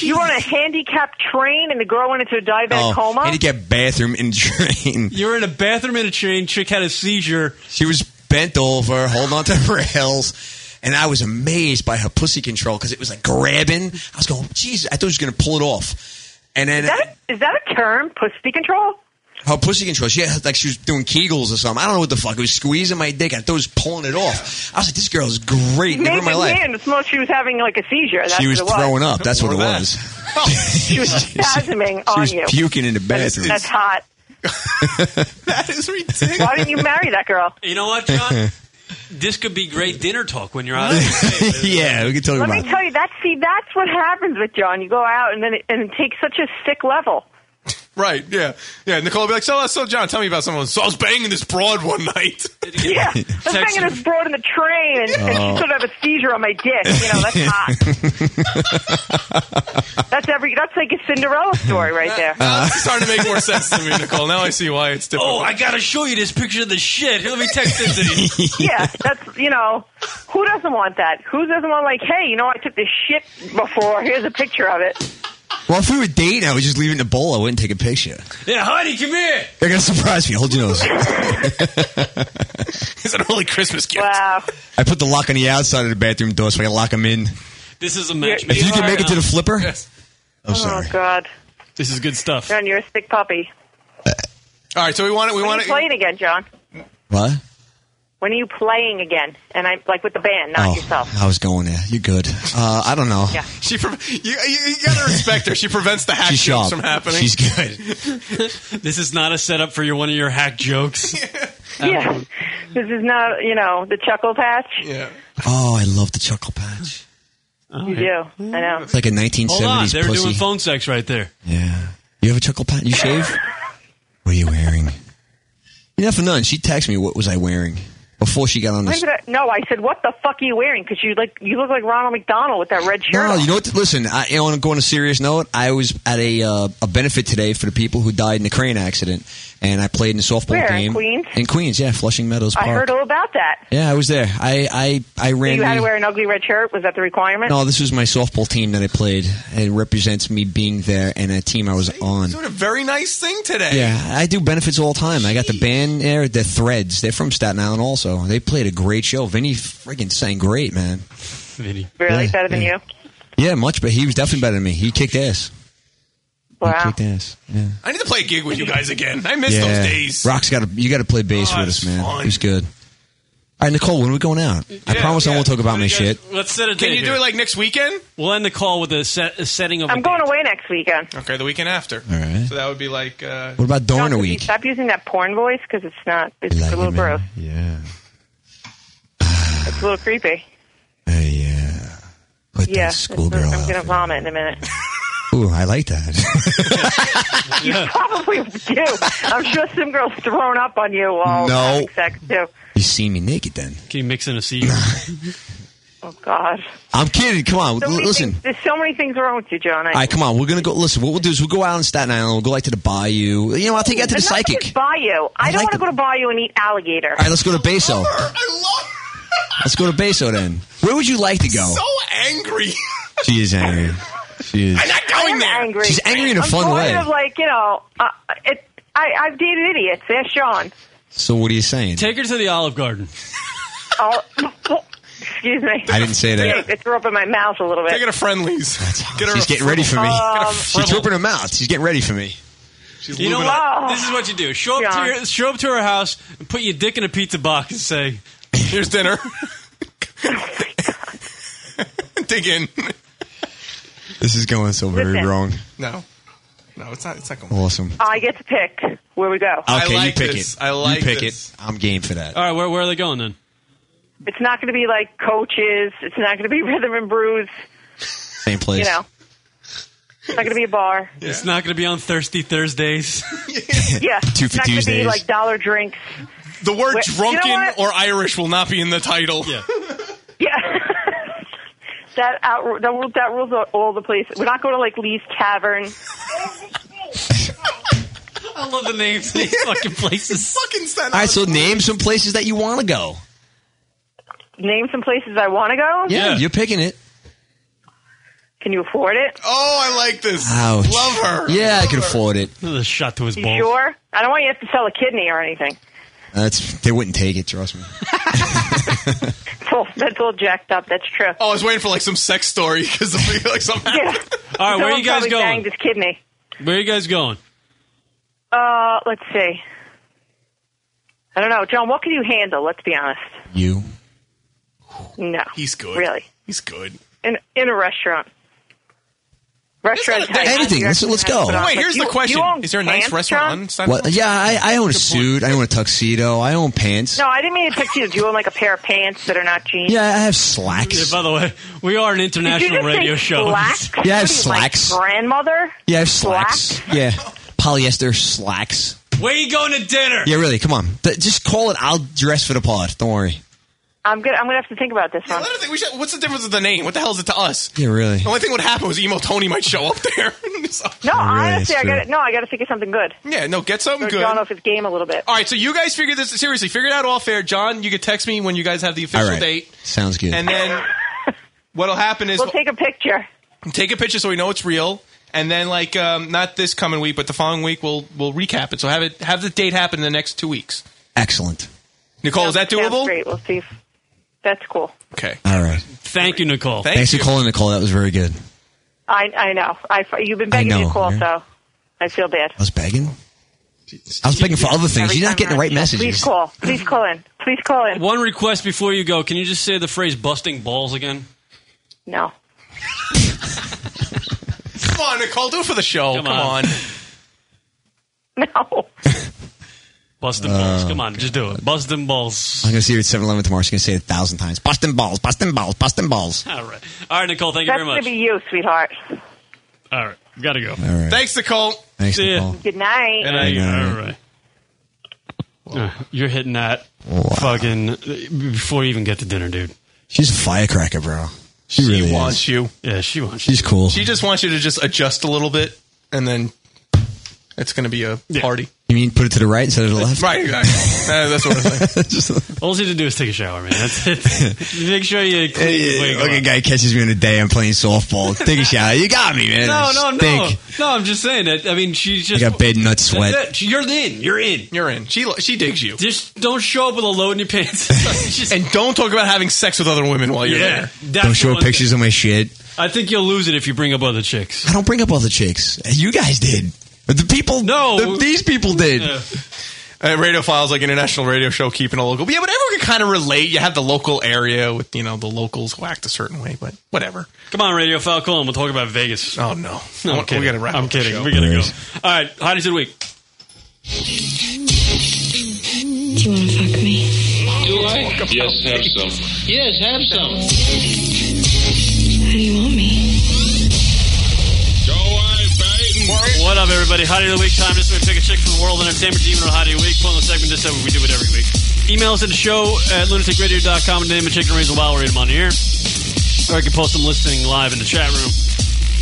you were on a handicapped train, and the girl went into a diabetic coma. Oh, handicap bathroom in train. You were in a bathroom in a train. Chick had a seizure. She was bent over, holding onto the rails, and I was amazed by her pussy control because it was like grabbing. I was going, Jesus, I thought she was going to pull it off. And then Is that, a, is that a term? Pussy control? her pussy control, she had like she was doing Kegels or something. I don't know what the fuck. It was squeezing my dick. I thought it was pulling it off. I was like, this girl is great. Never Maybe in my life. man, it's not she was having like a seizure. That's She was what it throwing up. That's what it was. she was spasming She on was you. puking in the That's- bathroom. That's hot. that is ridiculous. Why didn't you marry that girl? You know what, John? this could be great dinner talk when you're out. of yeah, we can talk Let about me it. tell you, that see, that's what happens with John. You go out and then it, and it takes such a sick level. Right? Yeah, yeah. Nicole will be like, so, uh, so John, tell me about someone. So I was banging this broad one night. Yeah, I was Text banging this broad in the train, and, and Oh. she sort of have a seizure on my dick. You know, Oh, that's hot. That's every. That's like a Cinderella story right there. Now It's uh, starting to make more sense to me, Nicole. Now I see why it's different. Oh, I gotta show you this picture of the shit. Here, let me text this to you. yeah, that's you know, who doesn't want that? Who doesn't want like, hey, you know, I took this shit before. Here's a picture of it. Well, if we were dating, I would just leave it in a bowl. I wouldn't take a picture. Yeah, honey, come here. They're going to surprise me. Hold your nose. It's an early Christmas gift. Wow. I put the lock on the outside of the bathroom door so I can lock them in. This is a match. If you can make it to the flipper, I'm sorry. Oh God, This is good stuff. John, you're a sick puppy. All right, so we want it. We when want are it. you playing again, John? What? When are you playing again? And I like with the band, not Oh, yourself. I was going there. You're good. Uh, I don't know. Yeah. She, pre- you, you, you gotta respect her. She prevents the hack She's jokes sharp. from happening. She's good. This is not a setup for your one of your hack jokes. Yeah, this is not you know the chuckle patch. Yeah, Oh, I love the chuckle patch. you do. I know. It's like a 1970s Hold on, they were pussy. doing phone sex right there. yeah. You have a chuckle patch? You shave? what are you wearing? You know, for none. She texted me what was I wearing before she got on When this. did I, no, I said, "What the fuck are you wearing?" Because you like you look like Ronald McDonald with that red shirt. No, on. you know what? Listen, I, you know, on a- on a serious note, I was at a uh, a benefit today for the people who died in the crane accident, and I played in a softball Where, in game Queens? In Queens, yeah, Flushing Meadows Park. I heard all about that. yeah, I was there. I I I So ran. you had the- to wear an ugly red shirt. Was that the requirement? no, this was my softball team that I played. It represents me being there and a team I was on. Doing a very nice thing today. Yeah, I do benefits all the time. I got the band there, the Threads. They're from Staten Island also. They played a great show. Vinny friggin' sang great, man. Vinny. Really, better than you. Yeah, much, but he was definitely better than me. He kicked ass. He Wow. kicked ass. Yeah. I need to play a gig with you guys again. I miss yeah. those days. Rock's got to you got to play bass Oh, with it's us, man. fun. He's good. All right, Nicole, when are we going out? I Yeah, promise I won't talk about my shit. Let's set a Can date you do here. it like next weekend? We'll end the call with a, set, a setting of. a I'm going away next weekend. Okay, the weekend after. All right. So that would be like. Uh, What about Dorner Week? Stop using that porn voice because it's not. It's a little gross. Yeah. It's a little creepy. yeah. yeah. schoolgirl. I'm gonna vomit in a minute. Ooh, I like that. you probably do. I'm sure some girl's thrown up on you while No. having sex too. you see me naked then. Can you mix in a seed? Oh God. I'm kidding. Come on. So L- many listen. things- there's so many things wrong with you, John. I, All right, come on. We're gonna go. Listen, what we'll do is we'll go out on Staten Island. We'll go like to the bayou. You know, I'll take you out to the Enough with psychic. this Bayou. I, don't want like to go to Bayou and eat alligator. All right, let's go to Beso. Let's go to Beso then. Where would you like to go? angry. She is angry. She is. I'm angry. She's angry in a I'm fun sort way. Of like you know, uh, it, I, I've dated idiots. There's Sean. So what are you saying? Take her to the Olive Garden. Oh, excuse me. I didn't say that. It, it threw up in my mouth a little bit. Take it to friendlies. Get her She's a getting ready for me. Um, she threw up in her mouth. She's getting ready for me. you know lubing what? up. This is what you do. Show up, to Yeah. your, show up to her house and put your dick in a pizza box and say, "Here's dinner." Dig in. This is going so very Listen. wrong. No. No, it's not. It's not going. Awesome. Oh, I get to pick where we go. Okay, like you pick this. it. I like you pick this. it. I'm game for that. All right, where, where are they going then? It's not going to be like coaches. It's not going to be rhythm and brews. Same place. You know, it's not going to be a bar. It's not going to be on Thirsty Thursdays. Yeah, Two it's for not going to be Tuesdays. like dollar drinks. The word Wait, you know drunken what? or Irish will not be in the title. Yeah. That out that rules that rules out all the places. We're not going to like Lee's Tavern. I love the names of these fucking places. fucking All right, so name some places that you want to go. Name some places I want to go. Yeah, you're picking it. Can you afford it? Oh, I like this. Ouch. Yeah, I can afford it. The shot to his You sure? I don't want you to have to sell a kidney or anything. That's they wouldn't take it. Trust me. It's all, that's all jacked up. That's true. Oh, I was waiting for like some sex story because like something. All right, where are you guys probably going? Banged his kidney. Where are you guys going? Uh, let's see. I don't know, John. What can you handle? Let's be honest. You. No. He's good. Really. He's good. In in a restaurant. Restaurant. type. Anything. Let's- let's go. But Wait, here's you- the question: you own Is there a nice pants, restaurant John? on Staten What? Island? Yeah, I, I own a suit. I own a tuxedo. I own pants. No, I didn't mean to pick you. Do you own like a pair of pants that are not jeans? Yeah, I have slacks. Yeah, by the way, we are an international Did you just radio say show. Slacks? Yeah, I What are have you, my slacks. grandmother. Yeah, I have slacks. Yeah, polyester slacks. Where are you going to dinner? Yeah, really. Come on, Th- just call it. I'll dress for the pod. Don't worry. I'm gonna. I'm gonna have to think about this one. I don't think we should- what's the difference of the name? What the hell is it to us? Yeah, really. The only thing would happen was emo Tony might show up there. So- No, honestly, I got to No, I got to think of something good. Yeah, no, get something Or good. John off his game a little bit. All right, so you guys figure this seriously. Figure it out off air, John. You could text me when you guys have the official All right. date, Sounds good. and then what'll happen is We'll take a picture. take a picture so we know it's real. And then, like, um, not this coming week, but the following week, we'll we'll recap it. So have it have the date happen in the next two weeks. Excellent. Nicole, is that Sounds doable? Great. We'll see. If, that's cool. Okay. All right. Thank you, Nicole. Thanks for calling, Nicole. That was very good. I I know. I you've been I begging me know, to call, right? so I feel bad. I was begging. I was begging for other things. Every You're time not getting the I'm right on the show, Please messages. call. Please call in. Please call in. One request before you go. Can you just say the phrase busting balls again? No. Come on, Nicole, do it for the show. Oh, Come, on. No. Bust them balls. Come on, just do it. Bust them balls. I'm going to see you at 7 Eleven tomorrow. She's going to say it a thousand times. Busting balls, busting balls, busting balls. All right. All right, Nicole, thank you That's gonna very much. be you, sweetheart. All right. Gotta go. All right. Thanks, Nicole. Thanks, See ya. Nicole. Good night. All right. Uh, You're hitting that fucking before you even get to dinner, dude. She's a firecracker, bro. She, really wants is. you. Yeah, she wants. She's cool. She just wants you to just adjust a little bit, and then It's going to be a party. You mean put it to the right instead of the left? Right, exactly. Uh, that's what I'm saying. All you need to do is take a shower, man. That's it. Make sure you clean Hey, before you hey, go Like a out. guy catches me on a day I'm playing softball. Take a shower. You got me, man. No, I no, no, stink. no. I'm just saying that. I mean, she's just. I got bed nut sweat. That's it. You're in. You're in. You're in. She she digs you. Just don't show up with a load in your pants. and don't talk about having sex with other women while you're yeah, there. Don't show pictures of my shit. I think you'll lose it if you bring up other chicks. I don't bring up all the chicks. You guys did. The people. No, these people did. Uh, radio files like international radio show, keeping a local. But yeah, but everyone can kind of relate. You have the local area with you know the locals who act a certain way, but whatever. Come on, Radio Falcon. We'll talk about Vegas. Oh no, I no I'm want- we kidding. gotta wrap I'm up the kidding. show. We gotta go. Please. All right, hotties of the week. Do you want to fuck me? Do I? Yes, have some. Yes, have some. How do you want me? What up, everybody? Hottie of the week time. This week, we pick a chick from the world of entertainment to even on Hottie of the week. Pulling the segment this hour, we do it every week. Email us at the show at lunaticradio.com and name a chicken raise a wild read them on the air. Or you can post them listening live in the chat room.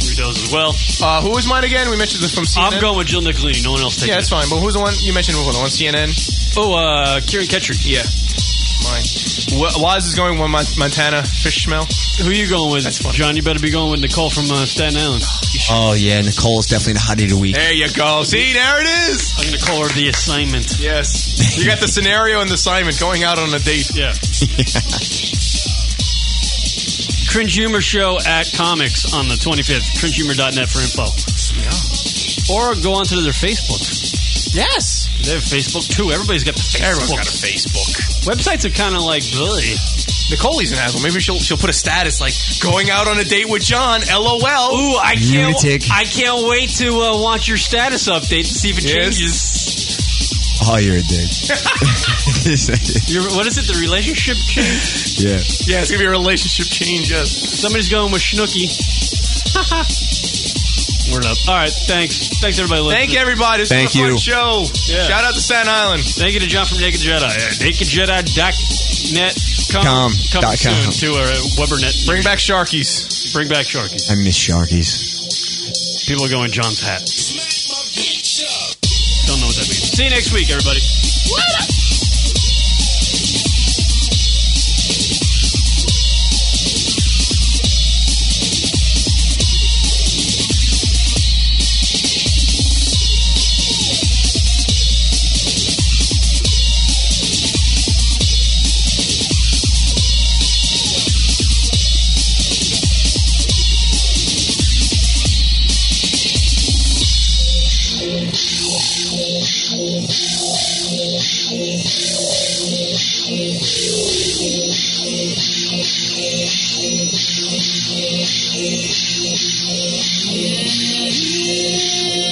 Read those as well. Uh, who was mine again? We mentioned this from CNN. I'm going with Jill Nicolini. No one else takes yeah, that's fine. But who's the one you mentioned before? The one CNN? Oh, uh, Kieran Ketcher. Yeah. Mine. Wh- Waz is going with Mon- Montana fish smell. Who are you going with? John, you better be going with Nicole from uh, Staten Island. Oh yeah, Nicole's definitely the hottie of the week. There you go. See, there it is. I'm going to call her the assignment. Yes. You got the scenario and the assignment going out on a date. Yeah. Cringe Humor Show at Comics on the 25th. CringeHumor.net for info. Or go onto their Facebook. Yes. They have Facebook too. Everybody's got the Facebook. Everyone's got a Facebook. Websites are kind of like, really. Nicole even has one. Maybe she'll she'll put a status like going out on a date with John. LOL. Ooh, I can't. Lunatic. I can't wait to uh, watch your status update to see if it Yes. changes. Oh, you're a dick. Your, what is it? The relationship change? yeah. Yeah, it's gonna be a relationship change. Yes. Somebody's going with Schnooky. Word up. All right, thanks. Thanks everybody. Listening. Thank you, everybody. This Thank was a fun you. show. Yeah. Shout out to Staten Island. Thank you to John from Naked Jedi. Uh, NakedJedi.net. Come, Com. come Dot soon com. to uh, WeberNet. Bring back Sharkies. Bring back Sharky. I miss Sharkies. People are going John's hat. Don't know what that means. See you next week, everybody. Thank you.